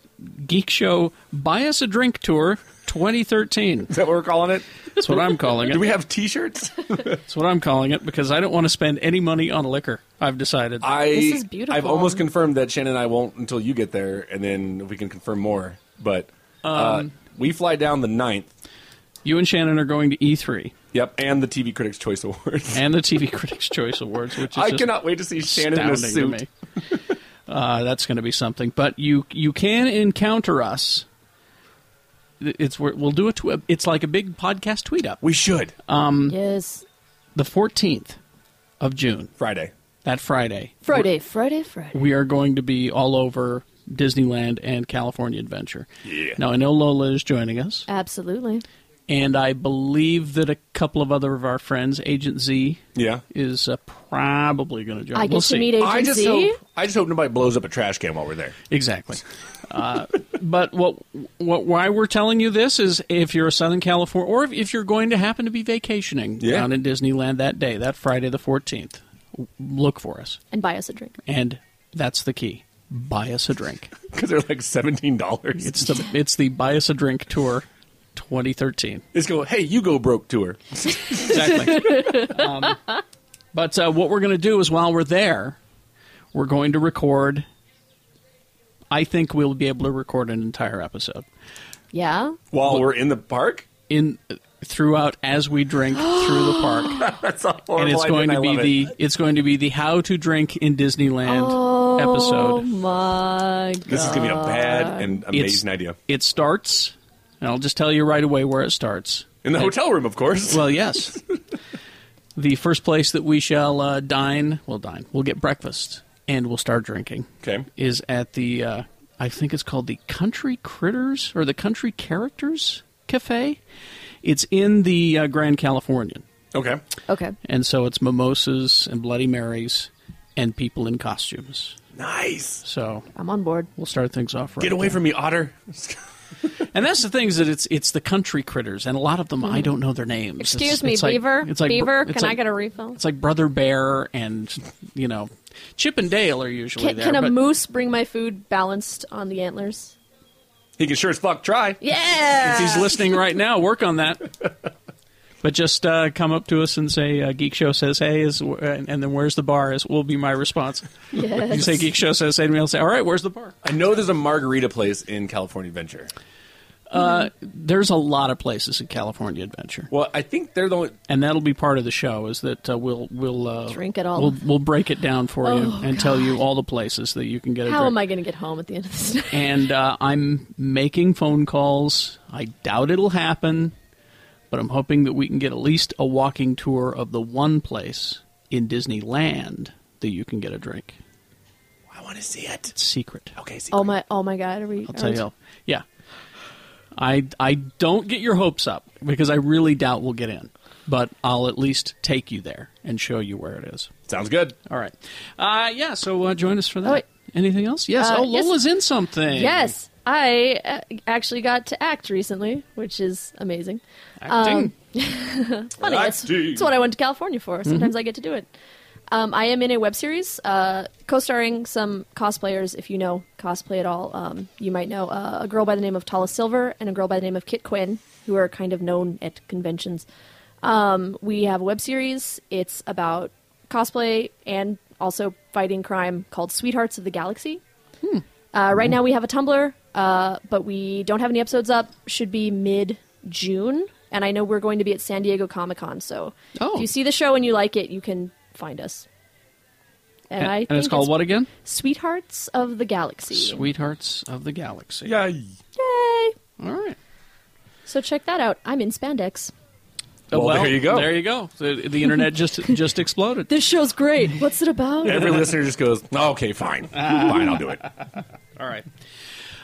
Speaker 2: Geek Show Buy Us a Drink Tour 2013. Is
Speaker 9: that what we're calling it?
Speaker 2: That's what I'm calling it.
Speaker 9: Do we have T-shirts? *laughs*
Speaker 2: That's what I'm calling it because I don't want to spend any money on liquor. I've decided.
Speaker 9: I I've almost confirmed that Shannon and I won't until you get there, and then we can confirm more. But uh,
Speaker 2: Um,
Speaker 9: we fly down the 9th.
Speaker 2: You and Shannon are going to E E3.
Speaker 9: Yep, and the TV Critics' Choice Awards.
Speaker 2: and the TV Critics' Choice Awards, which is
Speaker 9: I
Speaker 2: just
Speaker 9: cannot wait to see Shannon in a
Speaker 2: astounding to
Speaker 9: suit.
Speaker 2: me. Uh, that's going to be something. But you you can encounter us. It's we're- we'll do a tw- It's like a big podcast tweet up.
Speaker 9: We should.
Speaker 2: Um,
Speaker 13: yes.
Speaker 2: The fourteenth of June,
Speaker 9: Friday.
Speaker 2: That Friday,
Speaker 13: Friday, Friday, Friday.
Speaker 2: we are going to be all over Disneyland and California Adventure.
Speaker 13: Yeah.
Speaker 2: Now I know Lola is joining us.
Speaker 13: Absolutely.
Speaker 2: and I believe that a couple of other of our friends, Agent Z,
Speaker 9: yeah,
Speaker 2: is uh, probably going to join.
Speaker 13: I get
Speaker 2: we'll
Speaker 13: to
Speaker 2: see.
Speaker 13: meet Agent
Speaker 9: I just
Speaker 13: Z?
Speaker 9: hope I just hope nobody blows up a trash can while we're there.
Speaker 2: Exactly. Uh, *laughs* but what what why we're telling you this is if you're a Southern California or if, if you're going to happen to be vacationing
Speaker 9: Yeah.
Speaker 2: down in Disneyland that day, that Friday the 14th, w- look for us.
Speaker 13: And buy us a drink.
Speaker 2: And that's the key. Buy us
Speaker 9: *laughs*
Speaker 2: a drink.
Speaker 9: Because they're like seventeen dollars.
Speaker 2: It's the it's the buy us a drink tour 2013.
Speaker 9: It's go, hey, you go broke tour.
Speaker 3: *laughs*
Speaker 9: *laughs*
Speaker 2: exactly. Um, but uh, what we're going to do is while we're there, we're going to record. I think we'll be able to record an entire episode
Speaker 13: Yeah.
Speaker 9: While we're in the park.
Speaker 2: in throughout as we drink through the park.
Speaker 9: *laughs* That's a horrible
Speaker 2: and it's going
Speaker 9: idea, and
Speaker 2: to
Speaker 9: I
Speaker 2: be
Speaker 9: love
Speaker 2: the
Speaker 9: it.
Speaker 2: it's going to be the how to drink in Disneyland
Speaker 13: Oh
Speaker 2: episode.
Speaker 13: my god!
Speaker 9: This is gonna be a bad and amazing
Speaker 2: It's-
Speaker 9: idea.
Speaker 2: It starts, and I'll just tell you right away where it starts.
Speaker 9: In the
Speaker 2: And-
Speaker 9: hotel room, of course.
Speaker 2: Well,
Speaker 9: *laughs*
Speaker 2: yes. the first place that we shall uh, dine, we'll dine, we'll get breakfast, and we'll start drinking.
Speaker 9: Okay.
Speaker 2: Is at the, uh, I think it's called the Country Critters or the Country Characters Cafe. It's in the uh, Grand Californian.
Speaker 9: Okay.
Speaker 13: Okay.
Speaker 2: And so it's mimosas and Bloody Marys and people in costumes.
Speaker 9: Nice.
Speaker 2: So
Speaker 13: I'm on board.
Speaker 2: We'll start things off right.
Speaker 9: Get away
Speaker 2: there.
Speaker 9: from me, Otter.
Speaker 2: *laughs* And that's the thing is that it's it's the country critters, and a lot of them I don't know their names. It's-
Speaker 13: Hmm. Excuse me,
Speaker 2: it's like-
Speaker 13: Beaver.
Speaker 2: it's like br-
Speaker 13: Beaver,
Speaker 2: it's
Speaker 13: can I
Speaker 2: like-
Speaker 13: get a refill?
Speaker 2: It's like Brother Bear and you know Chip and Dale are usually
Speaker 13: Can,
Speaker 2: there.
Speaker 13: can a
Speaker 2: but
Speaker 13: moose bring my food balanced on the antlers?
Speaker 9: He can sure as fuck try.
Speaker 13: Yeah.
Speaker 2: if he's listening right now, work on that. But just uh, come up to us and say uh, Geek Show says hey, is and, and then where's the bar is will be my response.
Speaker 13: Yes.
Speaker 2: You
Speaker 13: *laughs*
Speaker 2: say Geek Show says hey, and we'll say all right, where's the bar?
Speaker 9: I know there's a margarita place in California Adventure.
Speaker 13: Mm-hmm.
Speaker 2: Uh, there's a lot of places in California Adventure.
Speaker 9: Well, I think they're the only,
Speaker 2: and that'll be part of the show is that uh, we'll we'll uh,
Speaker 13: Drink it all.
Speaker 2: We'll, we'll break it down for you
Speaker 13: Oh,
Speaker 2: and tell you all the places that you can get a
Speaker 13: How
Speaker 2: drink.
Speaker 13: am I going to get home at the end of this? *laughs* night?
Speaker 2: and uh, I'm making phone calls. I doubt it'll happen, but I'm hoping that we can get at least a walking tour of the one place in Disneyland that you can get a drink.
Speaker 9: I want to see it.
Speaker 2: It's secret.
Speaker 9: Okay,
Speaker 13: Oh my! Oh my God! Are we?
Speaker 2: I'll
Speaker 13: are
Speaker 2: tell
Speaker 13: we-
Speaker 2: you. Yeah. I I don't get your hopes up because I really doubt we'll get in, but I'll at least take you there and show you where it is.
Speaker 9: Sounds good.
Speaker 2: All right. Uh, yeah. So uh, join us for that. Anything else? Yes.
Speaker 13: Uh,
Speaker 2: oh,
Speaker 13: yes.
Speaker 2: Lola's in something.
Speaker 13: Yes, I uh, actually got to act recently, which is amazing.
Speaker 2: Acting.
Speaker 13: Um, *laughs* funny. That's,
Speaker 2: Acting.
Speaker 13: that's what I went to California for. Sometimes
Speaker 2: Mhm.
Speaker 13: I get to do it. Um, I am in a web series uh, co-starring some cosplayers. If you know cosplay at all, um, you might know uh, a girl by the name of Tala Silver and a girl by the name of Kit Quinn, who are kind of known at conventions. Um, we have a web series. It's about cosplay and also fighting crime called Sweethearts of the Galaxy. Uh,
Speaker 2: Mm-hmm.
Speaker 13: right now we have a Tumblr, uh, but we don't have any episodes up. Should be mid June, and I know we're going to be at San Diego Comic Con. So
Speaker 2: Oh.
Speaker 13: if you see the show and you like it, you can find us. And, I
Speaker 2: and
Speaker 13: think
Speaker 2: it's called what again?
Speaker 13: Sweethearts of the Galaxy.
Speaker 2: Sweethearts of the Galaxy. Uh,
Speaker 9: Yay!
Speaker 13: Yay!
Speaker 2: All right.
Speaker 13: So check that out. I'm in spandex.
Speaker 2: Oh,
Speaker 9: Well, there you go.
Speaker 2: There you go. The, the internet just
Speaker 13: *laughs*
Speaker 2: just exploded.
Speaker 13: This show's great. What's it about?
Speaker 9: Every listener just goes, okay,
Speaker 2: *laughs*
Speaker 9: fine.
Speaker 2: Ah.
Speaker 9: fine, I'll do it.
Speaker 2: All right.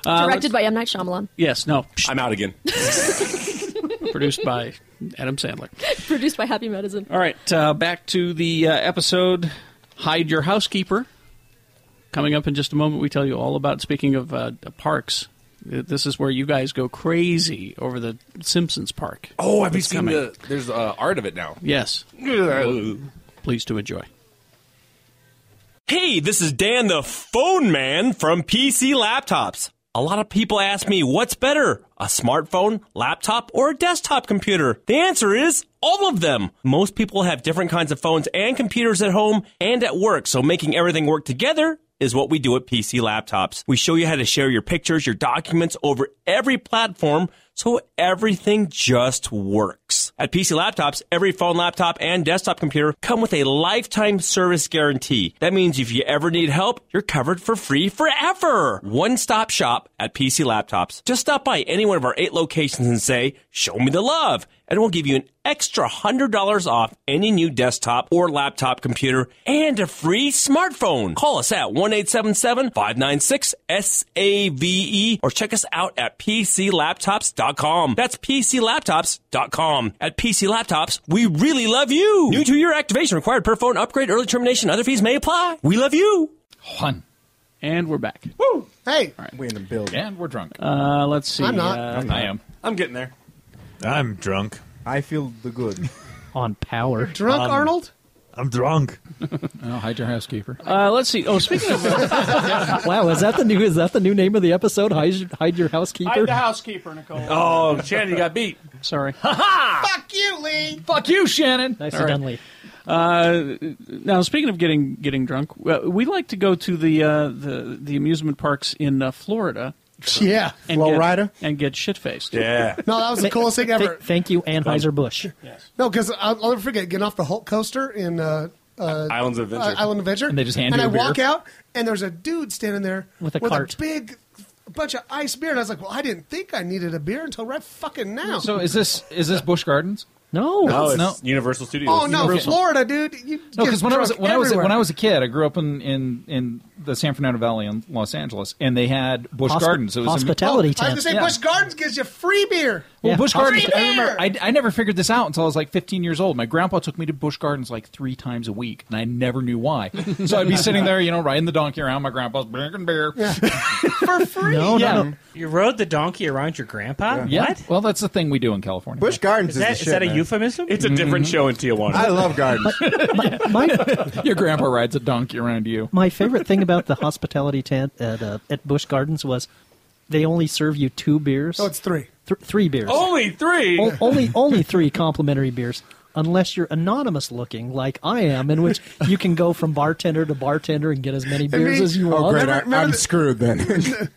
Speaker 13: Directed by M Night Shyamalan.
Speaker 2: Uh, Yes. No.
Speaker 9: I'm out again.
Speaker 2: Produced by Adam Sandler.
Speaker 13: *laughs* Produced by Happy Medicine.
Speaker 2: All right, uh, back to the uh, episode Hide Your Housekeeper. Coming up in just a moment, we tell you all about, speaking of uh, parks, th- this is where you guys go crazy over the Simpsons Park.
Speaker 9: Oh, have you
Speaker 2: It's
Speaker 9: seen
Speaker 2: coming.
Speaker 9: the? There's uh, art of it now.
Speaker 2: Yes. Please to enjoy.
Speaker 14: Hey, this is Dan the Phone Man from PC Laptops. A lot of people ask me what's better, a smartphone, laptop, or a desktop computer? The answer is all of them. Most people have different kinds of phones and computers at home and at work, so making everything work together is what we do at PC Laptops. We show you how to share your pictures, your documents over every platform so everything just works. At PC Laptops, every phone, laptop, and desktop computer come with a lifetime service guarantee. That means if you ever need help, you're covered for free forever. One stop shop at PC Laptops. Just stop by any one of our eight locations and say, Show me the love. And we'll give you an extra $100 off any new desktop or laptop computer and a free smartphone. Call us at 1 877 596 SAVE E or check us out at PCLaptops.com. That's PCLaptops.com. At PC Laptops, we really love you. New two year activation required per phone upgrade, early termination, other fees may apply. We love you.
Speaker 7: One.
Speaker 2: And we're back.
Speaker 4: Woo! Hey, we in the building,
Speaker 7: and we're drunk.
Speaker 2: Uh, let's see.
Speaker 4: I'm not.
Speaker 2: uh,
Speaker 4: I'm not. I am.
Speaker 9: I'm getting there.
Speaker 11: I'm drunk.
Speaker 4: I feel the good.
Speaker 3: On power.
Speaker 5: Drunk
Speaker 11: Um,
Speaker 5: Arnold?
Speaker 11: I'm drunk.
Speaker 7: oh, hide your housekeeper.
Speaker 2: Uh, let's see. Oh, speaking of
Speaker 3: *laughs* wow, is that the new is that the new name of the episode? Hide, your- hide your housekeeper.
Speaker 2: housekeeper, Nicole.
Speaker 9: Oh, Shannon, you got beat.
Speaker 2: Sorry.
Speaker 5: Fuck you, Lee.
Speaker 7: Fuck you, Shannon.
Speaker 3: Nicely
Speaker 2: All right.
Speaker 3: done, Lee.
Speaker 2: Uh, now, speaking of getting getting drunk, uh, we like to go to the uh, the the amusement parks in uh, Florida.
Speaker 5: Yeah.
Speaker 2: and
Speaker 5: Flow
Speaker 2: get,
Speaker 5: rider?
Speaker 2: and get shit faced.
Speaker 9: Yeah.
Speaker 5: No, that was the coolest thing ever.
Speaker 3: Th- thank you, Anheuser Busch.
Speaker 5: No, because I'll I'll never forget getting off the Hulk coaster in uh, uh,
Speaker 9: Islands of Adventure.
Speaker 5: uh, Island Adventure.
Speaker 7: And they just hand
Speaker 5: And
Speaker 7: you
Speaker 5: I
Speaker 7: a beer.
Speaker 5: walk out, and there's a dude standing there
Speaker 7: With a cart.
Speaker 5: big bunch of ice beer. And I was like, well, I didn't think I needed a beer until right fucking now.
Speaker 7: So is this is this Bush Gardens?
Speaker 3: No,
Speaker 9: No, it's Universal Studios.
Speaker 5: Oh no,
Speaker 7: Universal.
Speaker 5: Florida, dude! You
Speaker 7: No, because
Speaker 5: get
Speaker 7: when I was
Speaker 5: drunk
Speaker 7: when I was when
Speaker 5: everywhere.
Speaker 7: I was a kid, I grew up in in, in the San Fernando Valley in Los Angeles, and they had Bush
Speaker 3: Hospi-
Speaker 7: Gardens. It was
Speaker 3: hospitality
Speaker 5: Oh, I was gonna say
Speaker 7: Yeah.
Speaker 5: Bush Gardens gives you free beer.
Speaker 7: Well, Bush Gardens.
Speaker 5: Free beer!
Speaker 7: I remember. I, I never figured this out until I was like 15 years old. My grandpa took me to Bush Gardens like three times a week, and I never
Speaker 12: *laughs*
Speaker 7: knew why. so I'd be sitting there, you know, riding the donkey around. My grandpa's drinking beer.
Speaker 5: for free.
Speaker 7: Yeah.
Speaker 15: You rode the donkey around your grandpa?
Speaker 7: Yeah.
Speaker 15: What?
Speaker 7: Well, that's the thing we do in California. Mm-hmm.
Speaker 15: Busch Gardens Is is that- the is shit, that a man.
Speaker 7: euphemism?
Speaker 9: It's a different show in Tijuana.
Speaker 7: I
Speaker 4: love
Speaker 12: *laughs*
Speaker 4: gardens.
Speaker 7: *laughs* Your grandpa rides a donkey around you.
Speaker 3: My favorite thing about the hospitality tent at uh, at Busch Gardens was they only serve you two beers.
Speaker 5: Oh, it's three.
Speaker 3: Th- three beers.
Speaker 9: Only three.
Speaker 3: O- only only three complimentary beers. Unless you're anonymous looking like I am, in which you can go from bartender to bartender and get as many
Speaker 5: I mean-
Speaker 3: beers as you want.
Speaker 4: I, am *laughs* screwed then.
Speaker 5: *laughs*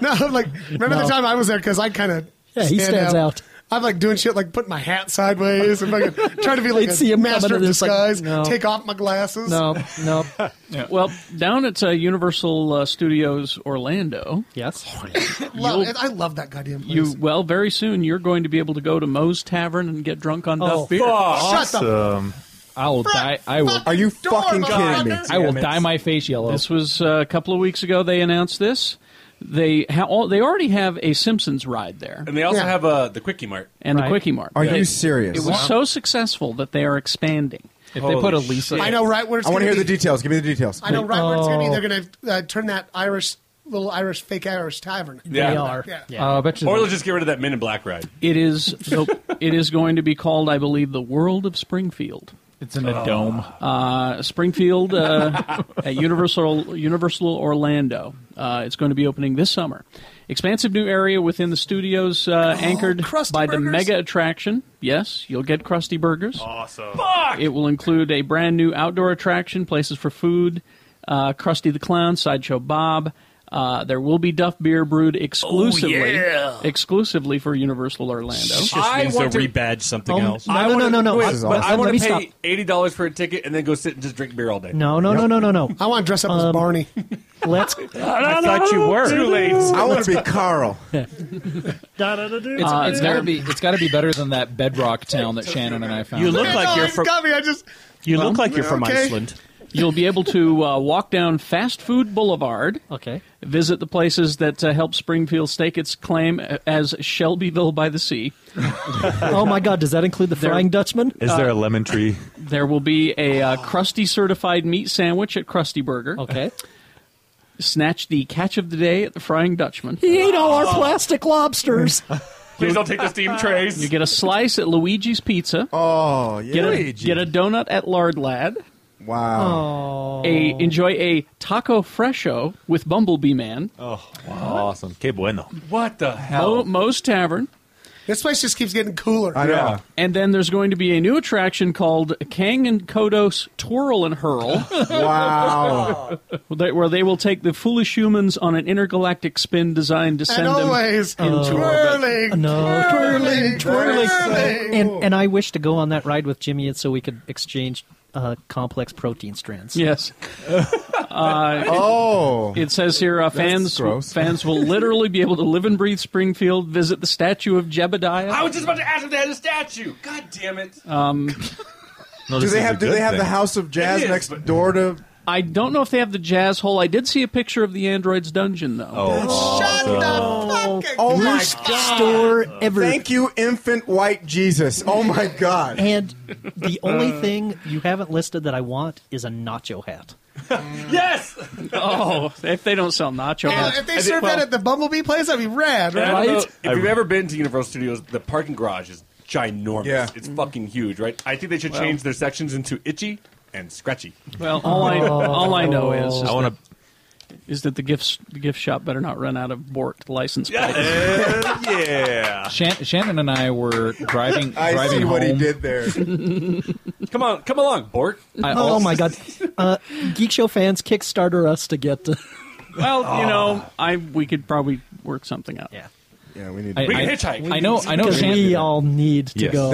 Speaker 5: No, I'm like remember
Speaker 3: No.
Speaker 5: the time I was there because I kind of
Speaker 3: Yeah, he stands out.
Speaker 5: I'm like doing shit like putting my hat sideways and fucking trying to
Speaker 3: *laughs*
Speaker 5: be like
Speaker 3: They'd
Speaker 5: a
Speaker 3: see him
Speaker 5: master
Speaker 3: coming
Speaker 5: of
Speaker 3: and it's like,
Speaker 5: disguise.
Speaker 3: no.
Speaker 5: Take off my glasses.
Speaker 3: No, no.
Speaker 2: *laughs* Well, down at uh, Universal uh, Studios Orlando.
Speaker 3: Yes.
Speaker 5: *laughs* Love, I love that goddamn place.
Speaker 2: You well, very soon you're going to be able to go to Moe's Tavern and get drunk on
Speaker 5: Oh,
Speaker 2: Duff beer.
Speaker 5: fuck. Shut the-
Speaker 11: Awesome.
Speaker 7: I will die. I will.
Speaker 4: Are you
Speaker 5: fucking
Speaker 7: kidding me? I will dye my face yellow.
Speaker 2: This was uh, a couple of weeks ago. They announced this. They ha- all, they already have a Simpsons ride there,
Speaker 9: *laughs* And they also have uh, the Quickie Mart.
Speaker 2: and the Quickie Mart.
Speaker 9: Yeah.
Speaker 2: It was so successful that they are expanding.
Speaker 7: If
Speaker 4: Holy put a Lisa-
Speaker 5: I know right where it's
Speaker 4: I want to
Speaker 5: gonna
Speaker 4: hear the
Speaker 5: be.
Speaker 4: details. Give me the details.
Speaker 5: I know right where it's
Speaker 3: Oh.
Speaker 5: going to be. They're going to uh, turn that Irish, little Irish, fake Irish tavern. Yeah.
Speaker 7: Uh, I bet you
Speaker 9: or
Speaker 7: they-
Speaker 9: they'll just get rid of that Men in Black ride.
Speaker 2: It is the, it is going to be called, I believe, the World of Springfield.
Speaker 7: It's in a dome.
Speaker 2: Uh, Springfield uh, at Universal Universal Orlando. Uh, it's going to be opening this summer. Expansive new area within the studios, uh, anchored by the mega attraction. Yes, you'll get Krusty Burgers.
Speaker 16: Awesome.
Speaker 2: It will include a brand new outdoor attraction, places for food, uh, Krusty the Clown, Sideshow Bob. Uh, there will be Duff beer brewed exclusively,
Speaker 12: Oh, yeah.
Speaker 2: exclusively for Universal Orlando.
Speaker 12: It just I means want they'll to- rebadge something Um, else.
Speaker 9: No, I wanna, But,
Speaker 2: But-
Speaker 9: but I want to pay
Speaker 2: stop.
Speaker 9: eighty dollars for a ticket and then go sit and just drink beer all day.
Speaker 3: No, no, no, no, no, Um, no.
Speaker 5: I want to dress up as Barney.
Speaker 2: *laughs*
Speaker 3: Let's.
Speaker 9: I thought you were. Too
Speaker 4: *laughs*
Speaker 9: late.
Speaker 4: I want to be Carl.
Speaker 7: It's, Uh,
Speaker 12: Uh,
Speaker 7: it's gotta be. It's gotta be better than that bedrock town that Shannon and I found.
Speaker 12: You look like you're
Speaker 5: from. I just.
Speaker 12: You
Speaker 7: Well,
Speaker 12: look like you're from
Speaker 7: okay.
Speaker 12: Iceland.
Speaker 2: You'll be able to uh, walk down Fast Food Boulevard.
Speaker 3: Okay.
Speaker 2: Visit the places that uh, help Springfield stake its claim as Shelbyville by the sea.
Speaker 3: *laughs* oh my God! Does that include the
Speaker 2: There-
Speaker 3: Flying Dutchman?
Speaker 11: Is there a
Speaker 2: Uh,
Speaker 11: lemon tree?
Speaker 2: There will be a uh, Krusty certified meat sandwich at Krusty Burger.
Speaker 3: Okay.
Speaker 2: Snatch the catch of the day at the Frying Dutchman.
Speaker 3: He ate all
Speaker 9: *laughs*
Speaker 3: our plastic lobsters.
Speaker 9: Please
Speaker 5: *laughs*
Speaker 9: don't take the steam trays.
Speaker 2: You get a slice at Luigi's Pizza.
Speaker 4: Oh,
Speaker 2: Get a,
Speaker 4: Luigi.
Speaker 2: get a donut at Lard Lad.
Speaker 4: Wow.
Speaker 2: A enjoy a taco fresho with Bumblebee Man.
Speaker 9: Oh,
Speaker 11: awesome. Que bueno.
Speaker 9: What the
Speaker 2: Mo- Moe's Tavern.
Speaker 5: This place just keeps getting cooler.
Speaker 2: And then there's going to be a new attraction called Kang and Kodos Twirl and Hurl.
Speaker 4: Wow.
Speaker 2: Where they- Where they will take the foolish humans on an intergalactic spin designed to send
Speaker 5: and
Speaker 2: them
Speaker 5: always
Speaker 2: into orbit.
Speaker 5: twirling,
Speaker 3: No,
Speaker 5: twirling, twirling, twirling.
Speaker 3: And and I wish to go on that ride with Jimmy so we could exchange uh, complex protein strands.
Speaker 2: Yes. Uh,
Speaker 4: oh.
Speaker 2: It says here uh,
Speaker 3: That's
Speaker 2: fans
Speaker 3: gross.
Speaker 2: fans will literally be able to live and breathe Springfield, visit the statue of Jebediah.
Speaker 9: I was just about to ask if they had a statue. God damn it!
Speaker 2: Um,
Speaker 4: do they have Do they have the House of Jazz
Speaker 2: It is,
Speaker 4: next door to?
Speaker 2: I don't know if they have the jazz hole. I did see a picture of the android's dungeon though.
Speaker 4: Oh, *laughs*
Speaker 2: Shut
Speaker 4: oh, oh my God!
Speaker 3: Store ever.
Speaker 4: Thank you, infant white Jesus. Oh my God!
Speaker 3: And the only
Speaker 4: Uh,
Speaker 3: thing you haven't listed that I want is a nacho *laughs* hat.
Speaker 5: *laughs*
Speaker 9: yes.
Speaker 2: Oh, if they don't sell nacho
Speaker 5: And
Speaker 2: hats,
Speaker 5: if they serve that at the Bumblebee place, that'd be rad,
Speaker 9: And I don't
Speaker 5: right?
Speaker 9: know, if you've ever been to Universal Studios, the parking garage is ginormous.
Speaker 5: Yeah.
Speaker 9: It's fucking huge, right? I think they should
Speaker 2: Well-
Speaker 9: change their sections into itchy and scratchy.
Speaker 2: well, all I
Speaker 7: Oh.
Speaker 2: all I know is, is
Speaker 9: I wanna-
Speaker 2: that- is that the gift the gift shop better not run out of Bort license plates.
Speaker 4: *laughs*
Speaker 9: yeah.
Speaker 7: Shan- Shannon and I
Speaker 4: *laughs*
Speaker 7: were driving.
Speaker 9: I see
Speaker 7: driving
Speaker 9: what he
Speaker 7: home.
Speaker 9: did there. Come on, come along, Bort.
Speaker 3: oh my god! *laughs* Uh, Geek Show fans, Kickstarter us to get. uh, To,
Speaker 2: Well, you know, I we could probably work something out. Yeah.
Speaker 4: Yeah, we need.
Speaker 7: I, I- I know. I know.
Speaker 3: Because we all need to go.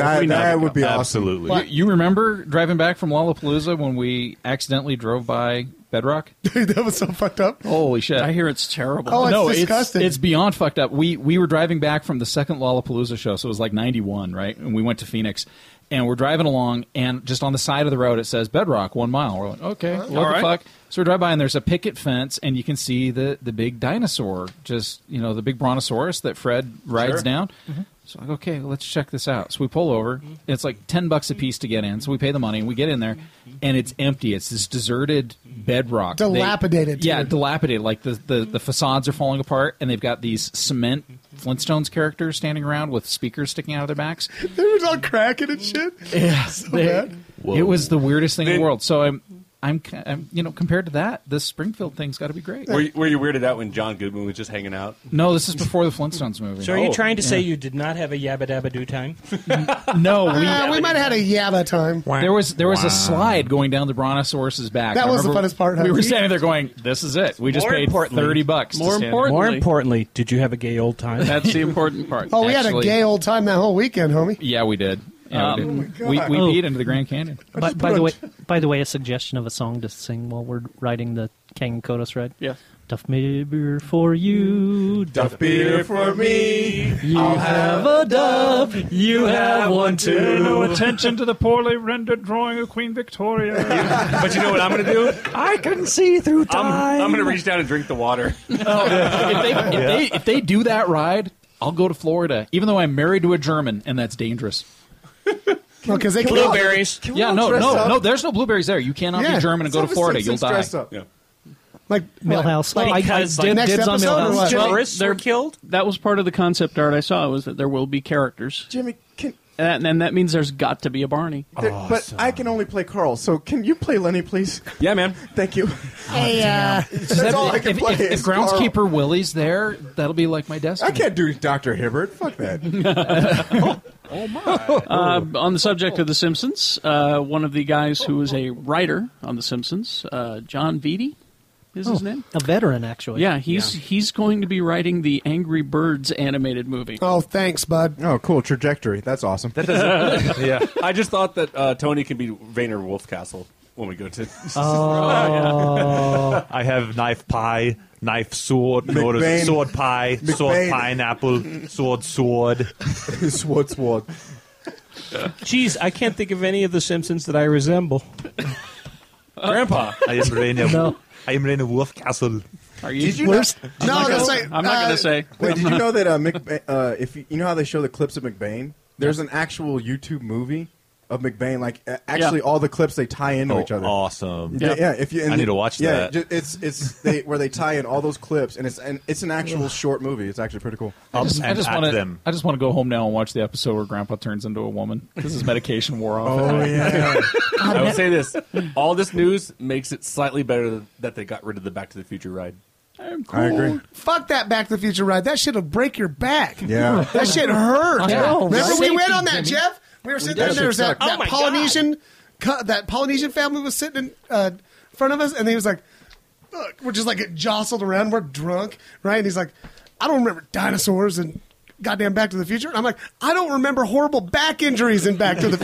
Speaker 11: Absolutely.
Speaker 7: You, you remember driving back from Lollapalooza when we accidentally drove by Bedrock?
Speaker 5: Dude, *laughs* that was so fucked up.
Speaker 7: Holy shit!
Speaker 2: I hear it's terrible.
Speaker 5: Oh, it's
Speaker 7: no,
Speaker 5: disgusting.
Speaker 7: It's, it's beyond fucked up. We we were driving back from the second Lollapalooza show, so it was like '91, right? And we went to Phoenix, and we're driving along, and just on the side of the road it says Bedrock, one mile. We're like, okay, what
Speaker 2: All
Speaker 7: the
Speaker 2: right.
Speaker 7: fuck? So we drive by, and there's a picket fence, and you can see the the big dinosaur, just you know, the big brontosaurus that Fred rides
Speaker 14: Sure.
Speaker 7: down. So like, okay, let's check this out. So we pull over. It's like ten bucks a piece to get in. So we pay the money. and We get in there, and it's empty. It's this deserted bedrock, They-
Speaker 5: Dilapidated,
Speaker 7: yeah,
Speaker 5: dude.
Speaker 7: dilapidated. Like the, the the facades are falling apart, and they've got these cement Flintstones characters standing around with speakers sticking out of their backs.
Speaker 5: They were all cracking and shit.
Speaker 7: Yeah,
Speaker 5: *laughs* so
Speaker 7: they-
Speaker 5: bad.
Speaker 7: It was the weirdest thing in the world. So I'm. I'm, ki- I'm, you know, compared to that, this Springfield thing's got to be great.
Speaker 9: Were you, were you weirded out when John Goodman was just hanging out?
Speaker 7: No, this is before the Flintstones movie.
Speaker 15: So are
Speaker 9: Oh.
Speaker 15: you trying to say you did not have a yabba dabba do time?
Speaker 5: *laughs*
Speaker 7: No, we,
Speaker 5: Uh, we might have had a yabba time.
Speaker 7: There was there was a slide going down the brontosaurus's back.
Speaker 5: That
Speaker 7: I
Speaker 5: was the
Speaker 7: remember
Speaker 5: funnest part, huh?
Speaker 7: We were standing there going, "This is it. We just
Speaker 5: More
Speaker 7: paid
Speaker 5: importantly-
Speaker 7: thirty bucks." to
Speaker 5: More
Speaker 7: stand there."
Speaker 5: importantly-
Speaker 12: More importantly, did you have a gay old time?
Speaker 2: *laughs* That's the
Speaker 5: *laughs*
Speaker 2: important part.
Speaker 5: Oh, we had a
Speaker 7: Actually-
Speaker 5: gay old time that whole weekend, homie.
Speaker 7: Yeah, we did. Yeah, we,
Speaker 5: Um,
Speaker 7: did.
Speaker 5: Oh my
Speaker 7: we,
Speaker 5: God.
Speaker 7: we
Speaker 5: Oh.
Speaker 7: beat into the Grand Canyon.
Speaker 3: By, by the way, By the way, a suggestion of a song to sing while we're riding the Kang Kodos ride.
Speaker 2: Yeah.
Speaker 3: Duff beer for you.
Speaker 2: Duff beer for me.
Speaker 3: You
Speaker 2: I'll
Speaker 3: have a dub. You have one
Speaker 16: Pay no
Speaker 3: too.
Speaker 16: attention to the poorly rendered drawing of Queen Victoria.
Speaker 9: But you know what I'm going to do?
Speaker 16: I can see through
Speaker 9: I'm, I'm going to reach down and drink the
Speaker 7: *laughs*
Speaker 9: water.
Speaker 7: if, they, if, they, if they do that ride, I'll go to Florida, even though I'm married to a German, and that's dangerous.
Speaker 5: Well, because Oh, they can
Speaker 7: Blueberries. yeah, no, no, no. There's no blueberries there. You cannot
Speaker 5: Yeah.
Speaker 7: be German and go to
Speaker 5: Silver
Speaker 7: Florida. You'll
Speaker 5: Simpsons
Speaker 7: die.
Speaker 5: dress up. Like what?
Speaker 2: Because, like,
Speaker 5: next episode or what?
Speaker 2: they're killed. That was part of the concept art I saw was that there will be characters.
Speaker 4: Jimmy, can,
Speaker 2: and, and that means there's got to be
Speaker 5: *laughs*
Speaker 2: a Barney.
Speaker 4: There-
Speaker 5: Oh.
Speaker 4: but I can only play Carl, so can you play Lenny, please?
Speaker 9: Yeah, man.
Speaker 4: Thank you.
Speaker 2: Hey, uh,
Speaker 4: That's all I can
Speaker 7: Oh, if,
Speaker 4: play.
Speaker 7: If, if
Speaker 4: is
Speaker 7: groundskeeper
Speaker 4: Carl.
Speaker 7: Willie's there, that'll be like my destiny.
Speaker 4: I can't do Dr. Hibbert. Fuck that.
Speaker 7: *laughs*
Speaker 2: Uh, on the subject of The Simpsons, uh, one of the guys who was a writer on The Simpsons, uh, John Vitti, is his
Speaker 3: Oh,
Speaker 2: name.
Speaker 3: A veteran, actually.
Speaker 2: Yeah, he's he's going to be writing the Angry Birds animated movie.
Speaker 5: Oh, thanks, bud.
Speaker 4: Oh, cool trajectory. That's awesome. That *laughs*
Speaker 9: yeah. I just thought that uh, Tony can be Vayner Wolfcastle when we go to. *laughs*
Speaker 11: Oh. *laughs* I have knife pie, knife sword, no,
Speaker 9: McBain.
Speaker 11: sword pie,
Speaker 9: McBain.
Speaker 11: sword pineapple, sword sword.
Speaker 4: *laughs* sword sword.
Speaker 15: Geez, I can't think of any of the Simpsons that I resemble.
Speaker 9: Grandpa.
Speaker 11: I am Rainer.
Speaker 15: No.
Speaker 11: I am Rainer Wolfcastle.
Speaker 2: Are
Speaker 4: Did you Worst- not-
Speaker 2: I'm not
Speaker 11: *laughs*
Speaker 4: No,
Speaker 2: gonna,
Speaker 4: that's like,
Speaker 2: I'm not
Speaker 4: uh,
Speaker 2: gonna say.
Speaker 4: Wait, did you know that uh, Mc, uh, if you, you know how they show the clips of McBain? There's an actual YouTube movie of McBain. Like uh, actually,
Speaker 11: Yeah.
Speaker 4: all the clips they tie into
Speaker 11: Oh,
Speaker 4: each other.
Speaker 11: awesome.
Speaker 4: Yeah, yeah. If you and
Speaker 11: I need to watch
Speaker 4: yeah,
Speaker 11: that.
Speaker 4: ju- it's it's they where they tie in all those clips, and it's and it's an actual short movie. It's actually pretty cool.
Speaker 7: I just, I just
Speaker 11: at
Speaker 7: want to.
Speaker 11: them.
Speaker 7: I just want to go home now and watch the episode where Grandpa turns into a woman because his medication wore off.
Speaker 4: Oh,
Speaker 7: *laughs*
Speaker 4: yeah.
Speaker 9: I will say this: all this news makes it slightly better th- that they got rid of the Back to the Future ride.
Speaker 4: I agree.
Speaker 5: Fuck that Back to the Future ride. That shit'll break your back.
Speaker 4: Yeah. *laughs*
Speaker 5: that shit hurt.
Speaker 4: I know,
Speaker 5: Remember
Speaker 4: right?
Speaker 5: we went on that,
Speaker 4: Safety, Jimmy.
Speaker 5: Jeff? We were
Speaker 4: We
Speaker 5: sitting
Speaker 4: did.
Speaker 5: there. and There was
Speaker 4: That
Speaker 5: that,
Speaker 4: shit sucked.
Speaker 5: that
Speaker 4: Oh my
Speaker 5: Polynesian, co- that Polynesian family was sitting in uh, front of us, and he was like, "Look, we're just like getting jostled around. We're drunk, right?" And he's like, "I don't remember dinosaurs and." Goddamn Back to the Future. And I'm like, I don't remember horrible back injuries in Back to the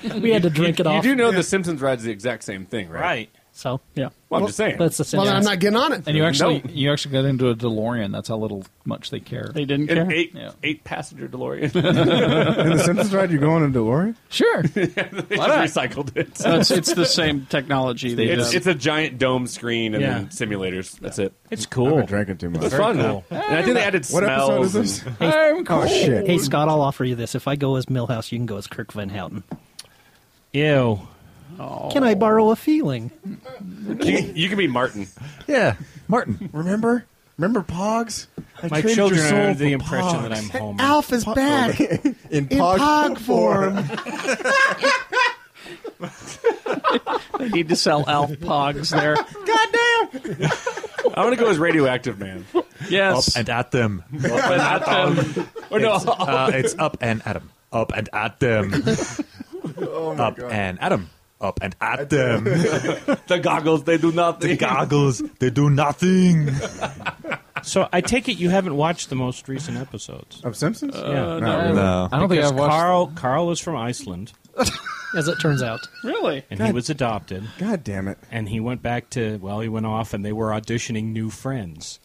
Speaker 5: Future.
Speaker 2: *laughs*
Speaker 9: you, You do know the Simpsons ride's the exact same thing, right? Right.
Speaker 3: So yeah.
Speaker 9: Well, I'm just saying.
Speaker 3: That's the same.
Speaker 5: Well, then I'm not getting on it.
Speaker 7: And you actually,
Speaker 9: No.
Speaker 7: you actually got into a DeLorean. That's how little much they care.
Speaker 2: They didn't
Speaker 9: An eight eight passenger *laughs* DeLorean.
Speaker 4: In the *laughs* Simpsons ride, you're going into Ori?
Speaker 9: *laughs*
Speaker 7: Sure.
Speaker 9: they
Speaker 2: Why
Speaker 9: just recycled it.
Speaker 2: No, it's, it's the same technology. They
Speaker 9: It's,
Speaker 2: did.
Speaker 9: it's a giant dome screen and
Speaker 2: Yeah.
Speaker 9: then simulators. That's it.
Speaker 15: It's
Speaker 4: cool. I've been drinking too much.
Speaker 9: It's
Speaker 4: Very
Speaker 9: fun.
Speaker 4: cool.
Speaker 9: though. And I think they added
Speaker 4: What
Speaker 9: smells.
Speaker 4: episode is
Speaker 9: and-
Speaker 4: this?
Speaker 3: Hey,
Speaker 4: Oh, shit.
Speaker 3: Hey, Scott, I'll offer you this. If I go as Millhouse, you can go as Kirk Van Houten.
Speaker 15: Ew.
Speaker 3: Can I borrow a feeling?
Speaker 9: You, *laughs* you can be Martin.
Speaker 4: Yeah, Martin. Remember? Remember Pogs? I
Speaker 15: My
Speaker 4: traded your
Speaker 15: children are
Speaker 4: soul
Speaker 15: under the
Speaker 4: for
Speaker 15: impression that I'm
Speaker 4: Pogs.
Speaker 15: Homer.
Speaker 5: Alf is back in,
Speaker 4: *laughs* in
Speaker 5: Pog form.
Speaker 4: *laughs*
Speaker 2: they need to sell Alf Pogs there.
Speaker 5: Goddamn!
Speaker 9: I want to go as Radioactive Man.
Speaker 2: Yes.
Speaker 11: Up and at them.
Speaker 9: Up and at them. Or no.
Speaker 11: It's, uh, it's up and at 'em. Up and at them.
Speaker 9: *laughs*
Speaker 4: Oh,
Speaker 9: Oh,
Speaker 11: up and at 'em. Up and at
Speaker 9: *laughs*
Speaker 11: them.
Speaker 9: the goggles, they do nothing.
Speaker 11: The goggles, they do nothing.
Speaker 15: So I take it you haven't watched the most recent episodes
Speaker 4: of Simpsons.
Speaker 15: yeah,
Speaker 11: no, really. no.
Speaker 15: I don't think
Speaker 7: Because
Speaker 15: I've watched. Carl Carl is from *laughs* Iceland,
Speaker 3: As it turns out.
Speaker 2: Really?
Speaker 15: and he was adopted.
Speaker 4: God damn it!
Speaker 15: And he went back to well, he went off, and they were auditioning new friends,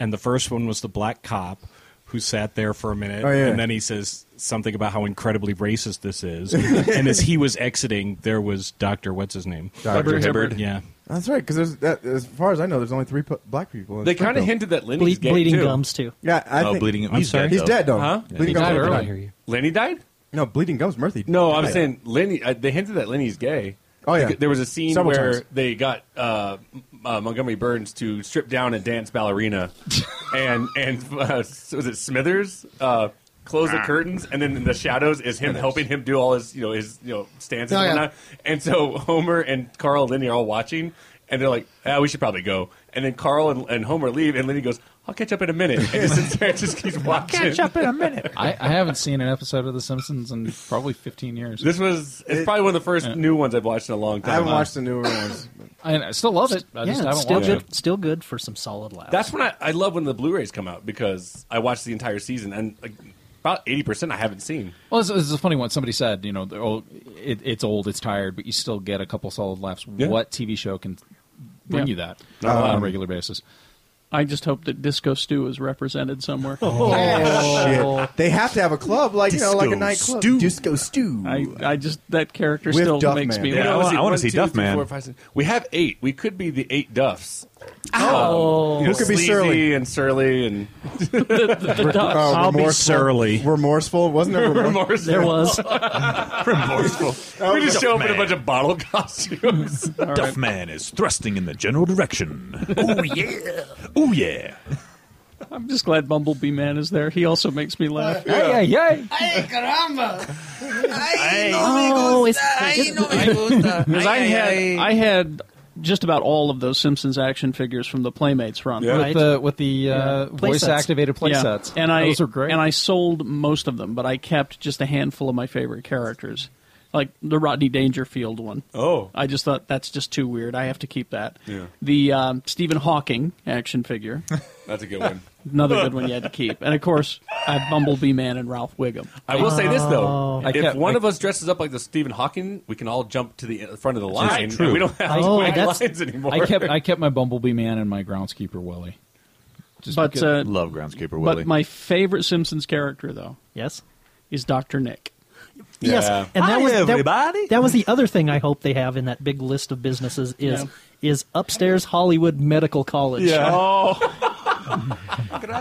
Speaker 15: and the first one was the black cop who sat there for a minute,
Speaker 4: Oh, yeah.
Speaker 15: and then he says something about how incredibly racist this is, *laughs* and as he was exiting, there was Doctor what's his name,
Speaker 4: Dr. Hibbert. Hibbard.
Speaker 15: yeah.
Speaker 4: That's right, because that, as far as I know, there's only three p- black people. In
Speaker 9: They kinda
Speaker 4: Springfield.
Speaker 9: hinted that Lenny's Ble- gay, Bleeding too. Gums, too.
Speaker 4: Yeah, I
Speaker 9: Oh,
Speaker 4: think,
Speaker 9: Bleeding- I'm he's sorry? dead,
Speaker 4: He's
Speaker 9: though.
Speaker 4: dead, though.
Speaker 9: Huh?
Speaker 4: Bleeding
Speaker 9: He
Speaker 4: Gums.
Speaker 9: died
Speaker 4: Murphy
Speaker 9: early.
Speaker 4: died.
Speaker 9: I hear you. Lenny died?
Speaker 4: No, Bleeding Gums. Murphy.
Speaker 9: No, I'm
Speaker 4: died.
Speaker 9: saying Lenny. Uh, they hinted that Lenny's gay.
Speaker 4: Oh, yeah.
Speaker 9: there was a scene
Speaker 4: Several
Speaker 9: where
Speaker 4: times.
Speaker 9: they got uh, M- uh, Montgomery Burns to strip down and dance *laughs* ballerina, and and uh, was it Smithers? Uh, Close the
Speaker 12: Ah.
Speaker 9: curtains, and then in the shadows is him helping him do all his, you know, his, you know, stances
Speaker 12: Oh,
Speaker 9: and
Speaker 12: yeah.
Speaker 9: whatnot. And so *laughs* Homer and Carl and Lenny are all watching, and they're like, "Ah, we should probably go." And then Carl and, and Homer leave, and Lenny goes, "I'll catch up in a minute." And he sits there and just keeps watching.
Speaker 7: I, I haven't seen an episode of The Simpsons in probably 15 years.
Speaker 9: This was it's probably one of the first
Speaker 7: Yeah.
Speaker 9: new ones I've watched in a long time.
Speaker 4: I haven't watched the newer ones.
Speaker 7: I, I still love it.
Speaker 3: yeah,
Speaker 7: I just
Speaker 3: it's
Speaker 7: haven't
Speaker 3: still
Speaker 7: watched
Speaker 3: good.
Speaker 7: it.
Speaker 3: Still good for some solid laughs.
Speaker 9: That's when I, I love when the Blu-rays come out because I watch the entire season and like About 80% I haven't seen.
Speaker 7: Well, this, this is a funny one. Somebody said, you know, they're old, it, it's old, it's tired, but you still get a couple solid laughs.
Speaker 2: Yeah.
Speaker 7: What TV show can bring
Speaker 2: Yeah.
Speaker 7: you that
Speaker 2: Um,
Speaker 7: on a regular basis?
Speaker 2: I just hope that Disco Stew is represented somewhere.
Speaker 4: Oh, shit. They have to have a club, like you know, like a
Speaker 2: Disco
Speaker 4: nightclub.
Speaker 2: Stew.
Speaker 4: Disco stew.
Speaker 2: I, I just that character
Speaker 4: With
Speaker 2: still
Speaker 4: Duff
Speaker 2: makes
Speaker 4: Man.
Speaker 2: me.
Speaker 4: Yeah,
Speaker 2: laugh.
Speaker 4: I wanna- I wanna
Speaker 9: One,
Speaker 4: see
Speaker 9: two,
Speaker 4: Duff
Speaker 9: three,
Speaker 4: Man.
Speaker 9: four, five, six. We have eight. We could be the eight Duffs. Um,
Speaker 2: Oh.
Speaker 9: you know,
Speaker 4: Who could be
Speaker 9: sleazy
Speaker 4: surly?
Speaker 9: and surly and *laughs*
Speaker 4: Re- uh, remorseful- Remorseful, wasn't there? remor-
Speaker 9: Remorseful.
Speaker 4: There was.
Speaker 9: remorseful. we just show up in a bunch of bottle costumes. *laughs*
Speaker 11: Duff Man is thrusting in the general direction.
Speaker 2: Oh yeah.
Speaker 11: Oh yeah.
Speaker 2: I'm just glad Bumblebee Man is there. He also makes me laugh.
Speaker 7: Yeah. Ay, ay,
Speaker 17: Ay, caramba. Ay,
Speaker 2: Oh, it's
Speaker 17: Ay, no me
Speaker 2: *laughs*
Speaker 17: gusta.
Speaker 2: Because I
Speaker 17: Ay,
Speaker 2: had
Speaker 17: ay,
Speaker 2: I had just about all of those Simpsons action figures from the Playmates run.
Speaker 7: Yeah. With the- with the, uh, Yeah. Play voice sets. activated play
Speaker 2: Yeah.
Speaker 7: sets.
Speaker 2: and I
Speaker 7: Those were great.
Speaker 2: And I sold most of them, but I kept just a handful of my favorite characters, like the Rodney Dangerfield one.
Speaker 9: Oh,
Speaker 2: I just thought that's just too weird. I have to keep that.
Speaker 9: Yeah.
Speaker 2: The um, Stephen Hawking action figure.
Speaker 9: *laughs* That's a good one.
Speaker 2: Another good one you had to keep, and of course, I have Bumblebee Man and Ralph Wiggum.
Speaker 9: I will say this though:
Speaker 2: I
Speaker 9: if
Speaker 2: kept-
Speaker 9: one
Speaker 2: I-
Speaker 9: of us dresses up like the Stephen Hawking, we can all jump to the front of the
Speaker 7: That's
Speaker 9: line.
Speaker 7: true.
Speaker 9: We don't have to *laughs*
Speaker 7: Oh,
Speaker 9: wait
Speaker 7: that's-
Speaker 9: lines anymore.
Speaker 7: I kept I kept my Bumblebee man and my groundskeeper Willie. Just
Speaker 2: But,
Speaker 7: because-
Speaker 2: uh, Love
Speaker 11: groundskeeper
Speaker 2: But my favorite Simpsons character, though, yes, is Doctor Nick.
Speaker 3: Yes, and that
Speaker 2: Hi,
Speaker 3: was that-
Speaker 2: everybody.
Speaker 3: That, was the other thing I hope they have in that big list of businesses is
Speaker 2: Yeah. Oh,
Speaker 3: is upstairs Hollywood Medical College.
Speaker 9: Oh.
Speaker 17: *laughs*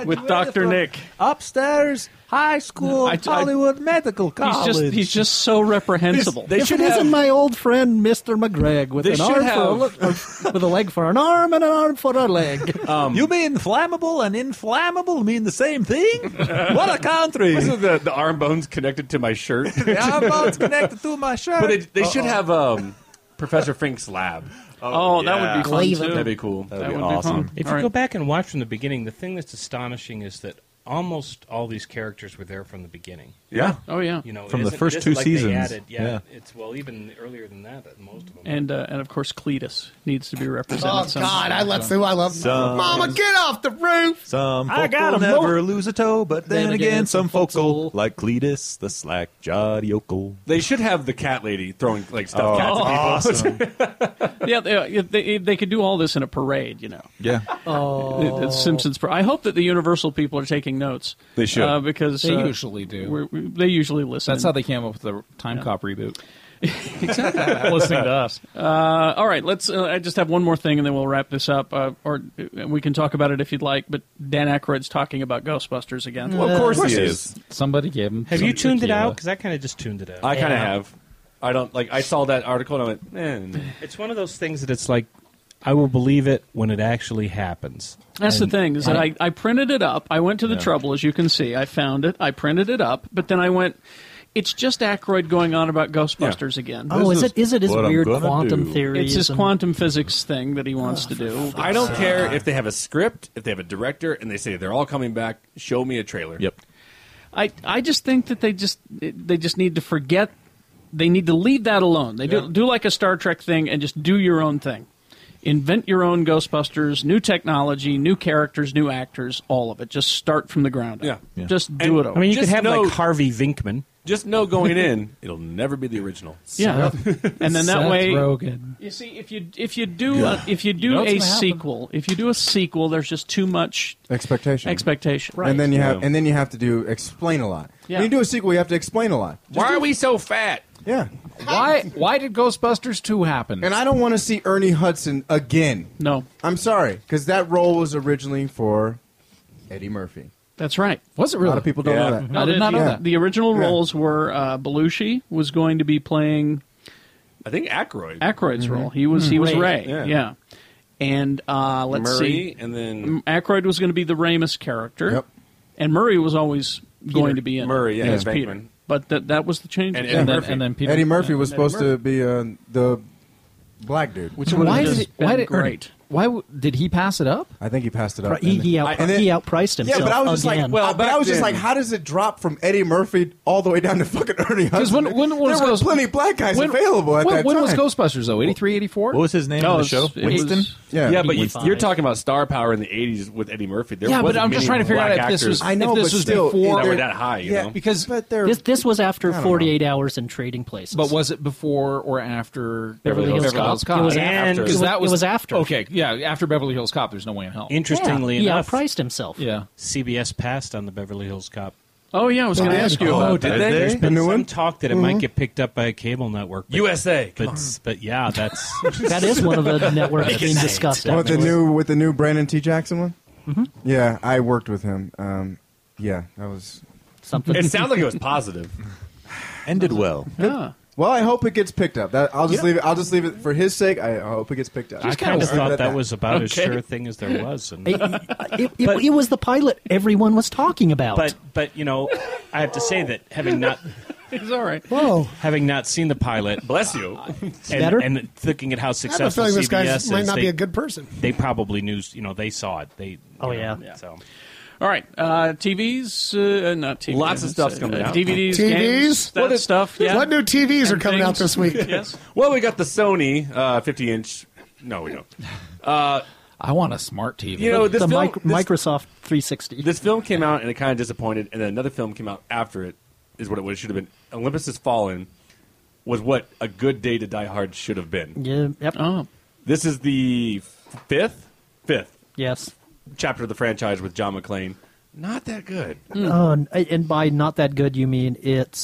Speaker 2: with Doctor Nick.
Speaker 17: Upstairs, high school,
Speaker 2: I- I-
Speaker 17: Hollywood Medical
Speaker 2: He's
Speaker 17: College.
Speaker 2: just he's just so reprehensible.
Speaker 3: if it not my old friend Mr. McGregor with
Speaker 17: They
Speaker 3: an
Speaker 17: should
Speaker 3: arm for a, or with a leg for an arm and an arm for a leg.
Speaker 11: you mean flammable and inflammable mean the same thing? what a country!
Speaker 9: Isn't the, the arm bones connected to my shirt? *laughs*
Speaker 11: How about it's connected to my shirt?
Speaker 9: But they, they should have um, Professor Frank's lab.
Speaker 2: Oh, that would be fun, Cleveland. too.
Speaker 9: That'd be cool. That'd
Speaker 2: That
Speaker 9: be
Speaker 2: would be
Speaker 9: awesome.
Speaker 2: fun.
Speaker 15: If
Speaker 2: All
Speaker 15: you
Speaker 2: right.
Speaker 15: go back and watch from the beginning, the thing that's astonishing is that almost all these characters were there from the beginning.
Speaker 11: Yeah.
Speaker 2: Oh, yeah.
Speaker 15: You know, it
Speaker 11: From the
Speaker 15: isn't- it
Speaker 11: first
Speaker 15: isn't
Speaker 11: two
Speaker 15: like
Speaker 11: seasons.
Speaker 15: They added, yeah,
Speaker 11: Yeah.
Speaker 15: It's well even earlier than that. uh, Most of them.
Speaker 2: and uh, and of course Cletus needs to be represented.
Speaker 5: Oh
Speaker 2: somehow.
Speaker 5: God, I let's who I love. Mama, get off the roof.
Speaker 11: Some folk
Speaker 5: I got
Speaker 11: will
Speaker 5: a mo-
Speaker 11: um, never lose a toe, but then, again, some folks will, like Cletus, the slack jawed yokel.
Speaker 9: They should have the cat lady throwing like stuff.
Speaker 11: Oh,
Speaker 9: cats at people.
Speaker 2: *laughs* yeah, they, they, they could do all this in a parade, you know.
Speaker 11: *laughs* Yeah.
Speaker 2: Oh. The, the Simpsons. par- I hope that the Universal people are taking notes.
Speaker 7: They should.
Speaker 2: uh, because
Speaker 7: They
Speaker 2: uh,
Speaker 7: usually do.
Speaker 2: we're- we- they usually listen.
Speaker 7: That's how they came up with the Time
Speaker 2: Yeah. *laughs*
Speaker 7: Cop reboot.
Speaker 2: listening to us. Uh, all right, let's. Uh, I just have one more thing, and then we'll wrap this up, uh, or uh, we can talk about it if you'd like. But Dan Aykroyd's talking about Ghostbusters again.
Speaker 15: Well, of course Of course he he is.
Speaker 7: Somebody gave him.
Speaker 15: Have
Speaker 7: some
Speaker 15: you tuned it
Speaker 7: tequila.
Speaker 15: out? Because I kind of just tuned it out.
Speaker 9: I kind of have. I don't like. I saw that article and I went, eh, no.
Speaker 15: It's one of those things that it's like, I will believe it when it actually happens.
Speaker 2: That's
Speaker 15: And-
Speaker 2: the thing is that I, I printed it up. I went to the
Speaker 15: Yeah.
Speaker 2: trouble, as you can see. I found it. I printed it up, but then I went. It's just Aykroyd going on about Ghostbusters again.
Speaker 3: Oh, This is is it- is it his what I'm weird gonna quantum do. theories
Speaker 2: It's his
Speaker 3: and-
Speaker 2: quantum physics thing that he wants to do.
Speaker 9: Oh, I don't care if they have a script, if they have a director, and they say they're all coming back. Show me a trailer. Yep.
Speaker 2: I I just think that they just they just need to forget. They need to leave that alone. They do do like a Star Trek thing and just do your own thing. Invent your own Ghostbusters, new technology, new characters, new actors, all of it. Just start from the ground up.
Speaker 9: Yeah. Yeah.
Speaker 2: Just do
Speaker 9: And-
Speaker 2: it. All.
Speaker 15: I mean, you could
Speaker 9: Just
Speaker 15: have
Speaker 9: know-
Speaker 15: like Harvey Vinkman.
Speaker 9: Just know going in, it'll never be the original.
Speaker 2: Yeah,
Speaker 4: *laughs*
Speaker 2: and then that
Speaker 15: Seth
Speaker 2: way,
Speaker 15: Rogen.
Speaker 2: you see, if you if you do
Speaker 4: Yeah.
Speaker 2: a, if you do
Speaker 4: You know what's
Speaker 2: a
Speaker 4: gonna happen.
Speaker 2: sequel, if you do a sequel, there's just too much
Speaker 4: Expectation.
Speaker 2: expectation,
Speaker 4: And then you have, and then you have to do explain a lot.
Speaker 2: Yeah.
Speaker 4: When you do a sequel, you have to explain a lot.
Speaker 9: Why are we so fat?
Speaker 4: Yeah.
Speaker 7: Why? Why did Ghostbusters two happen?
Speaker 4: And I don't want to see Ernie Hudson again.
Speaker 2: No,
Speaker 4: I'm sorry, because that role was originally for Eddie Murphy.
Speaker 2: That's right.
Speaker 7: Was it
Speaker 4: A lot of people don't know that.
Speaker 2: No, the- the, The original
Speaker 4: Yeah.
Speaker 2: roles were uh, Belushi was going to be playing
Speaker 9: I think Aykroyd.
Speaker 2: Aykroyd's
Speaker 4: Mm-hmm.
Speaker 11: Mm-hmm.
Speaker 2: role. He was he was Ray.
Speaker 9: Ray.
Speaker 2: Yeah.
Speaker 9: Yeah.
Speaker 2: And uh, let's
Speaker 9: Murray,
Speaker 2: see.
Speaker 9: and then-
Speaker 2: M- Aykroyd was going to be the Ramus character. Yep. And Murray was always going to be in it
Speaker 9: Murray, yeah,
Speaker 2: as
Speaker 9: Venkman.
Speaker 2: Peter. But that that was the change.
Speaker 9: And
Speaker 4: Eddie Murphy. Eddie Murphy was supposed to be uh, the black dude.
Speaker 2: Which would've Why just did it- been why did- great.
Speaker 7: Why w- did he pass it up?
Speaker 4: I think he passed it
Speaker 3: Pri- he- he out- he outpriced
Speaker 4: Yeah,
Speaker 3: himself
Speaker 4: but I was just
Speaker 3: again.
Speaker 4: like, well, but I was just like, how does it drop from Eddie Murphy all the way down to fucking Ernie?
Speaker 7: Because when, when,
Speaker 4: there
Speaker 7: was
Speaker 4: were
Speaker 7: Ghost-
Speaker 4: plenty black guys
Speaker 7: when-
Speaker 4: available at
Speaker 7: when,
Speaker 4: that
Speaker 7: when
Speaker 4: time.
Speaker 7: was Ghostbusters though?
Speaker 9: *laughs*
Speaker 7: 83, 84?
Speaker 4: What was his name
Speaker 7: No,
Speaker 4: on the
Speaker 7: it was-
Speaker 4: show?
Speaker 7: it
Speaker 4: Winston?
Speaker 7: was-
Speaker 9: Yeah,
Speaker 4: Yeah,
Speaker 9: but you,
Speaker 7: 85.
Speaker 9: you're talking about star power in the '80s with Eddie Murphy. There
Speaker 7: Yeah, but
Speaker 9: wasn't
Speaker 7: I'm
Speaker 9: many
Speaker 7: just trying to figure out
Speaker 9: black
Speaker 7: if this
Speaker 9: actors
Speaker 7: was- I know, if this but was still,
Speaker 9: before that
Speaker 7: it-
Speaker 9: were that high. You
Speaker 7: yeah,
Speaker 9: know?
Speaker 7: because
Speaker 3: this, this was after
Speaker 7: I don't know.
Speaker 3: 48 hours in Trading Places.
Speaker 7: But was it before or after
Speaker 3: Beverly Hills Cop. It was And- after.
Speaker 7: Because
Speaker 3: it
Speaker 7: that
Speaker 3: was-
Speaker 7: was,
Speaker 3: it was after.
Speaker 7: Okay, yeah, after Beverly Hills Cop, there's no way in hell.
Speaker 12: Interestingly
Speaker 3: yeah,
Speaker 12: enough,
Speaker 3: he outpriced himself.
Speaker 7: Yeah.
Speaker 12: CBS passed on the Beverly Hills Cop.
Speaker 7: Oh yeah, I
Speaker 3: was gonna ask you
Speaker 12: Oh,
Speaker 3: about
Speaker 12: did
Speaker 3: that.
Speaker 12: they?
Speaker 3: Did they?
Speaker 12: There's been
Speaker 3: The new
Speaker 12: some
Speaker 3: one?
Speaker 12: talk that it
Speaker 3: Mhm.
Speaker 12: might get picked up by a cable network. But,
Speaker 14: USA,
Speaker 12: but, but yeah, that's
Speaker 4: *laughs*
Speaker 3: That is one of the networks that's being discussed.
Speaker 4: With the
Speaker 3: afterwards.
Speaker 4: new with the new Brandon T. Jackson one. Yeah, I worked with him. Um, yeah, that was
Speaker 3: something.
Speaker 9: It sounded like it was positive.
Speaker 7: *laughs*
Speaker 4: Ended well. Well, I hope it gets picked up. That, I'll just leave it. I'll just leave it for his sake. I, I hope it gets picked up.
Speaker 12: I kind of thought that was about as sure thing as there was. And,
Speaker 3: It, it, it was the pilot everyone was talking about.
Speaker 12: but but you know, I have to say that having not
Speaker 8: He's all right.
Speaker 3: Whoa.
Speaker 12: having not seen the pilot, *laughs* bless you, and,
Speaker 5: better?
Speaker 12: and looking at
Speaker 5: I
Speaker 12: how
Speaker 5: have a
Speaker 12: successful
Speaker 5: feeling this guy
Speaker 12: CBS
Speaker 5: might
Speaker 12: is,
Speaker 5: not
Speaker 12: they,
Speaker 5: be a good person.
Speaker 12: they probably knew. You know, they saw it. They oh yeah, so.
Speaker 8: All right, uh, TVs, uh, not TVs.
Speaker 12: Lots of stuff's
Speaker 8: uh,
Speaker 12: coming
Speaker 8: uh,
Speaker 12: out.
Speaker 8: DVDs, games, that
Speaker 9: What is-
Speaker 8: stuff. Yeah.
Speaker 5: What new TVs are
Speaker 8: And
Speaker 5: coming out
Speaker 8: things.
Speaker 5: this week?
Speaker 8: yes.
Speaker 9: Well, we got the Sony uh, 50 inch. No, we don't. Uh,
Speaker 7: I want a smart TV.
Speaker 9: You know,
Speaker 3: the
Speaker 9: this film,
Speaker 3: mic-
Speaker 9: this-
Speaker 3: Microsoft 360.
Speaker 9: This film came out and it kind of disappointed, and then another film came out after it is what it, what it should have been. Olympus Has Fallen was what a good day to Die Hard should have been.
Speaker 3: Yeah, yep.
Speaker 7: Oh.
Speaker 9: This is the fifth, fifth
Speaker 3: Yes.
Speaker 9: chapter of the franchise with John McClane. Not that good.
Speaker 3: Oh, and- and by not that good, you mean it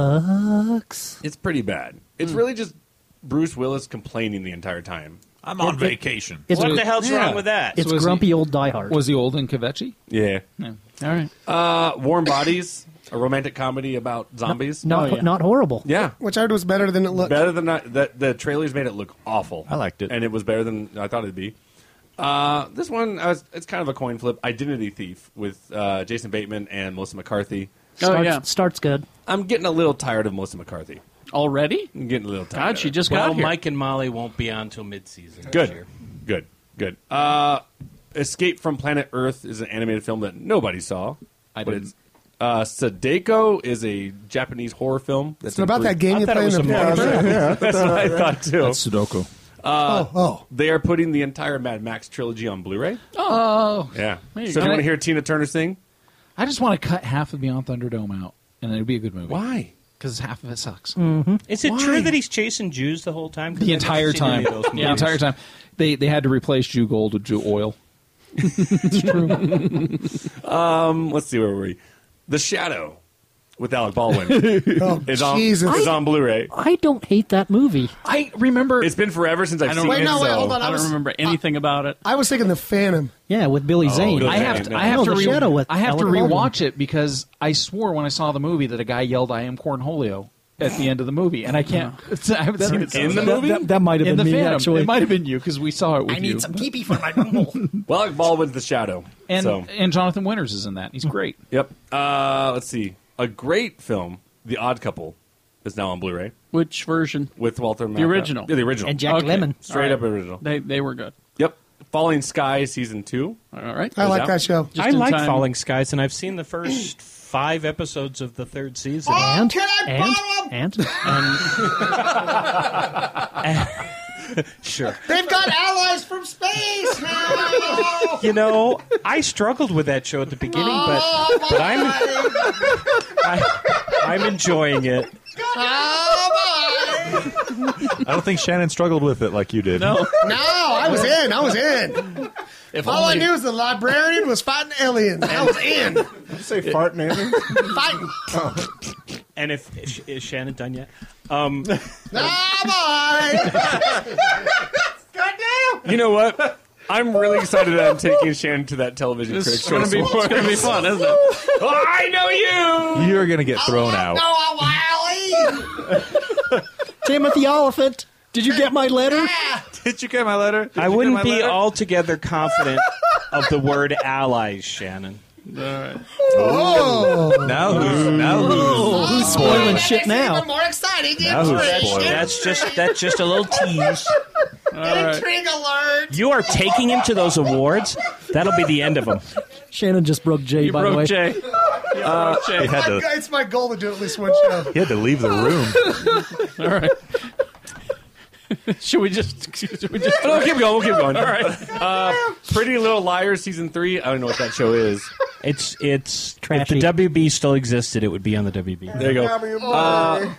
Speaker 3: sucks.
Speaker 9: It's pretty bad. It's really just Bruce Willis complaining the entire time.
Speaker 1: I'm
Speaker 3: on It- it-
Speaker 1: vacation.
Speaker 3: it's-
Speaker 9: what the hell's
Speaker 3: yeah.
Speaker 9: wrong with that?
Speaker 3: It's grumpy old diehard.
Speaker 7: Was he old in Kvetchy?
Speaker 9: Yeah.
Speaker 7: All right.
Speaker 9: Uh, Warm Bodies, a romantic comedy about
Speaker 5: Oh,
Speaker 9: zombies.
Speaker 3: Not not horrible.
Speaker 9: Yeah.
Speaker 5: Which I heard was better than it looked.
Speaker 9: better than I, the the trailers made it look awful. I liked it, and it was better than I thought it'd be. Uh, this one, I was, it's kind of a coin flip. Identity Thief with uh, Jason Bateman and Melissa McCarthy.
Speaker 1: Oh,
Speaker 3: Starts, starts good.
Speaker 9: I'm getting a little tired of Melissa McCarthy.
Speaker 8: Already?
Speaker 9: I'm getting a little tired.
Speaker 8: God,
Speaker 9: of
Speaker 8: she
Speaker 9: her.
Speaker 8: just
Speaker 12: well,
Speaker 8: got here.
Speaker 12: Mike and Molly won't be on till mid-season.
Speaker 9: Good. Good. Good. Uh, Escape from Planet Earth is an animated film that nobody saw. I
Speaker 7: didn't.
Speaker 9: Uh, Sadeko is a Japanese horror film.
Speaker 5: It's about that game
Speaker 9: I
Speaker 5: you
Speaker 9: thought it
Speaker 5: play in
Speaker 9: was
Speaker 5: the
Speaker 9: a Marvel.
Speaker 5: Yeah, I thought
Speaker 9: *laughs* That's what I
Speaker 5: that-
Speaker 9: thought too.
Speaker 7: That's Sudoku.
Speaker 9: Uh,
Speaker 5: Oh, oh.
Speaker 9: They are putting the entire Mad Max trilogy on Blu-ray.
Speaker 7: Oh.
Speaker 9: Yeah. So
Speaker 7: There you
Speaker 9: if
Speaker 7: go.
Speaker 9: you want to hear Tina Turner sing?
Speaker 7: I just want to cut half of Beyond Thunderdome out, and it'd be a good movie.
Speaker 9: Why?
Speaker 7: Because half of it sucks.
Speaker 3: Mm-hmm.
Speaker 12: Is it true that he's chasing Jews the whole time? 'Cause
Speaker 7: The
Speaker 12: I've never
Speaker 7: entire
Speaker 12: seen any
Speaker 7: time.
Speaker 12: of those
Speaker 7: The entire
Speaker 12: movies.
Speaker 7: time. They they had to replace Jew Gold with Jew Oil.
Speaker 9: Um, let's see where were we. The Shadow with Alec
Speaker 8: *laughs*
Speaker 9: Baldwin
Speaker 3: Oh,
Speaker 9: is on
Speaker 3: Jesus.
Speaker 9: is on Blu-ray.
Speaker 3: I don't hate that movie.
Speaker 7: I remember.
Speaker 9: It's been forever since I've
Speaker 8: I
Speaker 9: seen
Speaker 8: don't,
Speaker 9: it.
Speaker 8: remember-
Speaker 9: so-
Speaker 8: I don't remember anything about it.
Speaker 5: I was thinking the Phantom.
Speaker 3: Yeah, with Billy
Speaker 4: Oh,
Speaker 3: Zane.
Speaker 9: Billy
Speaker 7: I have
Speaker 9: Zane,
Speaker 7: to,
Speaker 9: no.
Speaker 7: I have
Speaker 3: No,
Speaker 7: to
Speaker 3: The
Speaker 7: re-
Speaker 3: Shadow with
Speaker 7: I have to
Speaker 3: Alec
Speaker 7: rewatch
Speaker 3: Baldwin.
Speaker 7: it because I swore when I saw the movie that a guy yelled "I am Cornholio" at the end of the movie, and I can't. It's, *laughs* I haven't seen it
Speaker 9: In
Speaker 7: since.
Speaker 9: the movie?
Speaker 3: Uh-huh. That, that might have
Speaker 7: In
Speaker 3: been
Speaker 7: the
Speaker 3: me,
Speaker 7: Phantom.
Speaker 3: actually.
Speaker 7: It might have been you because we saw it with you.
Speaker 3: pee for my mumble.
Speaker 9: Well, Alec Baldwin's The Shadow.
Speaker 7: and
Speaker 9: so. Hmm.
Speaker 7: and Jonathan Winters is in that. He's great.
Speaker 9: Yep. Uh, let's see. A great film, The Odd Couple, is now on Blu-ray
Speaker 8: Which version?
Speaker 9: with Walter.
Speaker 8: The
Speaker 9: Matthau.
Speaker 8: original.
Speaker 9: Yeah, the original.
Speaker 3: And Jack
Speaker 8: Okay.
Speaker 3: Lemmon.
Speaker 9: Straight
Speaker 8: All
Speaker 9: up original.
Speaker 8: They they were good.
Speaker 9: Yep. Falling Sky season two.
Speaker 8: All right.
Speaker 5: I
Speaker 9: Is
Speaker 5: like
Speaker 9: out?
Speaker 5: that show.
Speaker 8: Just
Speaker 12: I
Speaker 8: in
Speaker 12: like
Speaker 8: time.
Speaker 12: Falling Skies, and I've seen
Speaker 5: *clears throat*
Speaker 12: the first five episodes of the third season.
Speaker 5: Oh,
Speaker 3: And, and, and,
Speaker 12: Um,
Speaker 5: *laughs*
Speaker 12: *laughs* Sure.
Speaker 17: They've got allies from space now.
Speaker 12: You know, I struggled with that show at the beginning,
Speaker 5: Oh,
Speaker 12: but but I'm I, I'm enjoying it.
Speaker 17: Oh
Speaker 11: I don't think Shannon struggled with it like you did. *laughs*
Speaker 8: No.
Speaker 5: No, I was in. I was in.
Speaker 8: If
Speaker 5: All I
Speaker 8: only-
Speaker 5: knew was the librarian was fighting aliens. I was
Speaker 8: *laughs*
Speaker 5: in.
Speaker 4: Did you say fart and
Speaker 12: *laughs*
Speaker 4: aliens?
Speaker 5: Fighting.
Speaker 8: Oh.
Speaker 12: And if is, is Shannon done yet?
Speaker 5: *laughs*
Speaker 12: Um,
Speaker 9: You know what? I'm really excited that I'm taking Shannon to that television
Speaker 8: This is
Speaker 9: critics
Speaker 8: gonna
Speaker 9: choice
Speaker 8: be it's
Speaker 9: award.
Speaker 8: gonna be fun, isn't
Speaker 5: *laughs*
Speaker 8: it?
Speaker 9: Oh, I know *laughs* you.
Speaker 11: *laughs* You're gonna get thrown out.
Speaker 3: Timothy Oliphant, did you get my letter?
Speaker 11: *laughs* Did you get my letter? Did
Speaker 12: I
Speaker 11: you get
Speaker 12: wouldn't
Speaker 11: my
Speaker 12: be
Speaker 11: letter?
Speaker 12: altogether
Speaker 11: *laughs*
Speaker 12: confident of the word allies, Shannon.
Speaker 5: Oh.
Speaker 11: Now who's now who's
Speaker 3: Who's spoiling shit now?
Speaker 5: more exciting.
Speaker 11: Now who's spoiled?
Speaker 12: That's just that's just a little tease.
Speaker 17: Intrigue alert.
Speaker 18: You are taking him to those awards. That'll be the end of him.
Speaker 3: Shannon just broke Jay.
Speaker 18: You
Speaker 3: by the
Speaker 18: broke
Speaker 3: way,
Speaker 18: Jay.
Speaker 3: Uh,
Speaker 5: It's
Speaker 3: he had
Speaker 5: my-
Speaker 3: to-
Speaker 5: it's my goal to do at least one show.
Speaker 11: He had to leave the
Speaker 7: *laughs*
Speaker 11: room.
Speaker 8: *laughs* All right. *laughs* should we just? Should we just?
Speaker 9: No, keep going. We'll keep
Speaker 8: *laughs*
Speaker 9: going.
Speaker 8: All right.
Speaker 9: Uh, Pretty Little Liars season three. I don't know what that show is.
Speaker 18: It's it's
Speaker 9: Trashy.
Speaker 18: If
Speaker 15: the WB still existed, it would be on the WB.
Speaker 9: There you go. Uh,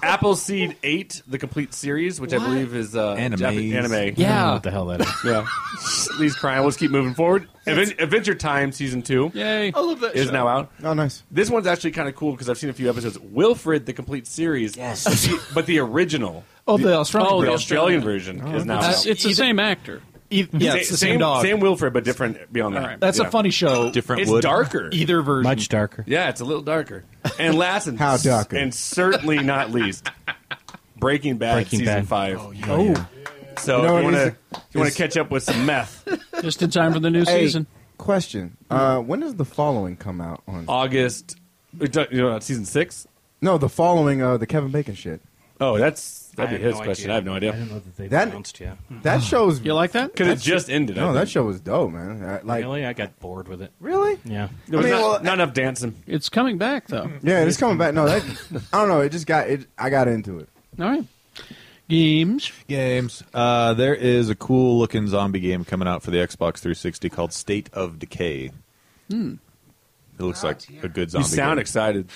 Speaker 9: *laughs* Appleseed Eight, the complete series, which I believe is uh,
Speaker 15: Animes.
Speaker 9: Japanese anime.
Speaker 15: Yeah. I don't know what the hell that is.
Speaker 9: yeah. *laughs* Please crying. Let's keep moving forward. Aven- Adventure Time season two.
Speaker 8: Yay!
Speaker 4: I love that
Speaker 9: Is
Speaker 4: show.
Speaker 9: now out.
Speaker 4: Oh, nice.
Speaker 9: This one's actually kind of cool because I've seen a few episodes. Wilfred, the complete series. Yes. But the, but the original.
Speaker 7: Oh, the Australian
Speaker 9: Oh, the
Speaker 7: version.
Speaker 9: Australian version Oh,
Speaker 7: Oh,
Speaker 9: Uh, is now
Speaker 7: It's-
Speaker 9: out.
Speaker 8: It's the same actor.
Speaker 7: yeah, it's the same dog.
Speaker 9: Same Wilfred, but different beyond that.
Speaker 7: All right. That's a funny show.
Speaker 9: Different. It's darker.
Speaker 7: Either version.
Speaker 15: Much darker.
Speaker 9: Yeah, it's a little darker.
Speaker 4: *laughs*
Speaker 9: And last and how darker, and certainly not least, Breaking Bad
Speaker 15: Breaking
Speaker 9: season
Speaker 15: Bad.
Speaker 9: five.
Speaker 15: Oh. yeah.
Speaker 9: So
Speaker 4: You know what
Speaker 9: if you want
Speaker 4: is
Speaker 9: to
Speaker 4: it-
Speaker 9: you want
Speaker 4: is-
Speaker 9: to catch up with some meth.
Speaker 2: Just in time for the new
Speaker 4: Hey,
Speaker 2: season.
Speaker 4: Question: uh, When does the following come out on?
Speaker 9: August, you know, about season six.
Speaker 4: No, the following uh, the Kevin Bacon shit.
Speaker 9: Oh, that's
Speaker 4: I
Speaker 9: that'd be
Speaker 4: have
Speaker 9: his
Speaker 4: no
Speaker 9: question.
Speaker 4: idea.
Speaker 9: I have no idea.
Speaker 4: I didn't
Speaker 15: know that they
Speaker 4: That-
Speaker 15: announced yet.
Speaker 4: That show's
Speaker 8: you like that?
Speaker 9: 'Cause it just ended, I
Speaker 4: No, that
Speaker 9: think.
Speaker 4: show was dope, man. Uh, Like,
Speaker 15: really? I got bored with it.
Speaker 4: Really?
Speaker 15: Yeah.
Speaker 4: I mean, well,
Speaker 9: not enough dancing.
Speaker 8: It's coming back though.
Speaker 4: yeah, it's coming back. No, that I don't know. It just got it. I got into it.
Speaker 8: All right. Games.
Speaker 11: Games. Uh, there is a cool looking zombie game coming out for the Xbox 360 called State of Decay.
Speaker 8: Hmm.
Speaker 11: It looks like a good zombie.
Speaker 9: sound
Speaker 11: game.
Speaker 9: excited.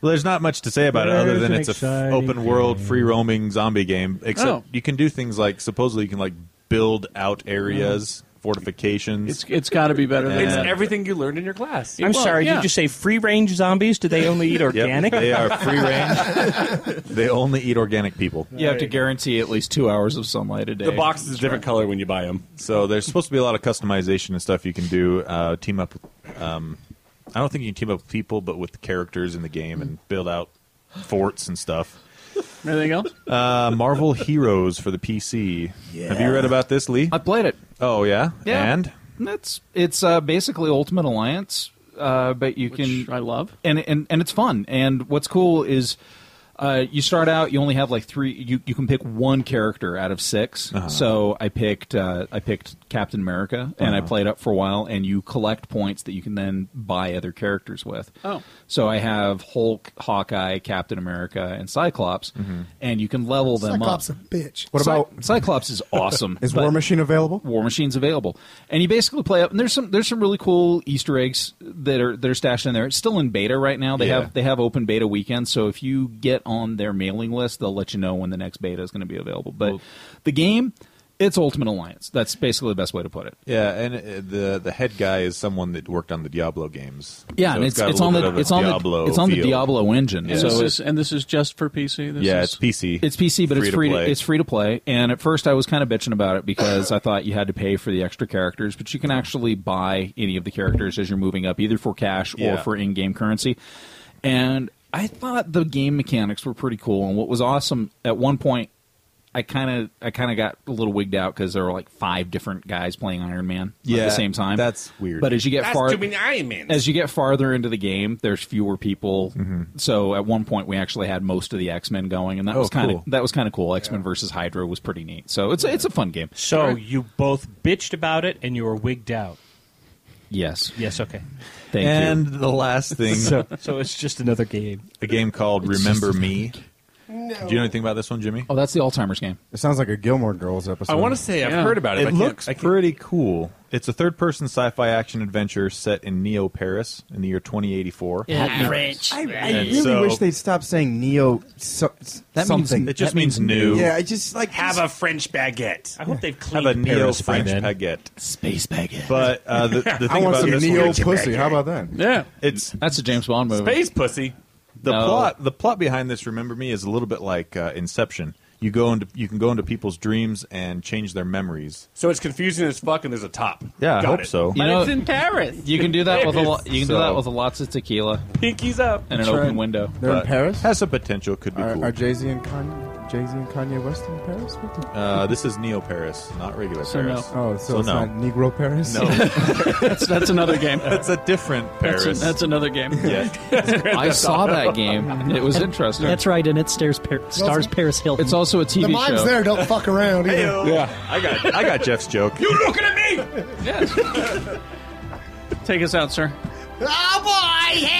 Speaker 11: Well, there's not much to say about it other
Speaker 9: There's
Speaker 11: than
Speaker 9: an
Speaker 11: it's a f-
Speaker 9: exciting
Speaker 11: open world, free roaming zombie game. Except
Speaker 8: Oh.
Speaker 11: you can do things like supposedly you can like build out areas, fortifications.
Speaker 8: It's it's got to be better than
Speaker 9: It's
Speaker 11: that.
Speaker 9: everything you learned in your class.
Speaker 18: I'm sorry. Did you
Speaker 9: *laughs*
Speaker 11: *laughs*
Speaker 18: say free range zombies? Do they only eat organic?
Speaker 11: they are free range. they only eat organic people.
Speaker 7: You have to guarantee at least two hours of sunlight a day.
Speaker 11: The box is a
Speaker 7: different
Speaker 9: color when you buy them.
Speaker 11: So there's supposed to be a lot of customization and stuff you can do. Uh, team up. with, Um, I don't think you can team up with people, but with characters in the game and build out forts and stuff.
Speaker 8: Anything else?
Speaker 11: Uh, Marvel Heroes for the PC. Have you read about this, Lee? I
Speaker 7: played it.
Speaker 11: Oh yeah,
Speaker 7: Yeah.
Speaker 11: and
Speaker 7: That's it's uh, basically Ultimate Alliance, uh, but you can I
Speaker 8: love
Speaker 7: and and and it's fun. And what's cool is. Uh, you start out. You only have like three. You, you can pick one character out of 6 So I picked uh, I picked Captain America, and I
Speaker 11: Uh-huh.
Speaker 7: played up for a while. And you collect points that you can then buy other characters with.
Speaker 8: Oh.
Speaker 7: so I have Hulk, Hawkeye, Captain America, and Cyclops,
Speaker 4: Mm-hmm.
Speaker 7: and you can level them
Speaker 5: Cyclops a
Speaker 7: up.
Speaker 5: bitch.
Speaker 7: Cy-
Speaker 4: *laughs*
Speaker 7: Cyclops? Is awesome.
Speaker 4: Is
Speaker 7: but-
Speaker 4: War Machine available?
Speaker 7: War Machine's available, and you basically play up. And there's some there's some really cool Easter eggs that are that are stashed in there. It's still in beta right now. They
Speaker 11: Yeah.
Speaker 7: have they have open beta weekends, so if you get on their mailing list, they'll let you know when the next beta is going to be available. But the game, it's Ultimate Alliance. That's basically the best way to put it.
Speaker 11: yeah, and uh, the the head guy is someone that worked on the Diablo games.
Speaker 7: Yeah,
Speaker 11: So
Speaker 7: and it's
Speaker 11: got a
Speaker 7: it's on
Speaker 11: little bit
Speaker 7: the
Speaker 11: of a
Speaker 7: it's on
Speaker 11: Diablo
Speaker 7: the it's on the
Speaker 11: feel.
Speaker 7: Diablo engine.
Speaker 11: Yeah.
Speaker 7: So
Speaker 11: This
Speaker 7: it's-
Speaker 11: is-
Speaker 8: And this is just for PC. This
Speaker 11: yeah,
Speaker 8: is,
Speaker 11: it's PC.
Speaker 7: It's PC, but it's free. To,
Speaker 11: play.
Speaker 7: it's free to play. And at first, I was kind of bitching about it because I thought you had to pay for the extra characters, but you can actually buy any of the characters as you're moving up, either for cash or
Speaker 11: Yeah.
Speaker 7: for in-game currency. And I thought the game mechanics were pretty cool. And what was awesome at one point, I kind of I kind of got a little wigged out because there were like five different guys playing Iron Man at
Speaker 11: Yeah,
Speaker 7: the same time.
Speaker 11: that's weird.
Speaker 7: But as you get
Speaker 11: That's
Speaker 7: far,
Speaker 11: too many Iron Mans.
Speaker 7: as you get farther into the game, there's fewer people. So at one point, we actually had most of the X Men going, and that
Speaker 11: Mm-hmm. Oh,
Speaker 7: was kind of
Speaker 11: cool.
Speaker 7: that was kind of cool. X Men versus Hydra was pretty neat. So it's it's a fun game.
Speaker 15: So you both bitched about it and you were wigged out.
Speaker 7: yes,
Speaker 15: Yes. Okay.
Speaker 7: Thank
Speaker 11: and the last
Speaker 15: *laughs*
Speaker 11: thing,
Speaker 15: So, so it's just another game.
Speaker 11: a game called
Speaker 7: It's
Speaker 11: Remember
Speaker 7: just-
Speaker 11: Me. Do you know anything about this one, Jimmy?
Speaker 7: Oh, that's the Alzheimer's game.
Speaker 4: It sounds like a Gilmore Girls episode.
Speaker 11: I
Speaker 9: wanna say I've Yeah. heard about it,
Speaker 11: It
Speaker 9: but I can't-
Speaker 11: looks pretty cool. It's a third-person sci-fi action adventure set in Neo Paris in the year 2084.
Speaker 4: I, I
Speaker 11: And
Speaker 4: really
Speaker 11: so-
Speaker 4: wish they'd stop saying Neo. So,
Speaker 11: That
Speaker 4: something.
Speaker 11: means- It just that means means new. new.
Speaker 4: Yeah, I just like
Speaker 9: have a French baguette.
Speaker 15: I hope they've
Speaker 11: Have
Speaker 15: cleaned
Speaker 11: a Neo
Speaker 15: Paris by then.
Speaker 11: French baguette.
Speaker 7: Space baguette.
Speaker 11: But uh, the, the
Speaker 4: *laughs* I
Speaker 11: thing
Speaker 4: want
Speaker 11: about
Speaker 4: some
Speaker 11: this
Speaker 4: Neo
Speaker 11: one-
Speaker 4: pussy. How about that?
Speaker 8: Yeah,
Speaker 11: it's
Speaker 7: that's a James Bond movie.
Speaker 9: Space pussy.
Speaker 11: The
Speaker 7: No.
Speaker 11: plot, the plot behind this, remember me, is a little bit like uh, Inception. You go into, you can go into people's dreams and change their memories.
Speaker 9: So it's confusing as fuck, and there's a top.
Speaker 11: Yeah, I
Speaker 9: Got
Speaker 11: hope
Speaker 9: it.
Speaker 11: so.
Speaker 7: You know-
Speaker 8: it's in Paris.
Speaker 7: You can do that with a lo-
Speaker 11: Yes.
Speaker 7: you can do that
Speaker 11: So-
Speaker 7: with lots of tequila
Speaker 9: Pinkies up.
Speaker 7: and an
Speaker 11: That's
Speaker 7: open
Speaker 11: right.
Speaker 7: window.
Speaker 11: But Has the potential. Could be
Speaker 4: Are,
Speaker 11: cool.
Speaker 4: are Jay Z and Kanye? Jay Z and Kanye West in Paris? What the-
Speaker 11: Uh, this is Neo Paris, not regular
Speaker 4: So
Speaker 11: Paris.
Speaker 4: no. Oh, so it's
Speaker 11: no.
Speaker 4: not Negro Paris? *laughs*
Speaker 11: No,
Speaker 2: that's, that's
Speaker 11: *laughs*
Speaker 2: another game.
Speaker 11: That's a different
Speaker 2: That's,
Speaker 11: Paris.
Speaker 2: that's another game.
Speaker 11: *laughs* Yeah.
Speaker 7: *laughs* *laughs* I saw that game. It was interesting.
Speaker 11: *laughs*
Speaker 3: That's right, and it stares par- stars Paris Hilton.
Speaker 7: It's also a
Speaker 5: the mime's there. Don't fuck around. either.
Speaker 11: I got I got Jeff's joke.
Speaker 5: You
Speaker 2: Take us out, sir.
Speaker 17: Oh boy, Oh,